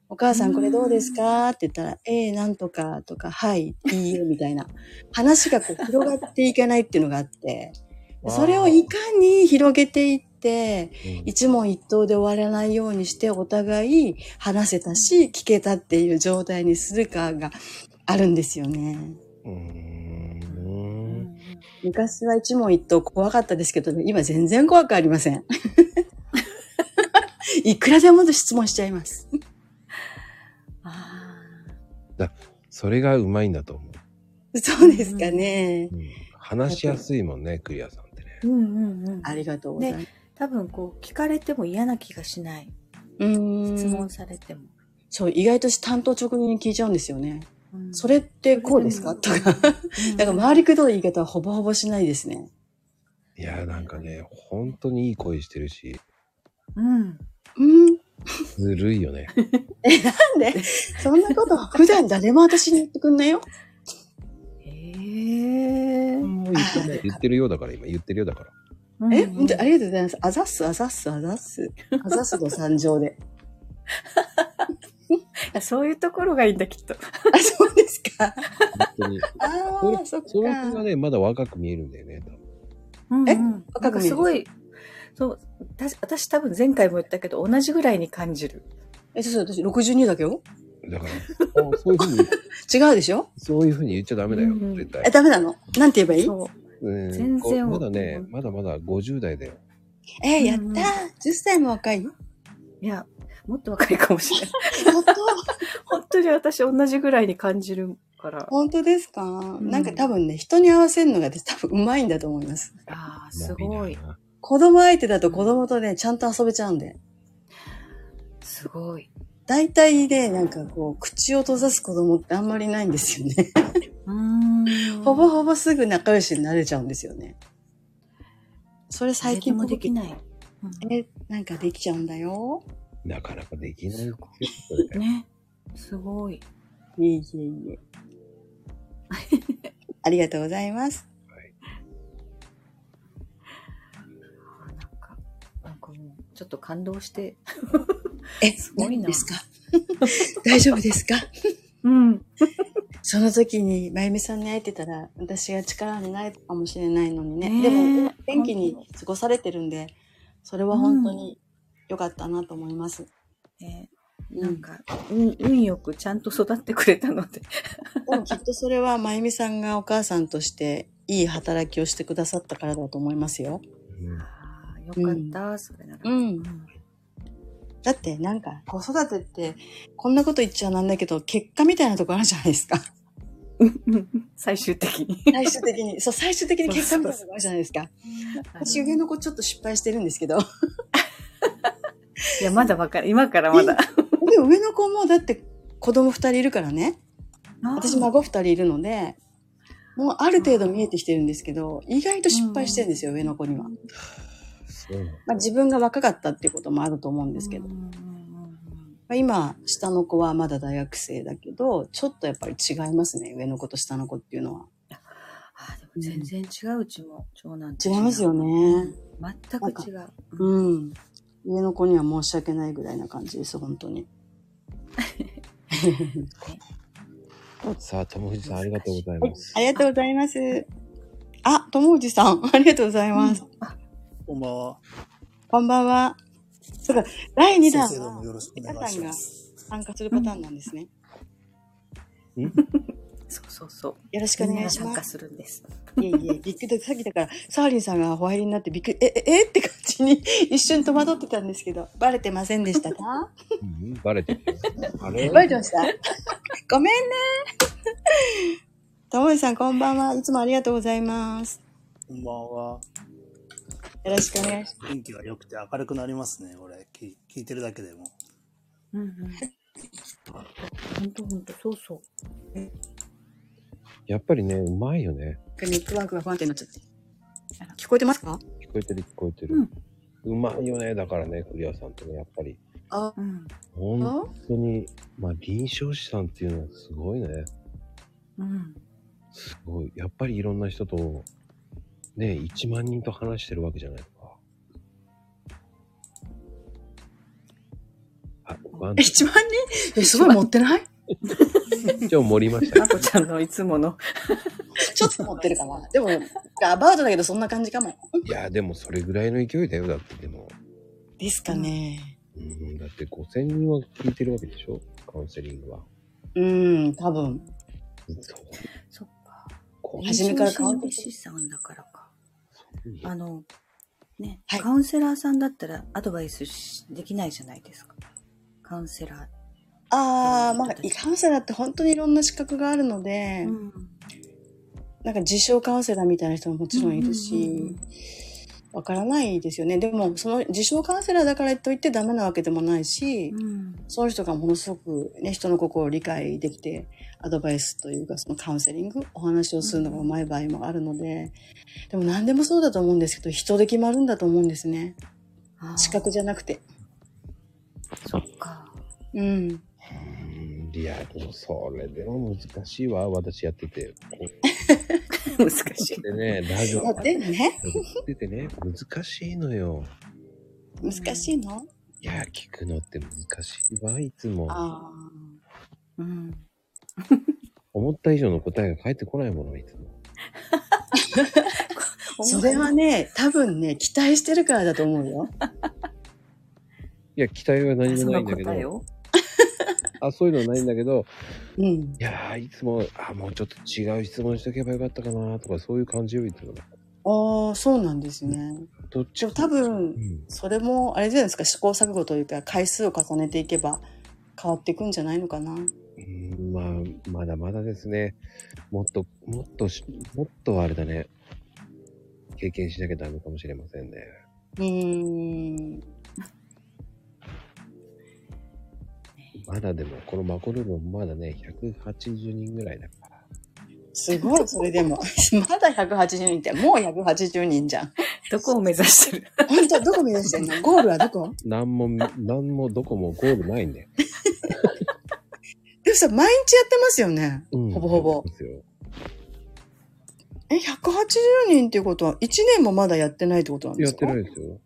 Speaker 2: お母さんこれどうですかって言ったら、ええなんとかとか、はい、いいえ、みたいな。話がこう広がっていかないっていうのがあって、それをいかに広げていって、
Speaker 1: うん
Speaker 2: 一問一答で終わらないようにして、お互い話せたし、聞けたっていう状態にするかがあるんですよね。
Speaker 1: うー。
Speaker 5: うんん
Speaker 2: 昔は一問一答怖かったですけど、今全然怖くありま せん。いくらでも質問しちゃいます。
Speaker 5: あ
Speaker 1: それがうまいんだと思う。
Speaker 2: そうですかね。
Speaker 1: うん話しやすいもんね、クリアさんってね。
Speaker 5: ーうんうんうん。
Speaker 2: ありがとうございます。
Speaker 5: 多分こう、聞かれても嫌な気がしない。
Speaker 2: うーん
Speaker 5: 質問されても。
Speaker 2: そう、意外と担当直入に聞いちゃうんですよね。
Speaker 5: うん
Speaker 2: それってこうですかとか。だから周りくどい言い方はほぼほぼしないですね。
Speaker 1: いやーなんかね、本当にいい声してるし、
Speaker 5: うん。
Speaker 2: うん。
Speaker 1: ずるいよね。
Speaker 2: なんで、そんなこと普段誰も私に言ってくんないよ。
Speaker 5: ええ。
Speaker 1: もう言ってない言ってるようだから、今言ってるようだから。
Speaker 2: え、
Speaker 5: うん
Speaker 2: 本当にありがとうございます。あざっす、あざっす、あざっす。あざっすの参上で。
Speaker 5: あそういうところがいいんだ、きっと。
Speaker 2: あ、そうですか。
Speaker 1: 本当に。
Speaker 2: ああ、そっ
Speaker 1: その辺が
Speaker 2: か。
Speaker 1: ね、まだ若く見えるんだよね、多分。
Speaker 5: うんうん
Speaker 2: え
Speaker 5: なんかすごい、そう、た私多分前回も言ったけど、同じぐらいに感じる。
Speaker 2: え、そうそう、私62だけど
Speaker 1: だから、 あそういうふうに、
Speaker 2: 違うでしょ
Speaker 1: そういうふうに言っちゃダメだよ、
Speaker 5: うんうん
Speaker 1: 絶
Speaker 2: え、
Speaker 1: 対。
Speaker 2: ダメなのなんて言えばいい
Speaker 5: そう。
Speaker 1: うん
Speaker 5: 全然
Speaker 1: まだね、まだまだ50代だよ。
Speaker 2: えー、やっ
Speaker 5: うん
Speaker 2: たー !10 歳も若いよ
Speaker 5: いや、もっと若いかもしれな い。
Speaker 2: 本当
Speaker 5: 本当に私同じぐらいに感じるから。
Speaker 2: 本当ですか、
Speaker 5: ん
Speaker 2: なんか多分ね、人に合わせるのが多分うまいんだと思います。
Speaker 5: ああ、すごい
Speaker 1: ま。あ。な
Speaker 2: 子供相手だと子供とね、ちゃんと遊べちゃうんで。
Speaker 5: すごい。
Speaker 2: 大体ね、なんかこう、口を閉ざす子供ってあんまりないんですよね。
Speaker 5: うーん。
Speaker 2: ほぼほぼすぐ仲良しになれちゃうんですよね。それ最
Speaker 5: 最近
Speaker 2: 近。
Speaker 5: もできないい。
Speaker 2: え、なんかできちゃうんだよ。
Speaker 1: なかなかできないよ。
Speaker 5: うんね。すごい。
Speaker 2: いえいえいえ。 ありがとうございます。
Speaker 5: あなんか、なんかもう、ちょっと感動して。
Speaker 2: え、
Speaker 5: すごいな
Speaker 2: 何ですか 大丈夫ですか
Speaker 5: うん。
Speaker 2: その時に、まゆみさんに会えてたら、私が力になれたかもしれないのにね。
Speaker 5: ねえ
Speaker 2: でも、元気に過ごされてるんで、それは本当に良かったなと思います。
Speaker 5: ねなんか、うん、運よくちゃんと育ってくれたので。
Speaker 2: でもきっとそれは、まゆみさんがお母さんとして、いい働きをしてくださったからだと思いますよ。
Speaker 1: うん
Speaker 5: ああ、よかった、それなら。
Speaker 2: うんだって、なんか、子育てって、こんなこと言っちゃなんだけど、結果みたいなとこあるじゃないですか。
Speaker 5: うん最終的 に。
Speaker 2: 最終的に、そう、最終的に結果みたいなとこあるじゃないですか。私、上の子ちょっと失敗してるんですけど。
Speaker 5: いや、まだわから今からまだ。
Speaker 2: でも上の子もだって子供二人いるからね。私孫二人いるので、もうある程度見えてきてるんですけど、意外と失敗してるんですよ、上の子には。
Speaker 1: そうなの
Speaker 2: まあ、自分が若かったっていうこともあると思うんですけど、
Speaker 5: う
Speaker 2: ま
Speaker 5: んうんうん
Speaker 2: あ、今、下の子はまだ大学生だけど、ちょっとやっぱり違いますね、上の子と下の子っていうのは。
Speaker 5: あーでも全然違う、うちも長男と
Speaker 2: 違いますよね。
Speaker 5: 全く違う。うん
Speaker 2: うん。上の子には申し訳ないぐらいな感じです、本当に。
Speaker 1: さあ、友藤さんありがとうございます。
Speaker 2: ありがとうございます。あ、友藤さん、 ありがとうございます。
Speaker 9: こんばんは。
Speaker 2: こんばんは。そうか、第2弾
Speaker 9: 先生どうもよ
Speaker 2: は
Speaker 9: ろしくお願いします。
Speaker 2: 参加するパターンなんですね。
Speaker 5: そうそうそう。
Speaker 2: よろしくお
Speaker 5: み
Speaker 2: 願
Speaker 5: んないが
Speaker 2: し
Speaker 5: 参
Speaker 2: ま
Speaker 5: 加
Speaker 2: す。
Speaker 5: するんです。
Speaker 2: いえいえ、びっくりだ、さっきだから、サーリンさんがお入りになってびっくり、え、え、えって感じに一瞬戸惑ってたんですけど、バレてませんでしたか
Speaker 1: うんバレてるよ。あれ
Speaker 2: バレてました ごめんね。ともえさんこんばんは。いつもありがとうございます。
Speaker 9: こんばんは。
Speaker 2: よろしくお願いします。
Speaker 9: 天気が良くて明るくなりますね、これ。聞聞いてるだけ でも。
Speaker 5: うんうん。本当本当そうそう。
Speaker 1: やっぱりね、うまいよね。
Speaker 2: ネットワークが不安定になっちゃって。聞こえてますか
Speaker 1: 聞こえてる聞こえてる。うまいよね。だからね、クリアさんってね、やっぱり。
Speaker 2: あ、
Speaker 5: うん。
Speaker 1: 本当に、まあ、臨床士さんっていうのはすごいね。
Speaker 5: うん。
Speaker 1: すごい。やっぱりいろんな人と、ね、1万人と話してるわけじゃないですか。あ、ワン
Speaker 2: え、1万人え、すごい持ってない
Speaker 1: ちょ盛りました。
Speaker 5: まこちゃんのいつもの。
Speaker 2: ちょっと持ってるか な。でも、アバウトだけどそんな感じかも。
Speaker 1: いや、でもそれぐらいの勢いだよ。だってでも。
Speaker 2: ですかね。
Speaker 1: うん、だって5000人は聞いてるわけでしょカウンセリングは。
Speaker 2: うん、多分。
Speaker 1: そう。
Speaker 5: そっか。
Speaker 1: こ
Speaker 2: 初めから顔
Speaker 5: 臨床心理士さんだからか。
Speaker 1: うん
Speaker 5: あの、ね、
Speaker 2: はい
Speaker 5: カウンセラーさんだったらアドバイスしできないじゃないですか。カウンセラ
Speaker 2: あー、まあ、カウンセラーって本当にいろんな資格があるので、
Speaker 5: ー。ん。
Speaker 2: なんか自称カウンセラーみたいな人ももちろんいるし、わからないですよね。でも、その自称カウンセラーだからといってダメなわけでもないし、
Speaker 5: うん。
Speaker 2: その人がものすごくね、人の心を理解できて、アドバイスというか、そのカウンセリング、お話をするのがうまい場合もあるので、でも何でもそうだと思うんですけど、人で決まるんだと思うんですね。
Speaker 5: あー
Speaker 2: 資格じゃなくて。
Speaker 5: そっか。
Speaker 2: うん。
Speaker 1: うんいや、でもそれでも難しいわ。私やってて。
Speaker 5: 難しい。
Speaker 1: でね、ラジオ
Speaker 2: だってね、
Speaker 1: やっててね、難しいのよ。
Speaker 2: 難しいの
Speaker 1: いや、聞くのって難しいわ、いつも。
Speaker 2: あ
Speaker 5: うん。
Speaker 1: 思った以上の答えが返ってこないもの、いつも。
Speaker 2: あ。それはね、多分ね、期待してるからだと思うよ。
Speaker 1: いや、期待は何
Speaker 5: そ
Speaker 1: もない
Speaker 5: の
Speaker 1: んだけ
Speaker 5: 答え
Speaker 1: ど、
Speaker 5: を
Speaker 1: あ、そういうのはないんだけど、
Speaker 2: うん。
Speaker 1: いやー、いつも、あ、もうちょっと違う質問しとけばよかったかなとか、そういう感じよ、いつも。
Speaker 2: ああ、そうなんですね。
Speaker 1: どっち
Speaker 2: で
Speaker 1: も
Speaker 2: も多
Speaker 1: う
Speaker 2: 分、
Speaker 1: ん、
Speaker 2: それも、あれじゃないですか、試行錯誤というか、回数を重ねていけば変わっていくんじゃないのかな。
Speaker 1: うんまあ、まだまだですね。もっと、もっとし、もっとあれだね。経験しなきゃダメかもしれませんね。
Speaker 2: うーん。
Speaker 1: まだでも、このマコルームもまだね、180人ぐらいだから。
Speaker 2: すごい、それでも。 まだ180人って、もう180人じゃん。
Speaker 5: どこを目指してる
Speaker 2: 本当どこ目指してんのゴールはどこ
Speaker 1: なんも、なんもどこもゴールないんで。
Speaker 2: でもさ、毎日やってますよね。
Speaker 1: うん
Speaker 2: ほぼほぼ。
Speaker 1: ですよ
Speaker 2: え、180人っていうことは、1年もまだやってないってことなんで
Speaker 1: や
Speaker 2: す
Speaker 1: って
Speaker 2: か
Speaker 1: ないですよ。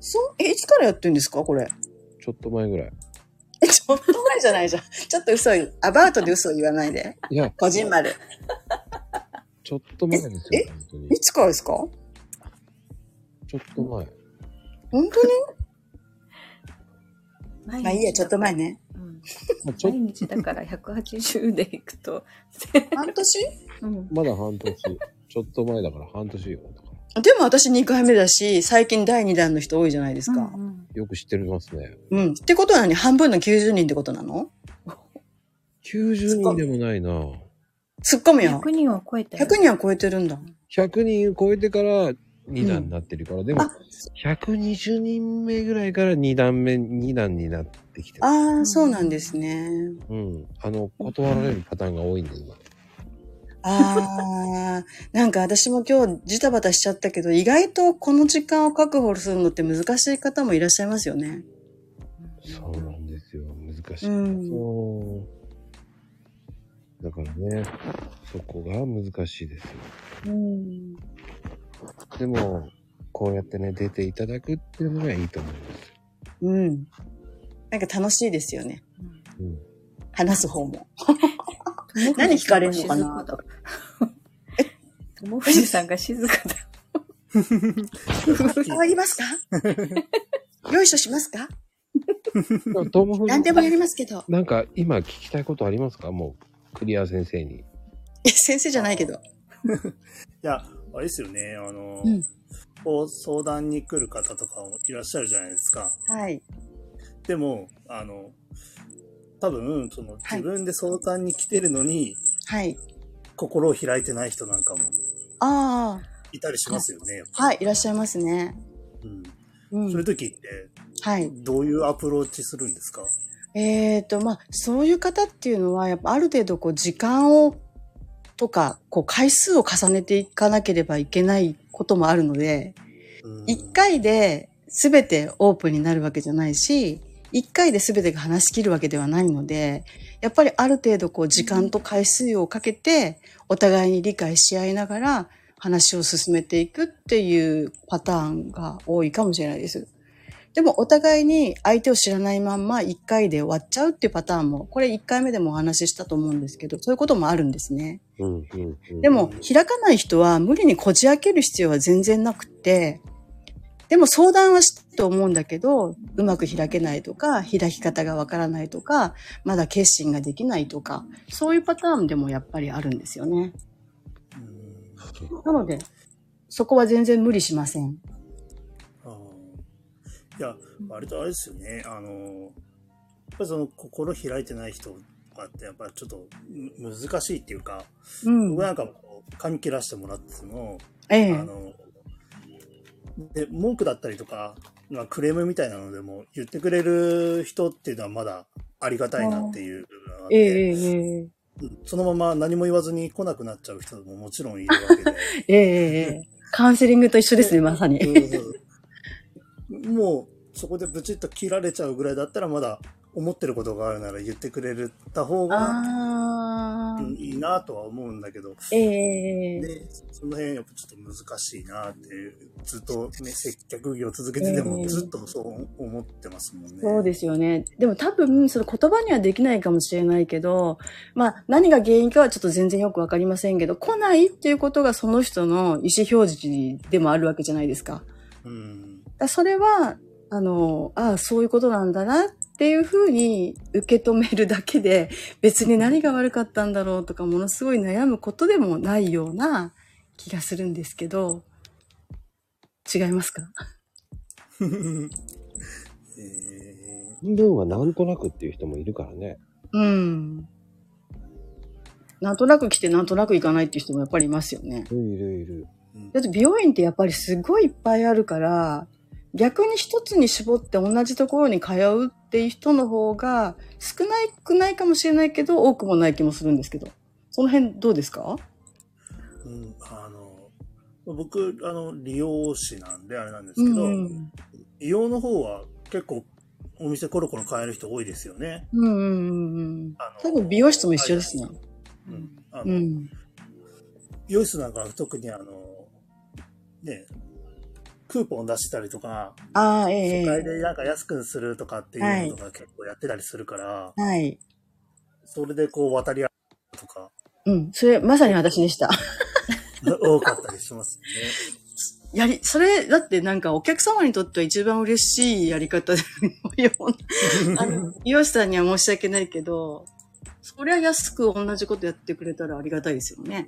Speaker 2: そう、え、いつからやってんですかこれ。
Speaker 1: ちょっと前ぐらい。
Speaker 2: え、ちょっと前じゃないじゃん。 ちょっと嘘言う、アバウトで嘘を言わないで。
Speaker 1: いや、
Speaker 2: こじんまる。
Speaker 1: ちょっと前ですよ、本当に
Speaker 2: い。つからですか
Speaker 1: ちょっと前。
Speaker 2: 本当に
Speaker 5: ま
Speaker 2: まあいいや、ちょっと前。ね。
Speaker 5: うん
Speaker 1: まあ、ちょ
Speaker 5: 毎日だから180でいくと。
Speaker 2: 半年
Speaker 5: うん。
Speaker 1: まだ半年。ちょっと前だから半年よ。だから
Speaker 2: でも私2回目だし、最近第2弾の人多いじゃないですか。
Speaker 5: うん
Speaker 1: よく知ってますね。
Speaker 2: うん。ってことは何半分の90人ってことなの
Speaker 1: 90人でもないな。
Speaker 2: 突っ込むよ。
Speaker 5: 100人を超えたよ
Speaker 2: 100人は超えてるんだ。
Speaker 1: 100人超えてから2段になってるから、でも
Speaker 2: あ
Speaker 1: 120人目ぐらいから2段目、2段になってきてる
Speaker 2: ああ、そうなんですね。
Speaker 1: うん。あの、断られるパターンが多いんで、今。
Speaker 2: ああ、なんか私も今日ジタバタしちゃったけど、意外とこの時間を確保するのって難しい方もいらっしゃいますよね。
Speaker 1: そうなんですよ。難しい。
Speaker 2: うん。
Speaker 1: そうだからね、そこが難しいですよ。
Speaker 2: うん、
Speaker 1: でも、こうやってね、出ていただくっていうのがいいと思います。
Speaker 2: うん。なんか楽しいですよね。
Speaker 5: うん
Speaker 1: うん。
Speaker 2: 話す方 も。
Speaker 5: 何
Speaker 2: 聞かれるのかな
Speaker 5: 友藤さんが静かだ。
Speaker 2: 騒ぎ ますかよいしょしますか
Speaker 1: どうも
Speaker 2: 何でもやりますけど。
Speaker 1: なんか今聞きたいことありますかもう、クリア先生に。
Speaker 2: え先生じゃないけど。
Speaker 9: いや、あれですよね、あの、
Speaker 2: うん
Speaker 9: こう相談に来る方とかもいらっしゃるじゃないですか。
Speaker 2: はい。
Speaker 9: でも、あの、多分、その、
Speaker 2: はい
Speaker 9: 自分で相談に来てるのに、
Speaker 2: はい。
Speaker 9: 心を開いてない人なんかも
Speaker 2: あ
Speaker 9: いたりしますよね。
Speaker 2: あ、はい、いらっしゃいますね。
Speaker 9: うん。
Speaker 2: う。
Speaker 9: そういうん時って、
Speaker 2: はい。
Speaker 9: どういうアプローチするんですか
Speaker 2: えーと、まあ、そういう方っていうのは、やっぱある程度こう、時間を、とか、こう、回数を重ねていかなければいけないこともあるので、
Speaker 9: うん
Speaker 2: 一回で全てオープンになるわけじゃないし、一回で全てが話し切るわけではないので、やっぱりある程度こう時間と回数をかけて、お互いに理解し合いながら話を進めていくっていうパターンが多いかもしれないです。でもお互いに相手を知らないまんま一回で終わっちゃうっていうパターンも、これ一回目でもお話ししたと思うんですけど、そういうこともあるんですね。
Speaker 3: うんうんうん
Speaker 2: でも、開かない人は無理にこじ開ける必要は全然なくて、でも相談はしてると思うんだけど、うまく開けないとか、開き方がわからないとか、まだ決心ができないとか、そういうパターンでもやっぱりあるんですよね。
Speaker 9: うん
Speaker 2: なので、そこは全然無理しません。
Speaker 9: あーいや、割とあれですよね。あの、やっぱりその心開いてない人とかって、やっぱりちょっとむ難しいっていうか、
Speaker 2: うん
Speaker 9: 僕。なんかもこう髪切らしてもらっても、
Speaker 2: え
Speaker 9: あ
Speaker 2: え。
Speaker 9: の、で、文句だったりとか、まあ、クレームみたいなのでも言ってくれる人っていうのはまだありがたいなっていう部分があっ
Speaker 2: ええ
Speaker 9: て、
Speaker 2: ええ
Speaker 9: うんそのまま何も言わずに来なくなっちゃう人ももちろんいるわけで。
Speaker 2: ええええカウンセリングと一緒ですね、まさに。
Speaker 9: うんもうそこでブチッと切られちゃうぐらいだったらまだ思ってることがあるなら言ってくれた方が
Speaker 2: ああ
Speaker 9: う。んいいなとは思うんだけど、
Speaker 2: ええ
Speaker 9: ね、その辺やっぱちょっと難しいなっていうずっと、ね、接客業続けてて
Speaker 2: え
Speaker 9: も
Speaker 2: え
Speaker 9: ずっとそう思ってますもんね。
Speaker 2: そうですよね。でも多分、その言葉にはできないかもしれないけど、まあ何が原因かはちょっと全然よくわかりませんけど、来ないっていうことがその人の意思表示でもあるわけじゃないですか。だか
Speaker 9: うん
Speaker 2: らそれは、あの、ああ、そういうことなんだなっていうふうに受け止めるだけで、別に何が悪かったんだろうとか、ものすごい悩むことでもないような気がするんですけど、違いますか
Speaker 9: ええ
Speaker 3: 半分はなんとなくっていう人もいるからね。
Speaker 2: うん。なんとなく来て、なんとなく行かないっていう人もやっぱりいますよね。
Speaker 3: いるいるいる。
Speaker 9: うん
Speaker 2: だって美容院ってやっぱりすごいいっぱいあるから、逆に一つに絞って同じところに通うっていう人の方が少なくないかもしれないけど、多くもない気もするんですけど。その辺どうですか
Speaker 9: うんあの僕あの利用師なんであれなんですけど、
Speaker 2: うん
Speaker 9: 美容の方は結構お店コロコロ変える人多いですよね。
Speaker 2: うんうんうん。
Speaker 9: あの
Speaker 2: 多分美容室も一緒ですね。
Speaker 9: うんあ
Speaker 2: う
Speaker 9: の
Speaker 2: ん。
Speaker 9: 美容室なんかは特にあの、ね、クーポン出したりとか、
Speaker 2: ああ、え
Speaker 9: 初回
Speaker 2: え
Speaker 9: でなんか安くするとかっていうのとか結構やってたりするから、
Speaker 2: はい。
Speaker 9: それでこう渡り合う とか
Speaker 2: うん。それ、まさに私でした。
Speaker 9: 多かったりします
Speaker 2: やり、それ、だってなんかお客様にとっては一番嬉しいやり方でもよう
Speaker 9: ね。
Speaker 2: あの、美容師さんには申し訳ないけど、そりゃ安く同じことやってくれたらありがたいですよね。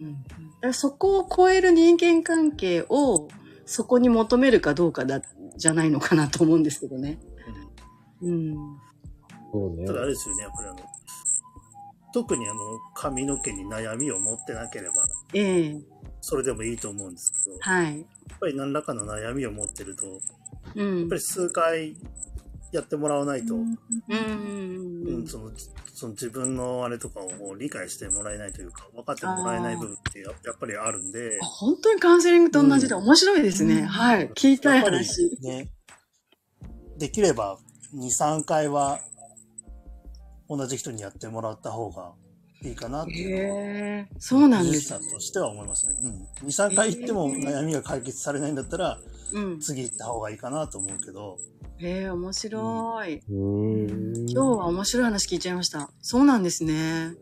Speaker 2: うん。だからそこを超える人間関係をそこに求めるかどうかだ、じゃないのかなと思うんですけどね。うん。
Speaker 3: そうね
Speaker 9: た。だあれですよね、やっぱりあの、特にあの、髪の毛に悩みを持ってなければ、
Speaker 2: ええ
Speaker 9: それでもいいと思うんですけど、や
Speaker 2: はい。
Speaker 9: っぱり何らかの悩みを持ってると、やっ
Speaker 2: うん
Speaker 9: ぱ。り数回やってもらわないと、
Speaker 2: うんうんう
Speaker 9: うん
Speaker 2: うん
Speaker 9: ん、そのその自分のあれとかをこう理解してもらえないというか分かってもらえない部分ってややっぱりあるんで
Speaker 2: あ本当にカウンセリングと同じで
Speaker 9: うん
Speaker 2: 面白いですね。
Speaker 7: うん
Speaker 2: はい。聞いたい
Speaker 9: やっぱり
Speaker 2: 話。
Speaker 9: ねできれば23回は同じ人にやってもらった方がいいかなって
Speaker 2: へ
Speaker 9: いうのは
Speaker 2: えそうなんで
Speaker 9: 技術
Speaker 2: す
Speaker 9: 者。としては思いますね、うん、23回行っても悩みが解決されないんだったら
Speaker 2: うん。
Speaker 9: 次行った方がいいかなと思うけど
Speaker 2: へえ面白い。
Speaker 3: うーん。
Speaker 2: 今日は面白い話聞いちゃいました。そうなんですね。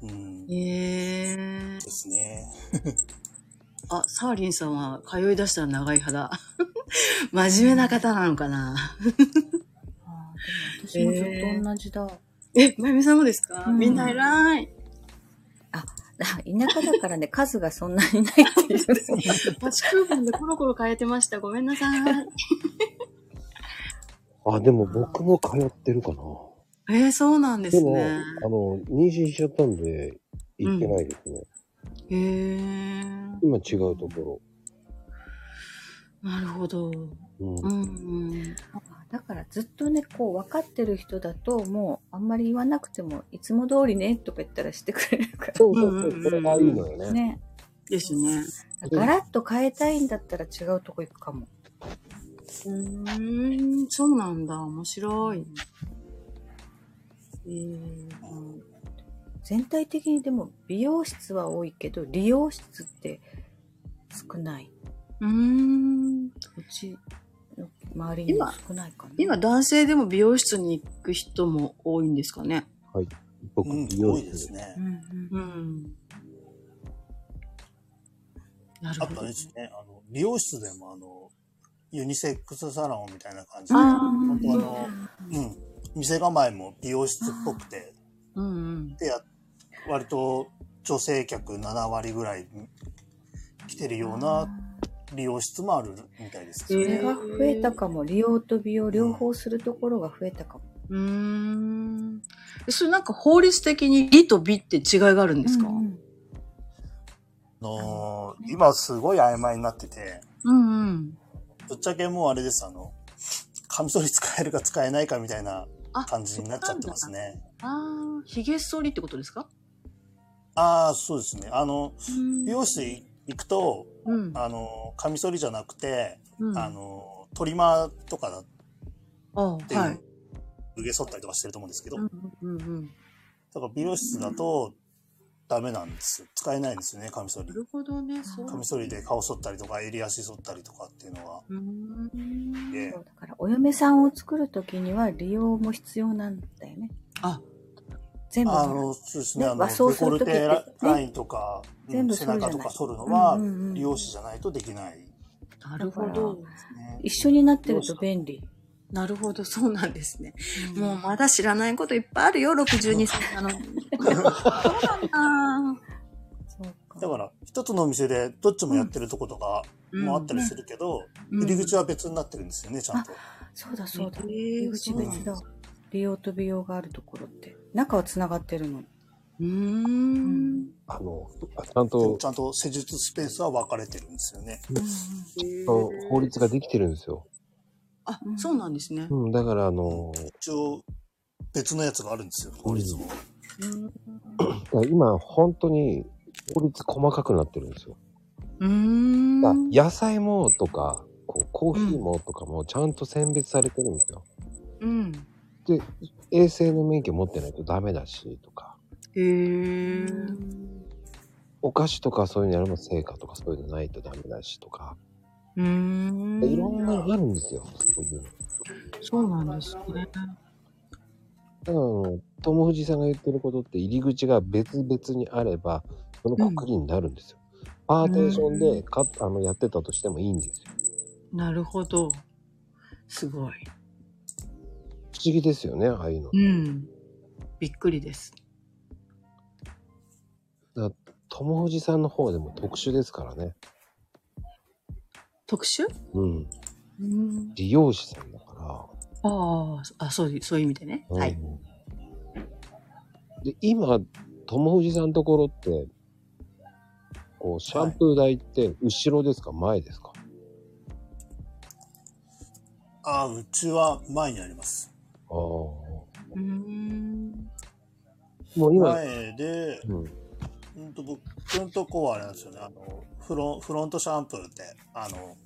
Speaker 9: うんで
Speaker 2: へえ
Speaker 9: すね
Speaker 2: あ、サーリンさんは通い出したら長い肌。 真面目な方なのかな。
Speaker 5: あーでも私もずっと同じだ。
Speaker 2: え、まゆみさんもですか、
Speaker 10: うん
Speaker 2: みんな偉い。
Speaker 5: 田舎だからね、数がそんなにないっていう。
Speaker 2: 町空間でコロコロ変えてました。ごめんなさい。
Speaker 1: あ、でも僕も通ってるかな。
Speaker 2: えー、そうなんで
Speaker 1: ですも、
Speaker 2: ね。
Speaker 1: あの、妊娠しちゃったんで、行ってないですね。
Speaker 2: へえー。
Speaker 1: 今違うとこ
Speaker 2: なるほど。
Speaker 1: ろ。う。
Speaker 2: うんんうん。
Speaker 5: だからずっとね、こう分かってる人だと、もうあんまり言わなくても、いつも通りね、とか言ったらしてくれるか
Speaker 1: そうそう
Speaker 2: う
Speaker 1: そ
Speaker 2: ん
Speaker 1: う、それがいいのよ
Speaker 5: ら
Speaker 1: ね。
Speaker 5: ね。
Speaker 2: ですね。
Speaker 5: ガラッと変えたいんだったら違うとこ行くかも。
Speaker 2: うーん、そうなんだ。面白い。えー、
Speaker 5: 全体的にでも美容室は多いけど、理容室って少ない。
Speaker 2: うーん。
Speaker 5: うちの周りにも少ないかな。
Speaker 2: 今、男性でも美容室に行く人も多いんですかね。
Speaker 1: 僕、
Speaker 9: うん、
Speaker 1: 美容
Speaker 9: 多いで
Speaker 1: 室
Speaker 9: すね
Speaker 10: う。ん
Speaker 2: うん。なる
Speaker 9: あ
Speaker 2: ほ
Speaker 9: と
Speaker 2: ど
Speaker 9: あれで。すね、あの、美容室でもあの、ユニセックスサロンみたいな感じで、
Speaker 2: あー
Speaker 9: 本当あの、うん、店構えも美容室っぽくて、
Speaker 2: うんうん。
Speaker 9: で、や割と女性客7割ぐらい来てるような美容室もあるみたいですけ
Speaker 5: そ
Speaker 9: ど
Speaker 5: れ
Speaker 9: ね。
Speaker 5: が増えたかも。利用と美容両方するところが増えたかも。
Speaker 2: うーん。えそれなんか法律的に理と美って違いがあるんですか
Speaker 5: うんうん
Speaker 9: あのー今すごい曖昧になってて、
Speaker 2: うんうん。
Speaker 9: ぶっちゃけもうあれです、あの、カミソリ使えるか使えないかみたいな
Speaker 2: あ
Speaker 9: 感じになっちゃってますね。
Speaker 2: ああ、髭剃りってことですか
Speaker 9: ああ、そうですね。あの、
Speaker 2: うん
Speaker 9: 美容室行くと、
Speaker 2: うん。
Speaker 9: あの、カミソリじゃなくて、
Speaker 2: うん
Speaker 9: あ、の、トリマーとかだっ
Speaker 2: あ
Speaker 9: て、
Speaker 2: はい。
Speaker 9: 上剃ったりとかしてると思うんですけど、
Speaker 2: うんうんうん。
Speaker 9: だから美容室だとダメなんです。使えないんですよね、カミソリ
Speaker 2: な。るほどね、そう。
Speaker 9: カミソリで顔剃ったりとか、襟足剃ったりとかっていうのは。
Speaker 2: うーん。
Speaker 9: で
Speaker 5: そうだからお嫁さんを作るときには利用も必要なんだよね。
Speaker 2: あ
Speaker 5: 全部
Speaker 9: あの、そうですね、
Speaker 5: ね
Speaker 9: あの、
Speaker 5: 和装
Speaker 9: デ
Speaker 5: する
Speaker 9: コル
Speaker 5: 時って
Speaker 9: テ
Speaker 5: ね
Speaker 9: ラインとか、うん
Speaker 5: 全部
Speaker 9: 背
Speaker 5: 剃るじゃ
Speaker 9: 中
Speaker 5: ない
Speaker 9: とか剃るのは
Speaker 5: うんうんうん、
Speaker 9: 美容師じゃないとできないで
Speaker 2: なるほど。
Speaker 9: すね。
Speaker 5: 一緒になってると便利。
Speaker 2: なるほど、そうなんですね。
Speaker 5: うん
Speaker 2: もうまだ知らないこといっぱいあるよ、62歳なのに。そうなんだ。
Speaker 5: そう
Speaker 9: だ
Speaker 5: か。
Speaker 9: から、一つのお店でどっちもやってるとことか
Speaker 2: うん
Speaker 9: もあったりするけど、
Speaker 2: うん
Speaker 9: 入り口は別になってるんですよね、ちゃんと。
Speaker 5: そうだそうだ。
Speaker 2: えー
Speaker 5: 入り口別だ。利用と美容があるところって。中は繋がってるの。
Speaker 2: うーん。
Speaker 1: あの、あちゃん
Speaker 9: でも
Speaker 1: と
Speaker 9: ち、ゃんと施術スペースは分かれてるんですよね。
Speaker 1: あの法律ができてるんですよ。
Speaker 2: あ、そうなんですね。
Speaker 1: うん、だから、あの、
Speaker 9: 一応、別のやつがあるんですよ、法律も。
Speaker 1: 今、本当に法律細かくなってるんですよ。
Speaker 2: うーん。
Speaker 1: だ野菜もとか、こうコーヒーもとかもちゃんと選別されてるんですよ。
Speaker 2: うん。
Speaker 1: 衛生の免許持ってないとダメだし、とか。
Speaker 2: へえ。
Speaker 1: お菓子とかそういうのやるも成果とかそういうのないとダメだしとか、
Speaker 2: うーん。
Speaker 1: いろんなのあるんですよ、そういうの。だか
Speaker 2: そうなんですね。
Speaker 1: らあの、友藤さんが言ってることって入り口が別々にあれば、そのくくりになるんですよ。パーテーションでか、あの、やってたとしてもいいんですよ。
Speaker 2: なるほど。すごい。
Speaker 1: 不思議ですよね、ああいうの。
Speaker 2: うん。びっくりです。
Speaker 1: 友藤さんの方でも特殊ですからね。
Speaker 2: 特殊
Speaker 1: うん。
Speaker 2: うん。
Speaker 1: 利用師さんだから。
Speaker 2: ああそあ、そういう、そういう意味でね。
Speaker 1: うん
Speaker 2: はい。。
Speaker 1: で、今、友藤さんのところって、こう、シャンプー台って後ろですか、前ですか
Speaker 9: ああ、うちは前にあります。
Speaker 1: ああ。も
Speaker 2: うーん。
Speaker 1: う今、
Speaker 9: 前で、
Speaker 1: うん。
Speaker 9: うんと僕のとこはあれなんですよね、あの、フロンフロントシャンプーって、あの、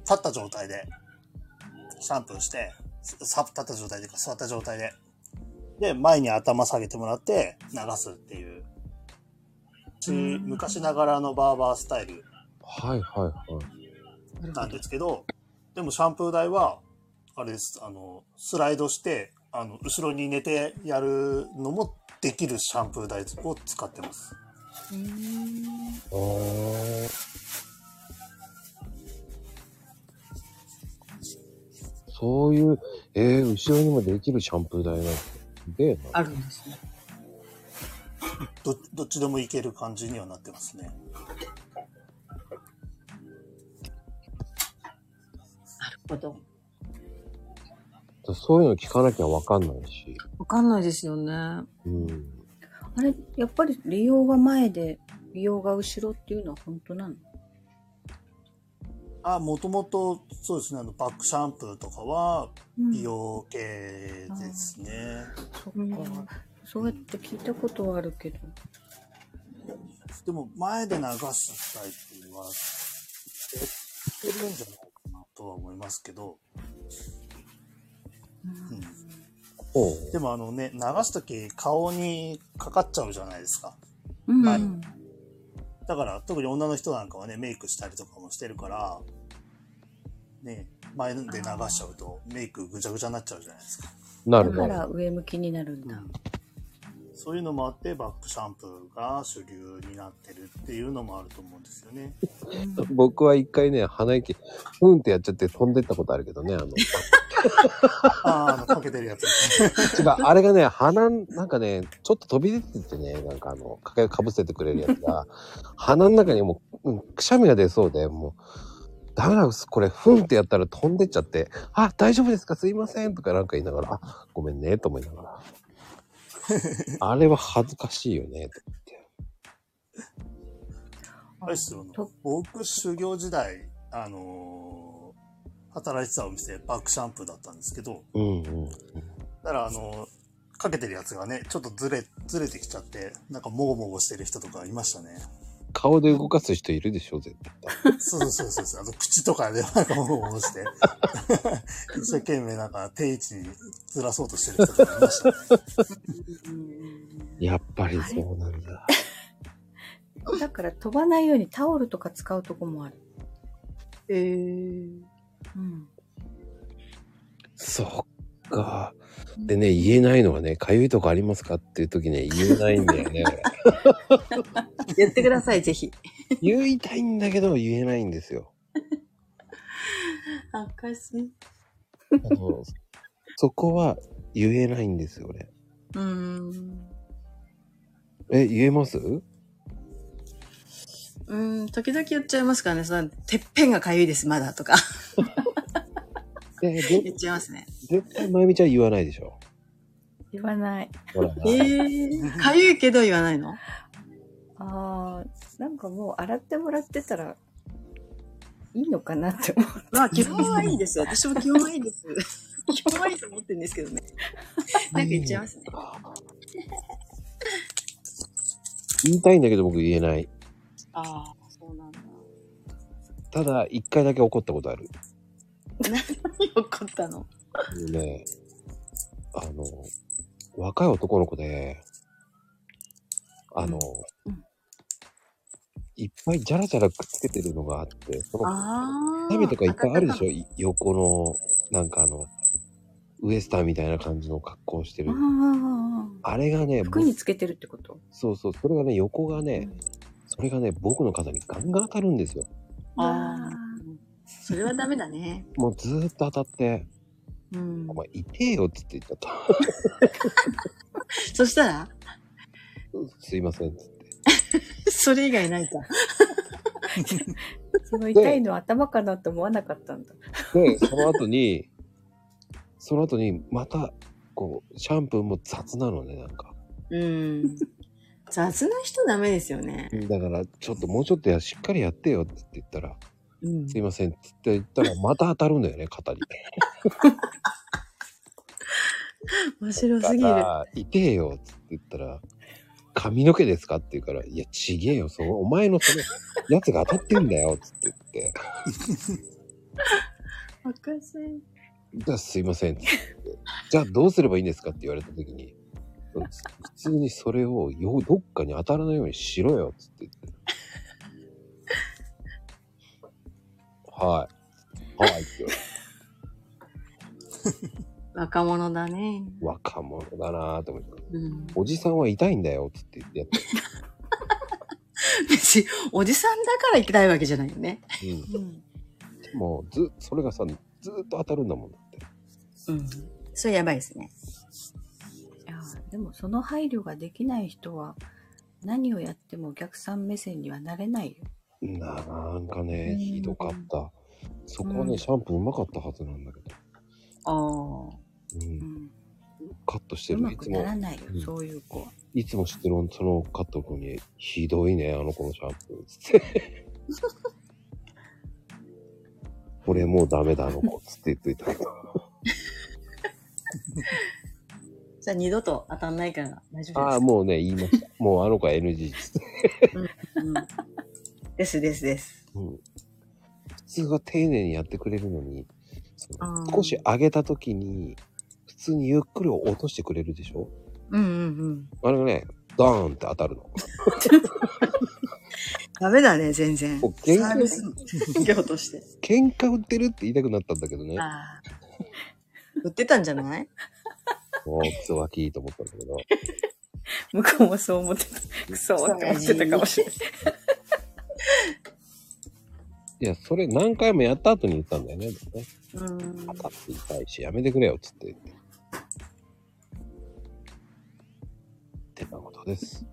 Speaker 9: 立った状態で、シャンプーして、すさ立った状態でか、座った状態で、で、前に頭下げてもらって、流すっていう、ち昔ながらのバーバースタイル
Speaker 1: はいはいはい。
Speaker 9: なんですけど、でもシャンプー台は、あれです、あの、スライドして、あの、後ろに寝てやるのもできるシャンプー台を使ってます。
Speaker 1: ああ。そういう、えー、後ろにもできるシャンプー台なんて。で、まあ
Speaker 2: あるんですね。
Speaker 9: どどっちでもいける感じにはなってますね。
Speaker 2: なるほど。
Speaker 1: そういうの聞かなきゃわかんないし。
Speaker 11: わかんないですよね。
Speaker 1: うん。
Speaker 5: あれ、やっぱり利用が前で、利用が後ろっていうのは本当なの
Speaker 9: あ、もともと、そうですね、あの、バックシャンプーとかは、
Speaker 5: うん
Speaker 9: 美容系ですね。
Speaker 5: そっか。そうやって聞いたことはあるけど。
Speaker 9: でも、前で流すタイプは、やってるんじゃないかなとは思いますけど、うん
Speaker 1: ほ
Speaker 9: でもあのね、流すとき顔にかかっちゃうじゃないですか。
Speaker 11: うん。
Speaker 9: はいだから、特に女の人なんかはね、メイクしたりとかもしてるから、ね、前で流しちゃうと、メイクぐちゃぐちゃになっちゃうじゃないですか。
Speaker 1: う。な
Speaker 5: だ
Speaker 1: るほ
Speaker 5: か
Speaker 1: ど。
Speaker 5: ら上向きになるんだ。
Speaker 9: そういうのもあって、バックシャンプーが主流になってるっていうのもあると思うんですよね。
Speaker 1: 僕は一回ね、鼻息、ふんってやっちゃって飛んでったことあるけどね、あの。
Speaker 9: あーあの、かけてるやつですね。
Speaker 1: 違う、 あれがね、鼻、なんかね、ちょっと飛び出てってね、なんかあの、かけかぶせてくれるやつが、 鼻の中にもう、うんくしゃみが出そうで、もう、ダメなんです、これ、ふんってやったら飛んでっちゃって、あ、大丈夫ですか、すいません、とかなんか言いながら、あ、ごめんね、と思いながら。あれは恥ずかしいよね、と思って。
Speaker 9: あれですよね
Speaker 5: と
Speaker 9: 僕、修行時代、あのー働いてたお店、バックシャンプーだったんですけど、
Speaker 1: うんうん。
Speaker 9: だからあのーかけてるやつがね、ちょっとずれ、ずれてきちゃって、なんかもごもごしてる人とかいましたね。
Speaker 1: 顔で動かす人いるでしょ、絶対。
Speaker 9: そうそうそうそうそう。あの、口とかでなんかもごも ごして、一生懸命なんか定位置にずらそうとしてる人とかいましたね。
Speaker 1: やっぱりそうなんだ。
Speaker 5: だから飛ばないようにタオルとか使うとこもある。
Speaker 2: えー、
Speaker 5: うん。
Speaker 1: そっか。でね、言えないのはね、かゆいとこありますかっていう時ね、言えないんだ よね、俺。
Speaker 2: 言ってくださ い、ぜひ。
Speaker 1: 言いたいんだけど言えないんですよ。
Speaker 2: 赤す。
Speaker 1: あのそこは言えないんですよ、俺。
Speaker 2: うーん。
Speaker 1: え、言えます
Speaker 2: うーん、時々言っちゃいますからね。そのてっぺんがかゆいです、まだと か。
Speaker 1: え、
Speaker 2: 言
Speaker 1: ぜ
Speaker 2: っちゃいますね。
Speaker 1: 絶対まゆみちゃん言わないでしょ。
Speaker 5: 言わない。
Speaker 1: ほら
Speaker 2: え
Speaker 1: な。
Speaker 2: ー、 かゆいけど言わないの
Speaker 5: ああ、なんかもう洗ってもらってたらいいのかなって思う。
Speaker 2: まあ、基本はいいです。私も基本はいいです。 基本はいいと思ってるんですけどね。なんか言っちゃいますね。
Speaker 1: 言いたいんだけど僕言えない。
Speaker 2: ああ、そうなんだ。
Speaker 1: ただ、一回だけ怒ったことある。
Speaker 2: 怒ったの。
Speaker 1: あのね、あの、若い男の子で、あの、
Speaker 5: うんうん
Speaker 1: いっぱいジャラジャラくっつけてるのがあって、その
Speaker 2: ああ。
Speaker 1: 鍋とかいっぱいあるでしょい横の、なんかあの、ウエスタンみたいな感じの格好をしてる。
Speaker 5: あ
Speaker 1: あれがね、
Speaker 5: あ、服につけてるってこと
Speaker 1: 僕そうそう、それがね、横がね、それがね、僕の肩にガンガン当たるんですよ。
Speaker 2: あ
Speaker 5: あ
Speaker 2: それはダメだね。
Speaker 1: もうずーっと当たって、
Speaker 2: うん
Speaker 1: お。前、痛えよっつって言っちゃった。
Speaker 2: そしたら、
Speaker 1: すいませんっつって。
Speaker 2: それ以外ないか。
Speaker 5: あ、その痛いのは頭かなって思わなかったんだ。
Speaker 1: で、その後に、その後に、また、こう、シャンプーも雑なのね、なんか。
Speaker 2: うん。雑な人ダメですよね。
Speaker 1: だから、ちょっともうちょっとや、しっかりやってよっつって言ったら、
Speaker 2: うん
Speaker 1: すいませんっつって言ったら、また当たるんだよね、肩に。
Speaker 2: 面白すぎる
Speaker 1: だか。ら痛えよっつって言ったら、髪の毛ですかって言うから、いや、ちげえよ、そう、お前のその、やつが当たってんだよっつって言って、
Speaker 2: 赤線。
Speaker 1: じゃあすいませんっつって、じゃあどうすればいいんですかって言われた時に、普通にそれをよ、どっかに当たらないようにしろよっつって言って。はい。はいって言われて。
Speaker 2: 若者だね。
Speaker 1: 若者だなぁと思って。
Speaker 2: うん。
Speaker 1: おじさんは痛いんだよっつって言ってやって。
Speaker 2: 別に、おじさんだから行きたいわけじゃないよね。
Speaker 1: うん
Speaker 5: うん。
Speaker 1: もうず、それがさ、ずっと当たるんだもんだって。
Speaker 2: うん。それやばいですね。
Speaker 5: あやーでもその配慮ができない人は何をやってもお客さん目線にはなれないよ。
Speaker 1: なんかね、
Speaker 5: うん
Speaker 1: ひどかった。そこは
Speaker 5: う
Speaker 1: ね、
Speaker 5: ん
Speaker 1: シャンプーうまかったはずなんだけど。
Speaker 12: ああ。
Speaker 1: う、
Speaker 5: うんん、
Speaker 1: カットして
Speaker 5: う
Speaker 1: る。
Speaker 5: ま
Speaker 1: い
Speaker 5: く
Speaker 1: つ
Speaker 5: な
Speaker 1: も、
Speaker 5: らないよ、
Speaker 1: うん
Speaker 5: そういう子は。
Speaker 1: いつも知ってるそのカット君に、ひどいね、あの子のシャンプー。つ って。俺もうダメだ、あの子。つって言っといたけど。
Speaker 13: じゃあ二度と当たんないから大丈夫です。
Speaker 1: ああ、もうね、言いました。もうあの子は NG つって。
Speaker 13: うんですですです。
Speaker 1: うん普通は丁寧にやってくれるのに、そ
Speaker 13: あ
Speaker 1: の
Speaker 13: ー
Speaker 1: 少し上げた時に、普通にゆっくり落としてくれるでしょ
Speaker 13: うんうんうん。
Speaker 1: あれがね、ドーンって当たるの。
Speaker 13: ダメだね、全然。
Speaker 1: もう喧
Speaker 13: サー
Speaker 1: 嘩
Speaker 13: ビス業として。
Speaker 1: 喧嘩売ってるって言いたくなったんだけどね。
Speaker 13: ああ。売ってたんじゃない
Speaker 1: もう、クソガキと思ったんだけど。
Speaker 5: 向こうもそう思ってた。クソって思ってたかもしれない。
Speaker 1: いや、それ何回もやった後に言ったんだよね。でもね
Speaker 13: うん。
Speaker 1: 当たって痛いし、やめてくれよ、つって言って。ってなことです。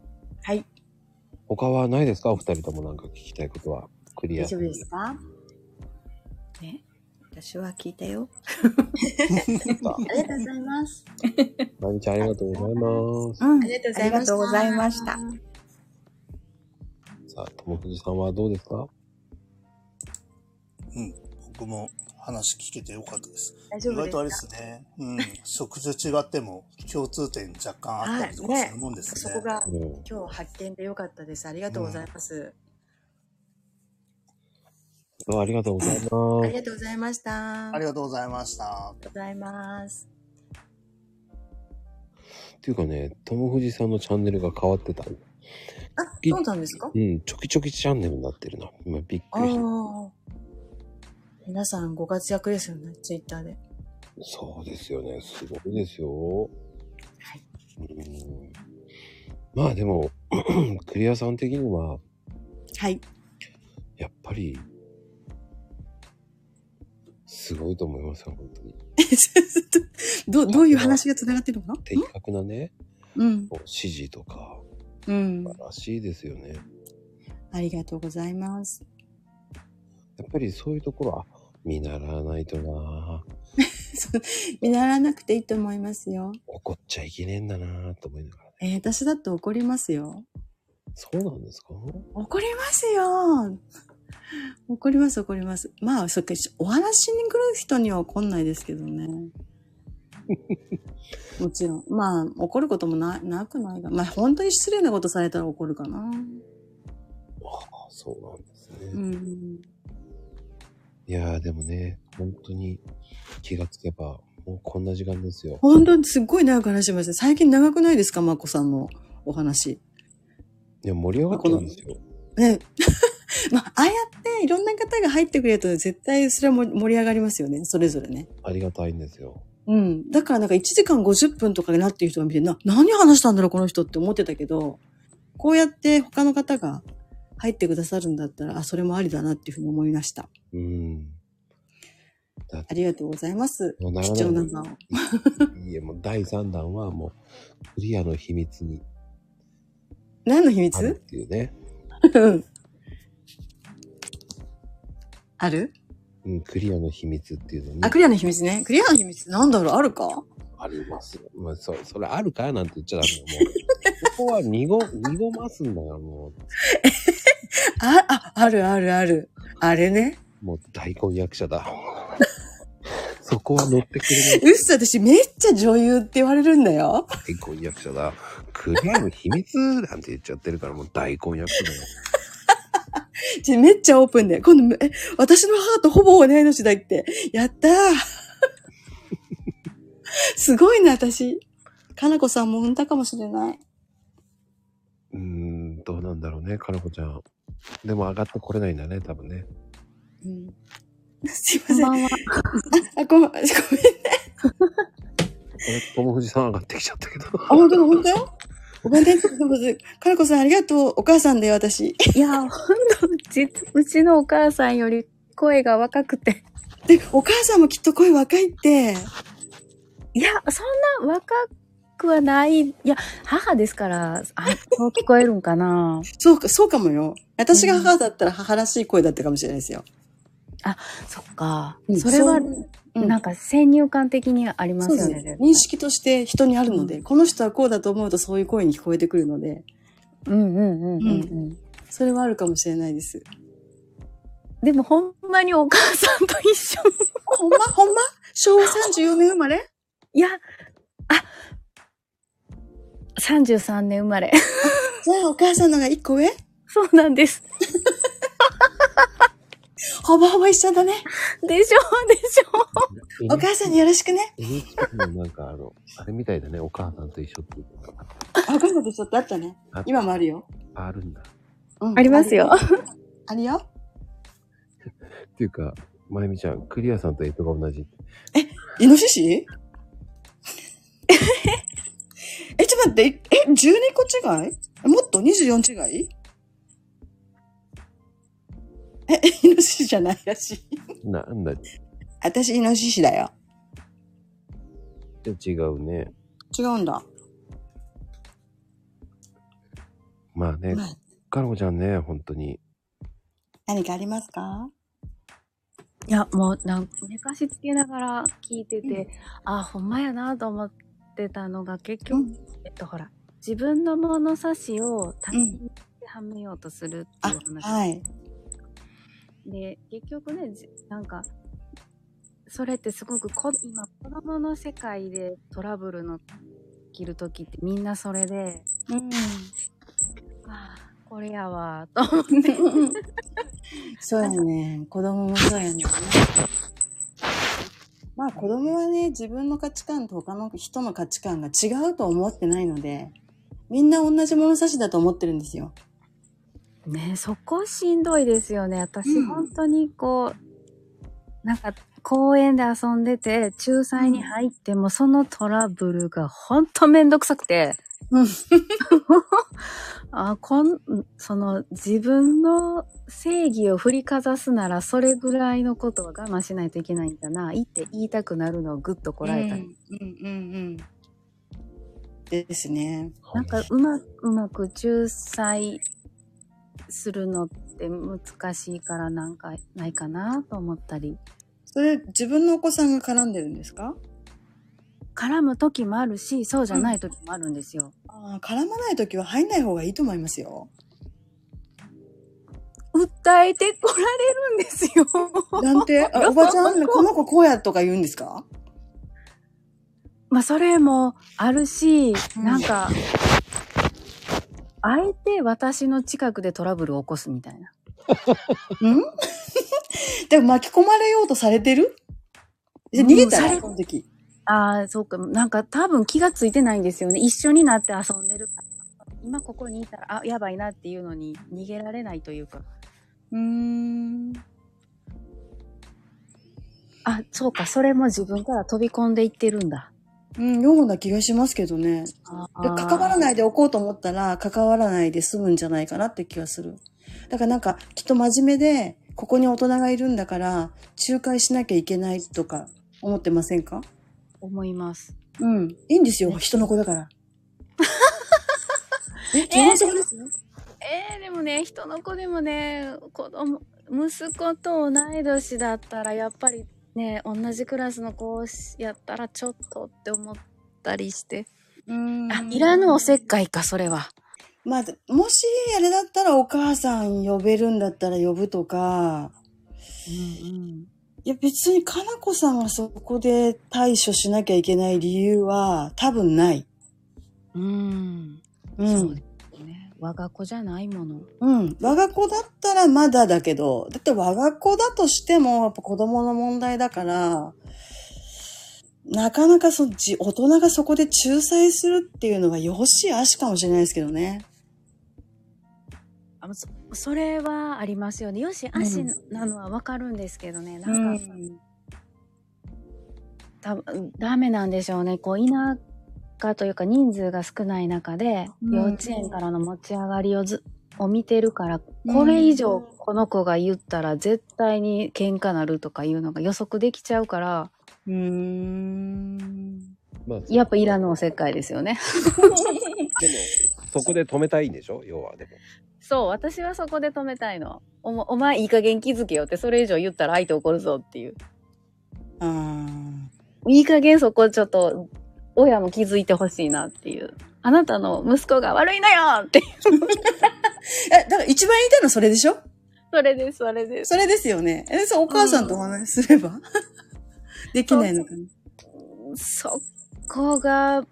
Speaker 13: はい。
Speaker 1: 他はないですかお二人ともなんか聞きたいことは。クリア。
Speaker 13: 大丈夫ですか
Speaker 5: ね、私は聞いたよ。
Speaker 13: ありがとうございます。
Speaker 1: まゆみちゃん、ありがとうございます。
Speaker 5: うん。
Speaker 13: ありが
Speaker 5: ありがとうございました。
Speaker 1: さあ、ともくじさんはどうですか
Speaker 9: 僕も話聞けてよかったです。
Speaker 13: 大丈
Speaker 9: 意
Speaker 13: 夫
Speaker 9: 外
Speaker 13: で
Speaker 9: とあれですすね。うん。職種違っても共通点若干あったりとか
Speaker 13: はい
Speaker 9: するもんで
Speaker 13: か
Speaker 9: す
Speaker 13: そ
Speaker 9: ね。
Speaker 13: こが
Speaker 1: うん。
Speaker 13: 今日発見でよかったです。ありがとうございます。
Speaker 1: どうもありがとうございます。
Speaker 13: ありがとうございました。
Speaker 9: あ
Speaker 13: あ
Speaker 9: り
Speaker 13: りが
Speaker 9: がとうございました。
Speaker 13: とうございます。
Speaker 1: っていうかね、ともふじさんのチャンネルが変わってた。
Speaker 13: あ、
Speaker 1: い
Speaker 13: そうなんですか
Speaker 1: うん、ちょきちょきチャンネルになってるな。今びっ
Speaker 13: あ
Speaker 1: くりした。
Speaker 13: あ。皆さんご活躍ですよね、ツイッターで。
Speaker 1: そうですよね。すごいですよ。うんまあでも、 クリアさん的には、
Speaker 2: はい。
Speaker 1: やっぱり、すごいと思いますよ、本当に。
Speaker 2: ど、どういう話が繋がってるのかな
Speaker 1: 的確なね、
Speaker 2: うん。
Speaker 1: こう指示とか、
Speaker 2: うん
Speaker 1: 素。晴らしいですよね。
Speaker 2: ありがとうございます。
Speaker 1: やっぱりそういうところは、見習わないとなぁ
Speaker 2: 見習わなくていいと思いますよ。
Speaker 1: 怒っちゃいけねえんだなぁと思いながらね。
Speaker 2: えー私だって怒りますよ。
Speaker 1: そうなんですか
Speaker 2: 怒りますよ。怒ります、怒ります。まあ、そっか、お話しに来る人には怒んないですけどね。もちろん。まあ、怒ることもな、なくないが。まあ、本当に失礼なことされたら怒るかな。
Speaker 1: あそうなんですね。
Speaker 2: うん。
Speaker 1: いやーでもね、本当に気がつけば、もうこんな時間ですよ。
Speaker 2: 本当にすっごい長く話してました。最近長くないですか、まこさんのお話。
Speaker 1: いや、盛り上がってるんですよ。
Speaker 2: ね。 まあ、ああやっていろんな方が入ってくれると絶対それはも盛り上がりますよね。それぞれね。
Speaker 1: ありがたいんですよ。
Speaker 2: うん。だからなんか1時間50分とかになっていう人が見て、な、何話したんだろうこの人って思ってたけど、こうやって他の方が入ってくださるんだったら、あ、それもありだなっていうふうに思いました。
Speaker 1: うん。だっ
Speaker 2: あ
Speaker 1: て、
Speaker 2: りがとうございます。
Speaker 1: もう
Speaker 2: 貴
Speaker 1: 長
Speaker 2: 重な
Speaker 1: 々
Speaker 2: 場を。
Speaker 1: いいえ、もう第3弾はもう、クリアの秘密に
Speaker 2: 何の秘
Speaker 1: ある
Speaker 2: 密
Speaker 1: っていうね。
Speaker 2: うん ある
Speaker 1: うん、クリアの秘密っていうのに
Speaker 2: あ、クリアの秘密ね。クリアの秘密なんだろうあるか
Speaker 1: ありますよ。まあ、そ、それあるかなんて言っちゃダメよ。もう、 ここは濁、濁ますんだから、も
Speaker 2: あ、あ、あるあるある。あれね。
Speaker 1: う、もう大根役者だ。 そこは乗ってくれないう
Speaker 2: っそ、私めっちゃ女優って言われるんだよ。
Speaker 1: 大根役者だ。クリアの秘密なんて言っちゃってるから、もう大根役者だよ。
Speaker 2: ちょめっちゃオープンで。今度、え、私の母とほぼ同い年だって。やったー すごいな、私。かなこさんも産んだかもしれない。
Speaker 1: うーん、どうなんだろうね、かなこちゃん。でも上がってこれないんだね、多分ね。
Speaker 2: うん、すいません。 あ、ごめん、ごめん。
Speaker 1: これ、友藤さん上がってきちゃったけど。
Speaker 2: あ、本当だ、本当だよ。ごめんね、かなこさんありがとう。お母さんだよ、私。
Speaker 14: いや、ほんと、うち、うちのお母さんより声が若くて。
Speaker 2: で、お母さんもきっと声若いって。
Speaker 14: いや、そんな若
Speaker 5: くはない。いや、母ですから、あ、そう聞こえるんかな。
Speaker 2: そうか、そうかもよ。私が母だったら母らしい声だったかもしれないですよ。
Speaker 5: そっか
Speaker 2: う。ん
Speaker 5: それは、
Speaker 2: うん
Speaker 5: なんか先入観的にありま
Speaker 2: そ
Speaker 5: す
Speaker 2: うで
Speaker 5: よ
Speaker 2: す
Speaker 5: ね。
Speaker 2: ね。認識として人にあるので、この人はこうだと思うとそういう声に聞こえてくるので、
Speaker 5: うんうんうんうんうん。
Speaker 2: それはあるかもしれないです。
Speaker 5: でもほんまにお母さんと一緒。
Speaker 2: ほんまほんま昭和34年生まれ
Speaker 5: いや、あ、33年生まれ。
Speaker 2: じゃあお母さんのが1個上
Speaker 5: そうなんです。
Speaker 2: ほぼほぼ一緒だね。
Speaker 5: でしょでしょ
Speaker 2: お母さんによろしくね。
Speaker 1: NHK のなんかあの、あれみたいだね、お母さんと一緒っていうのが
Speaker 2: あお母さんと一緒ってあったね。
Speaker 1: あ
Speaker 2: 今もあるよ。
Speaker 1: あるんだ。
Speaker 2: うん
Speaker 5: ありますよ。。
Speaker 2: あるよ。
Speaker 1: っていうか、まゆみちゃん、クリアさんとエイトが同じ。
Speaker 2: イノシシ え、ちょっと待って、え、12個違いえもっと ?24 違いえ、イノシシじゃないらしい。
Speaker 1: なんだ、
Speaker 2: 私、イノシシだよ。
Speaker 1: 違うね。
Speaker 2: 違うんだ。
Speaker 1: まあね
Speaker 2: ま、あ、
Speaker 1: カロコちゃんね、本当に。
Speaker 2: 何かありますか
Speaker 5: いや、もうなんか寝かしつけながら聞いてて、あ、ほんまやなと思ってたのが結局、
Speaker 2: うん
Speaker 5: えっとほら、自分の物差しを他人にはめようとするって
Speaker 2: あ
Speaker 5: いう話、、
Speaker 2: はい。
Speaker 5: で、結局ね、じなんか、それってすごくこ今子供の世界でトラブルの起きる時ってみんなそれで、
Speaker 2: うん。
Speaker 5: あーこれやわーと思って。
Speaker 2: そうやね。子供もそうやね。まあ子供はね、自分の価値観と他の人の価値観が違うと思ってないので、みんな同じ物差しだと思ってるんですよ。
Speaker 5: ねそこしんどいですよね。私、
Speaker 2: うん
Speaker 5: 本当にこう、なんか、公園で遊んでて、仲裁に入っても、そのトラブルが本当めんどくさくて。
Speaker 2: うん
Speaker 5: あこんその自分の正義を振りかざすならそれぐらいのことは我慢しないといけないんだないって言いたくなるのをぐっとこらえた、
Speaker 2: うんうんうんうん。ですね。
Speaker 5: なんかうまうまく仲裁するのって難しいからなんかないかなと思ったり
Speaker 2: それ、自分のお子さんが絡んでるんですか
Speaker 5: 絡む時もあるしそうじゃない時もあるんですよ。
Speaker 2: ああ、絡まないときは入んない方がいいと思いますよ。
Speaker 5: 訴えてこられるんですよ。
Speaker 2: なんて、あおばちゃん、この子こうやとか言うんですか
Speaker 5: まあそれもあるし、
Speaker 2: うん
Speaker 5: なんか、あえて私の近くでトラブルを起こすみたいな。
Speaker 2: んでも巻き込まれようとされてるじゃあ逃げた
Speaker 5: うんさ
Speaker 2: ら、
Speaker 5: れ
Speaker 2: この時。
Speaker 5: ああ、そうか。なんか多分気がついてないんですよね。一緒になって遊んでるから。今ここにいたら、あ、やばいなっていうのに逃げられないというか。
Speaker 2: うーん。
Speaker 5: あ、そうか。それも自分から飛び込んでいってるんだ。。
Speaker 2: うん、ような気がしますけどね。で関わらないいでおこうと思ったら、関わらないで済むんじゃないかなって気がする。だからなんか、きっと真面目で、ここに大人がいるんだから、仲介しなきゃいけないとか、思ってませんか
Speaker 5: 思います。
Speaker 2: うん。いいんですよ、人の子だ から。え、基本そこですよ。
Speaker 5: えー、でもね、人の子でもね、子供、息子と同い年だったら、やっぱりね、同じクラスの子やったらちょっとって思ったりして。
Speaker 2: うん
Speaker 5: あ、いらぬおせっかいか、それは。
Speaker 2: まあ、もし、あれだったらお母さん呼べるんだったら呼ぶとか、いや別にかなこさんがそこで対処しなきゃいけない理由は多分ない。
Speaker 5: うん。
Speaker 2: う
Speaker 5: そうんで。すね。我が子じゃないもの。
Speaker 2: うん。我が子だったらまだだけど、だって我が子だとしても、やっぱ子供の問題だから、なかなかそじ大人がそこで仲裁するっていうのはよしあしかもしれないですけどね。
Speaker 5: あそそれはありますよね。よし、足なのはわかるんですけどね。なんか、多分ダメなんでしょうね。こう、田舎というか人数が少ない中で、
Speaker 2: うん
Speaker 5: 幼稚園からの持ち上がりをず、を見てるから、
Speaker 2: うん
Speaker 5: これ以上この子が言ったら絶対に喧嘩なるとかいうのが予測できちゃうから、
Speaker 2: うーん。
Speaker 1: まあ、
Speaker 5: やっぱいらの世界ですよね。
Speaker 1: でも、そこで止めたいんでしょ要は、でも。
Speaker 5: そう、私はそこで止めたいの。おもお前いい加減気づけよって、それ以上言ったら相手怒るぞっていう。
Speaker 2: うーん。
Speaker 5: いい加減そこちょっと、親も気づいてほしいなっていう。あなたの息子が悪いのよって。
Speaker 2: え、だから一番言いたいのはそれでしょ
Speaker 5: それです、それです。
Speaker 2: それですよね。え、そう、お母さんとお話しすれば、 できないのかな。
Speaker 5: そこが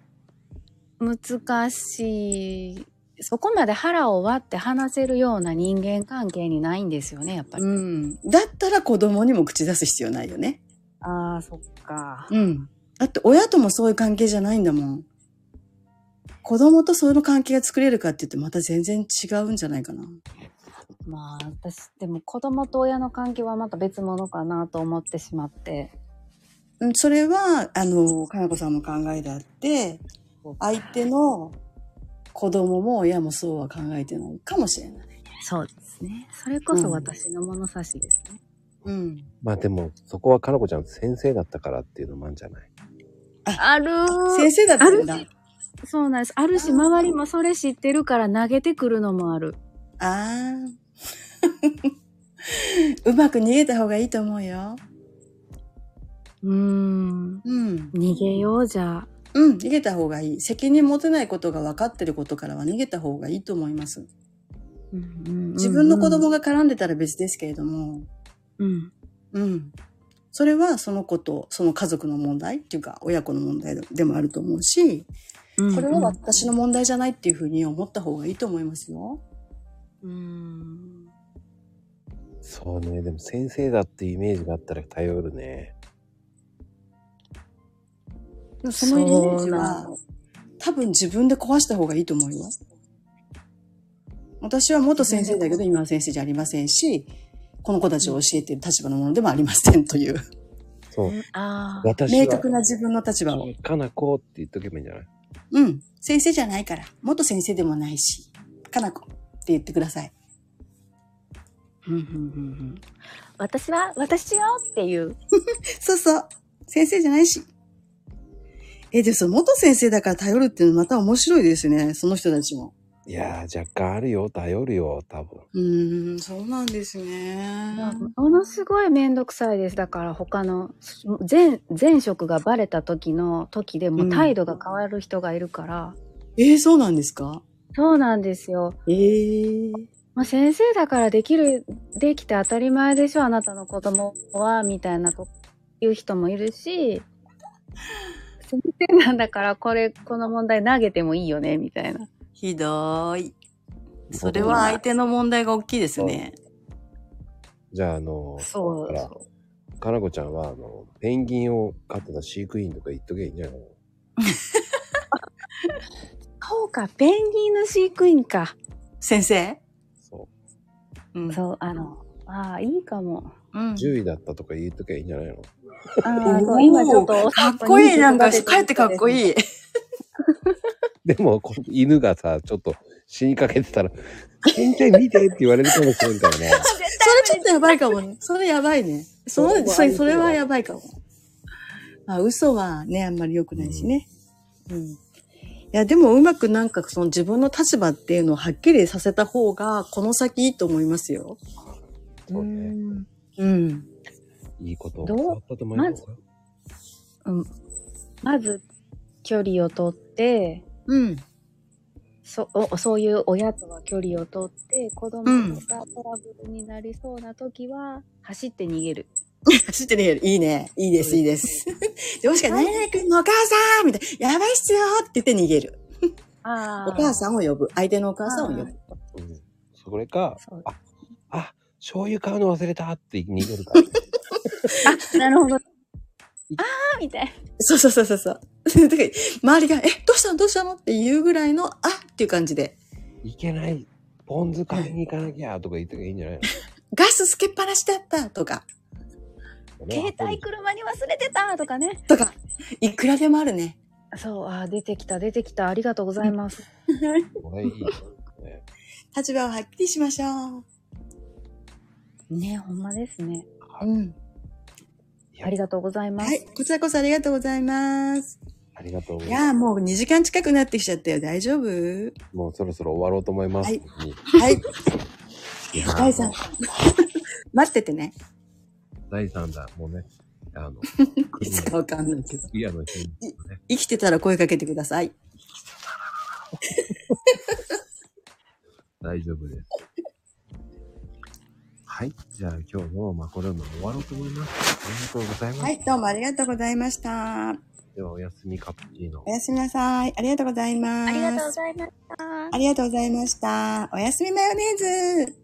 Speaker 5: 難しい。そこまで腹を割って話せるような人間関係にないんですよね、やっぱり。
Speaker 2: うん。だったら子供にも口出す必要ないよね。
Speaker 5: ああ、そっか。
Speaker 2: うん。だって親ともそういう関係じゃないんだもん。子供とその関係が作れるかって言ってまた全然違うんじゃないかな。
Speaker 5: まあ、私、でも子供と親の関係はまた別物かなと思ってしまって。
Speaker 2: うん、それは、あの、かなこさんの考えであって、相手の子供も親もそうは考えてないかもしれない。
Speaker 5: そうですね。それこそ私の物差しですね。
Speaker 2: うん。
Speaker 1: まあでも、そこはかなこちゃん先生だったからっていうのもあるんじゃない
Speaker 5: あるー
Speaker 2: 先生だったんだ。
Speaker 5: そうなんです。あるし、周りもそれ知ってるから投げてくるのもある。
Speaker 2: あ あ。うまく逃げた方がいいと思うよ。
Speaker 5: うーん。
Speaker 2: うん。
Speaker 5: 逃げようじゃあ。
Speaker 2: うん、逃げた方がいい。責任持てないことが分かってることからは逃げた方がいいと思います。自
Speaker 5: 自
Speaker 2: 分の子供が絡んでたら別ですけれども、
Speaker 5: うん。
Speaker 2: うん。それはその子と、その家族の問題っていうか、親子の問題でもあると思うし、
Speaker 5: うん
Speaker 2: これは私の問題じゃないっていうふうに思った方がいいと思いますよ。
Speaker 5: うん。
Speaker 1: そうね。でも先生だってイメージがあったら頼るね。
Speaker 2: でもそのイメー
Speaker 5: そう
Speaker 2: ジ
Speaker 5: な
Speaker 2: は
Speaker 5: の、
Speaker 2: 多分自分で壊した方がいいと思うよ。私は元先生だけど、今は先生じゃありませんし、この子たちを教えている立場のものでもありませんという、
Speaker 1: そう。
Speaker 5: ああ。
Speaker 1: 私
Speaker 2: 明
Speaker 1: は、
Speaker 2: 確な自分の立場を。
Speaker 1: かなこって言っとけばいいんじゃない
Speaker 2: うん。先生じゃないから。元先生でもないし。かなこって言ってください。
Speaker 5: うんうんうんうん私は、私よっていう。
Speaker 2: そうそう。先生じゃないし。え、でもその元先生だから頼るっていうのまた面白いですね。その人たちも。
Speaker 1: いやー、若干あるよ。頼るよ。多分。
Speaker 2: うーん、そうなんですね。
Speaker 5: ものすごいめんどくさいです。だから他の、前、前職がバレた時の時でも
Speaker 2: うん
Speaker 5: 態度が変わる人がいるから、
Speaker 2: えー、そうなんですか
Speaker 5: そうなんですよ。
Speaker 2: えー。
Speaker 5: まあ、先生だからできる、できて当たり前でしょ、あなたの子供は、みたいなと、いう人もいるし、先生なんだからこれ、この問題投げてもいいよね、みたいな。
Speaker 2: ひどーい。それは相手の問題が大きいですね。
Speaker 1: じゃあ、あの、だ
Speaker 5: そ
Speaker 1: から、かなこちゃんは、あの、ペンギンを飼ってた飼育員とか言っとけばいいんじゃないの
Speaker 5: そうか、ペンギンの飼育員か。
Speaker 2: 先生
Speaker 1: そ
Speaker 2: うん。
Speaker 5: そう、あの、ああ、いいかも。
Speaker 2: うん
Speaker 1: う。10位だったとか言っとけばいいんじゃないの
Speaker 5: あ
Speaker 2: お
Speaker 5: あ、
Speaker 2: ー
Speaker 5: そう、今ちょっとお
Speaker 2: かっ
Speaker 5: 散歩に
Speaker 2: こいい、なんか、
Speaker 5: 出
Speaker 2: 帰ってかっこ
Speaker 5: い。
Speaker 2: いい。
Speaker 1: でも、こ犬がさ、ちょっと死にかけてたら、 先生見てって言われるかもしれんからね。
Speaker 2: それちょっとやばいかもね。それやばいね。その、それ、それはやばいかも。まあ、嘘はね、あんまり良くないしね。うん。いや、でもうまくなんかその自分の立場っていうのをはっきりさせた方が、この先いいと思いますよ。
Speaker 1: そうね。
Speaker 2: うん。
Speaker 1: いいことを
Speaker 5: どう
Speaker 1: 教わったと思いますよ。
Speaker 5: まず、距離をとって、
Speaker 2: うん。
Speaker 5: そおそういう親とは距離をとって子供
Speaker 2: うん
Speaker 5: がトラブルになりそうな時は走って逃げる。
Speaker 2: 走ってね、いいね。いいです、いい です。でもしかに、何々君のお母さんみたいな、やばいっすよって言って逃げる。
Speaker 5: あ
Speaker 2: お母
Speaker 5: ん
Speaker 2: さんを呼ぶ。相手のお母さんを呼ぶ。
Speaker 1: うん。それか、
Speaker 5: そう
Speaker 1: あ、あ、醤油買うの忘れたって逃げるから。
Speaker 5: なるほど。あーみたいな。
Speaker 2: そうそうそうそうそう。だから周りが、え、どうしたのどうしたのっていうぐらいの、あっていう感じで、
Speaker 1: いけない。ポン酢買いに行かなきゃとか言っとけばいいんじゃない
Speaker 2: ガスつけっぱなしだったとか、
Speaker 1: の
Speaker 5: 携帯車に忘れてたとかね。
Speaker 2: とか、いくらでもあるね。
Speaker 5: そう、あー出てきた出てきたありがとうございます。
Speaker 1: これいいよね。
Speaker 2: 立場をはっきりしましょう。
Speaker 5: ねほんまですね。
Speaker 2: うん。
Speaker 1: いや
Speaker 5: ありがとうございま
Speaker 2: は
Speaker 5: す。
Speaker 2: い。こちらこそありがとうございます。
Speaker 1: ありがとうござ
Speaker 2: い
Speaker 1: いま
Speaker 2: やーもう2時間近くなってきちゃったよ。大丈夫
Speaker 1: す。もうそろそろ終わろうと思います。
Speaker 2: はい
Speaker 1: はい。やー
Speaker 2: 第3弾。待っててね。
Speaker 1: 第3弾。もうね、あ の、
Speaker 2: いつかわかんないけど。
Speaker 1: クリアの日に
Speaker 2: 生きてたら声かけてください。
Speaker 1: 大丈夫です。はい。じゃあ今日もマコルーム終わろうと思います。ありがとうございます。
Speaker 2: はい、どうもありがとうございました。
Speaker 1: ではおやすみカプチーノ。
Speaker 2: おやすみなさい。ありがとうございます。
Speaker 5: ありがとうございました。
Speaker 2: ありがとうございました。おやすみマヨネーズ。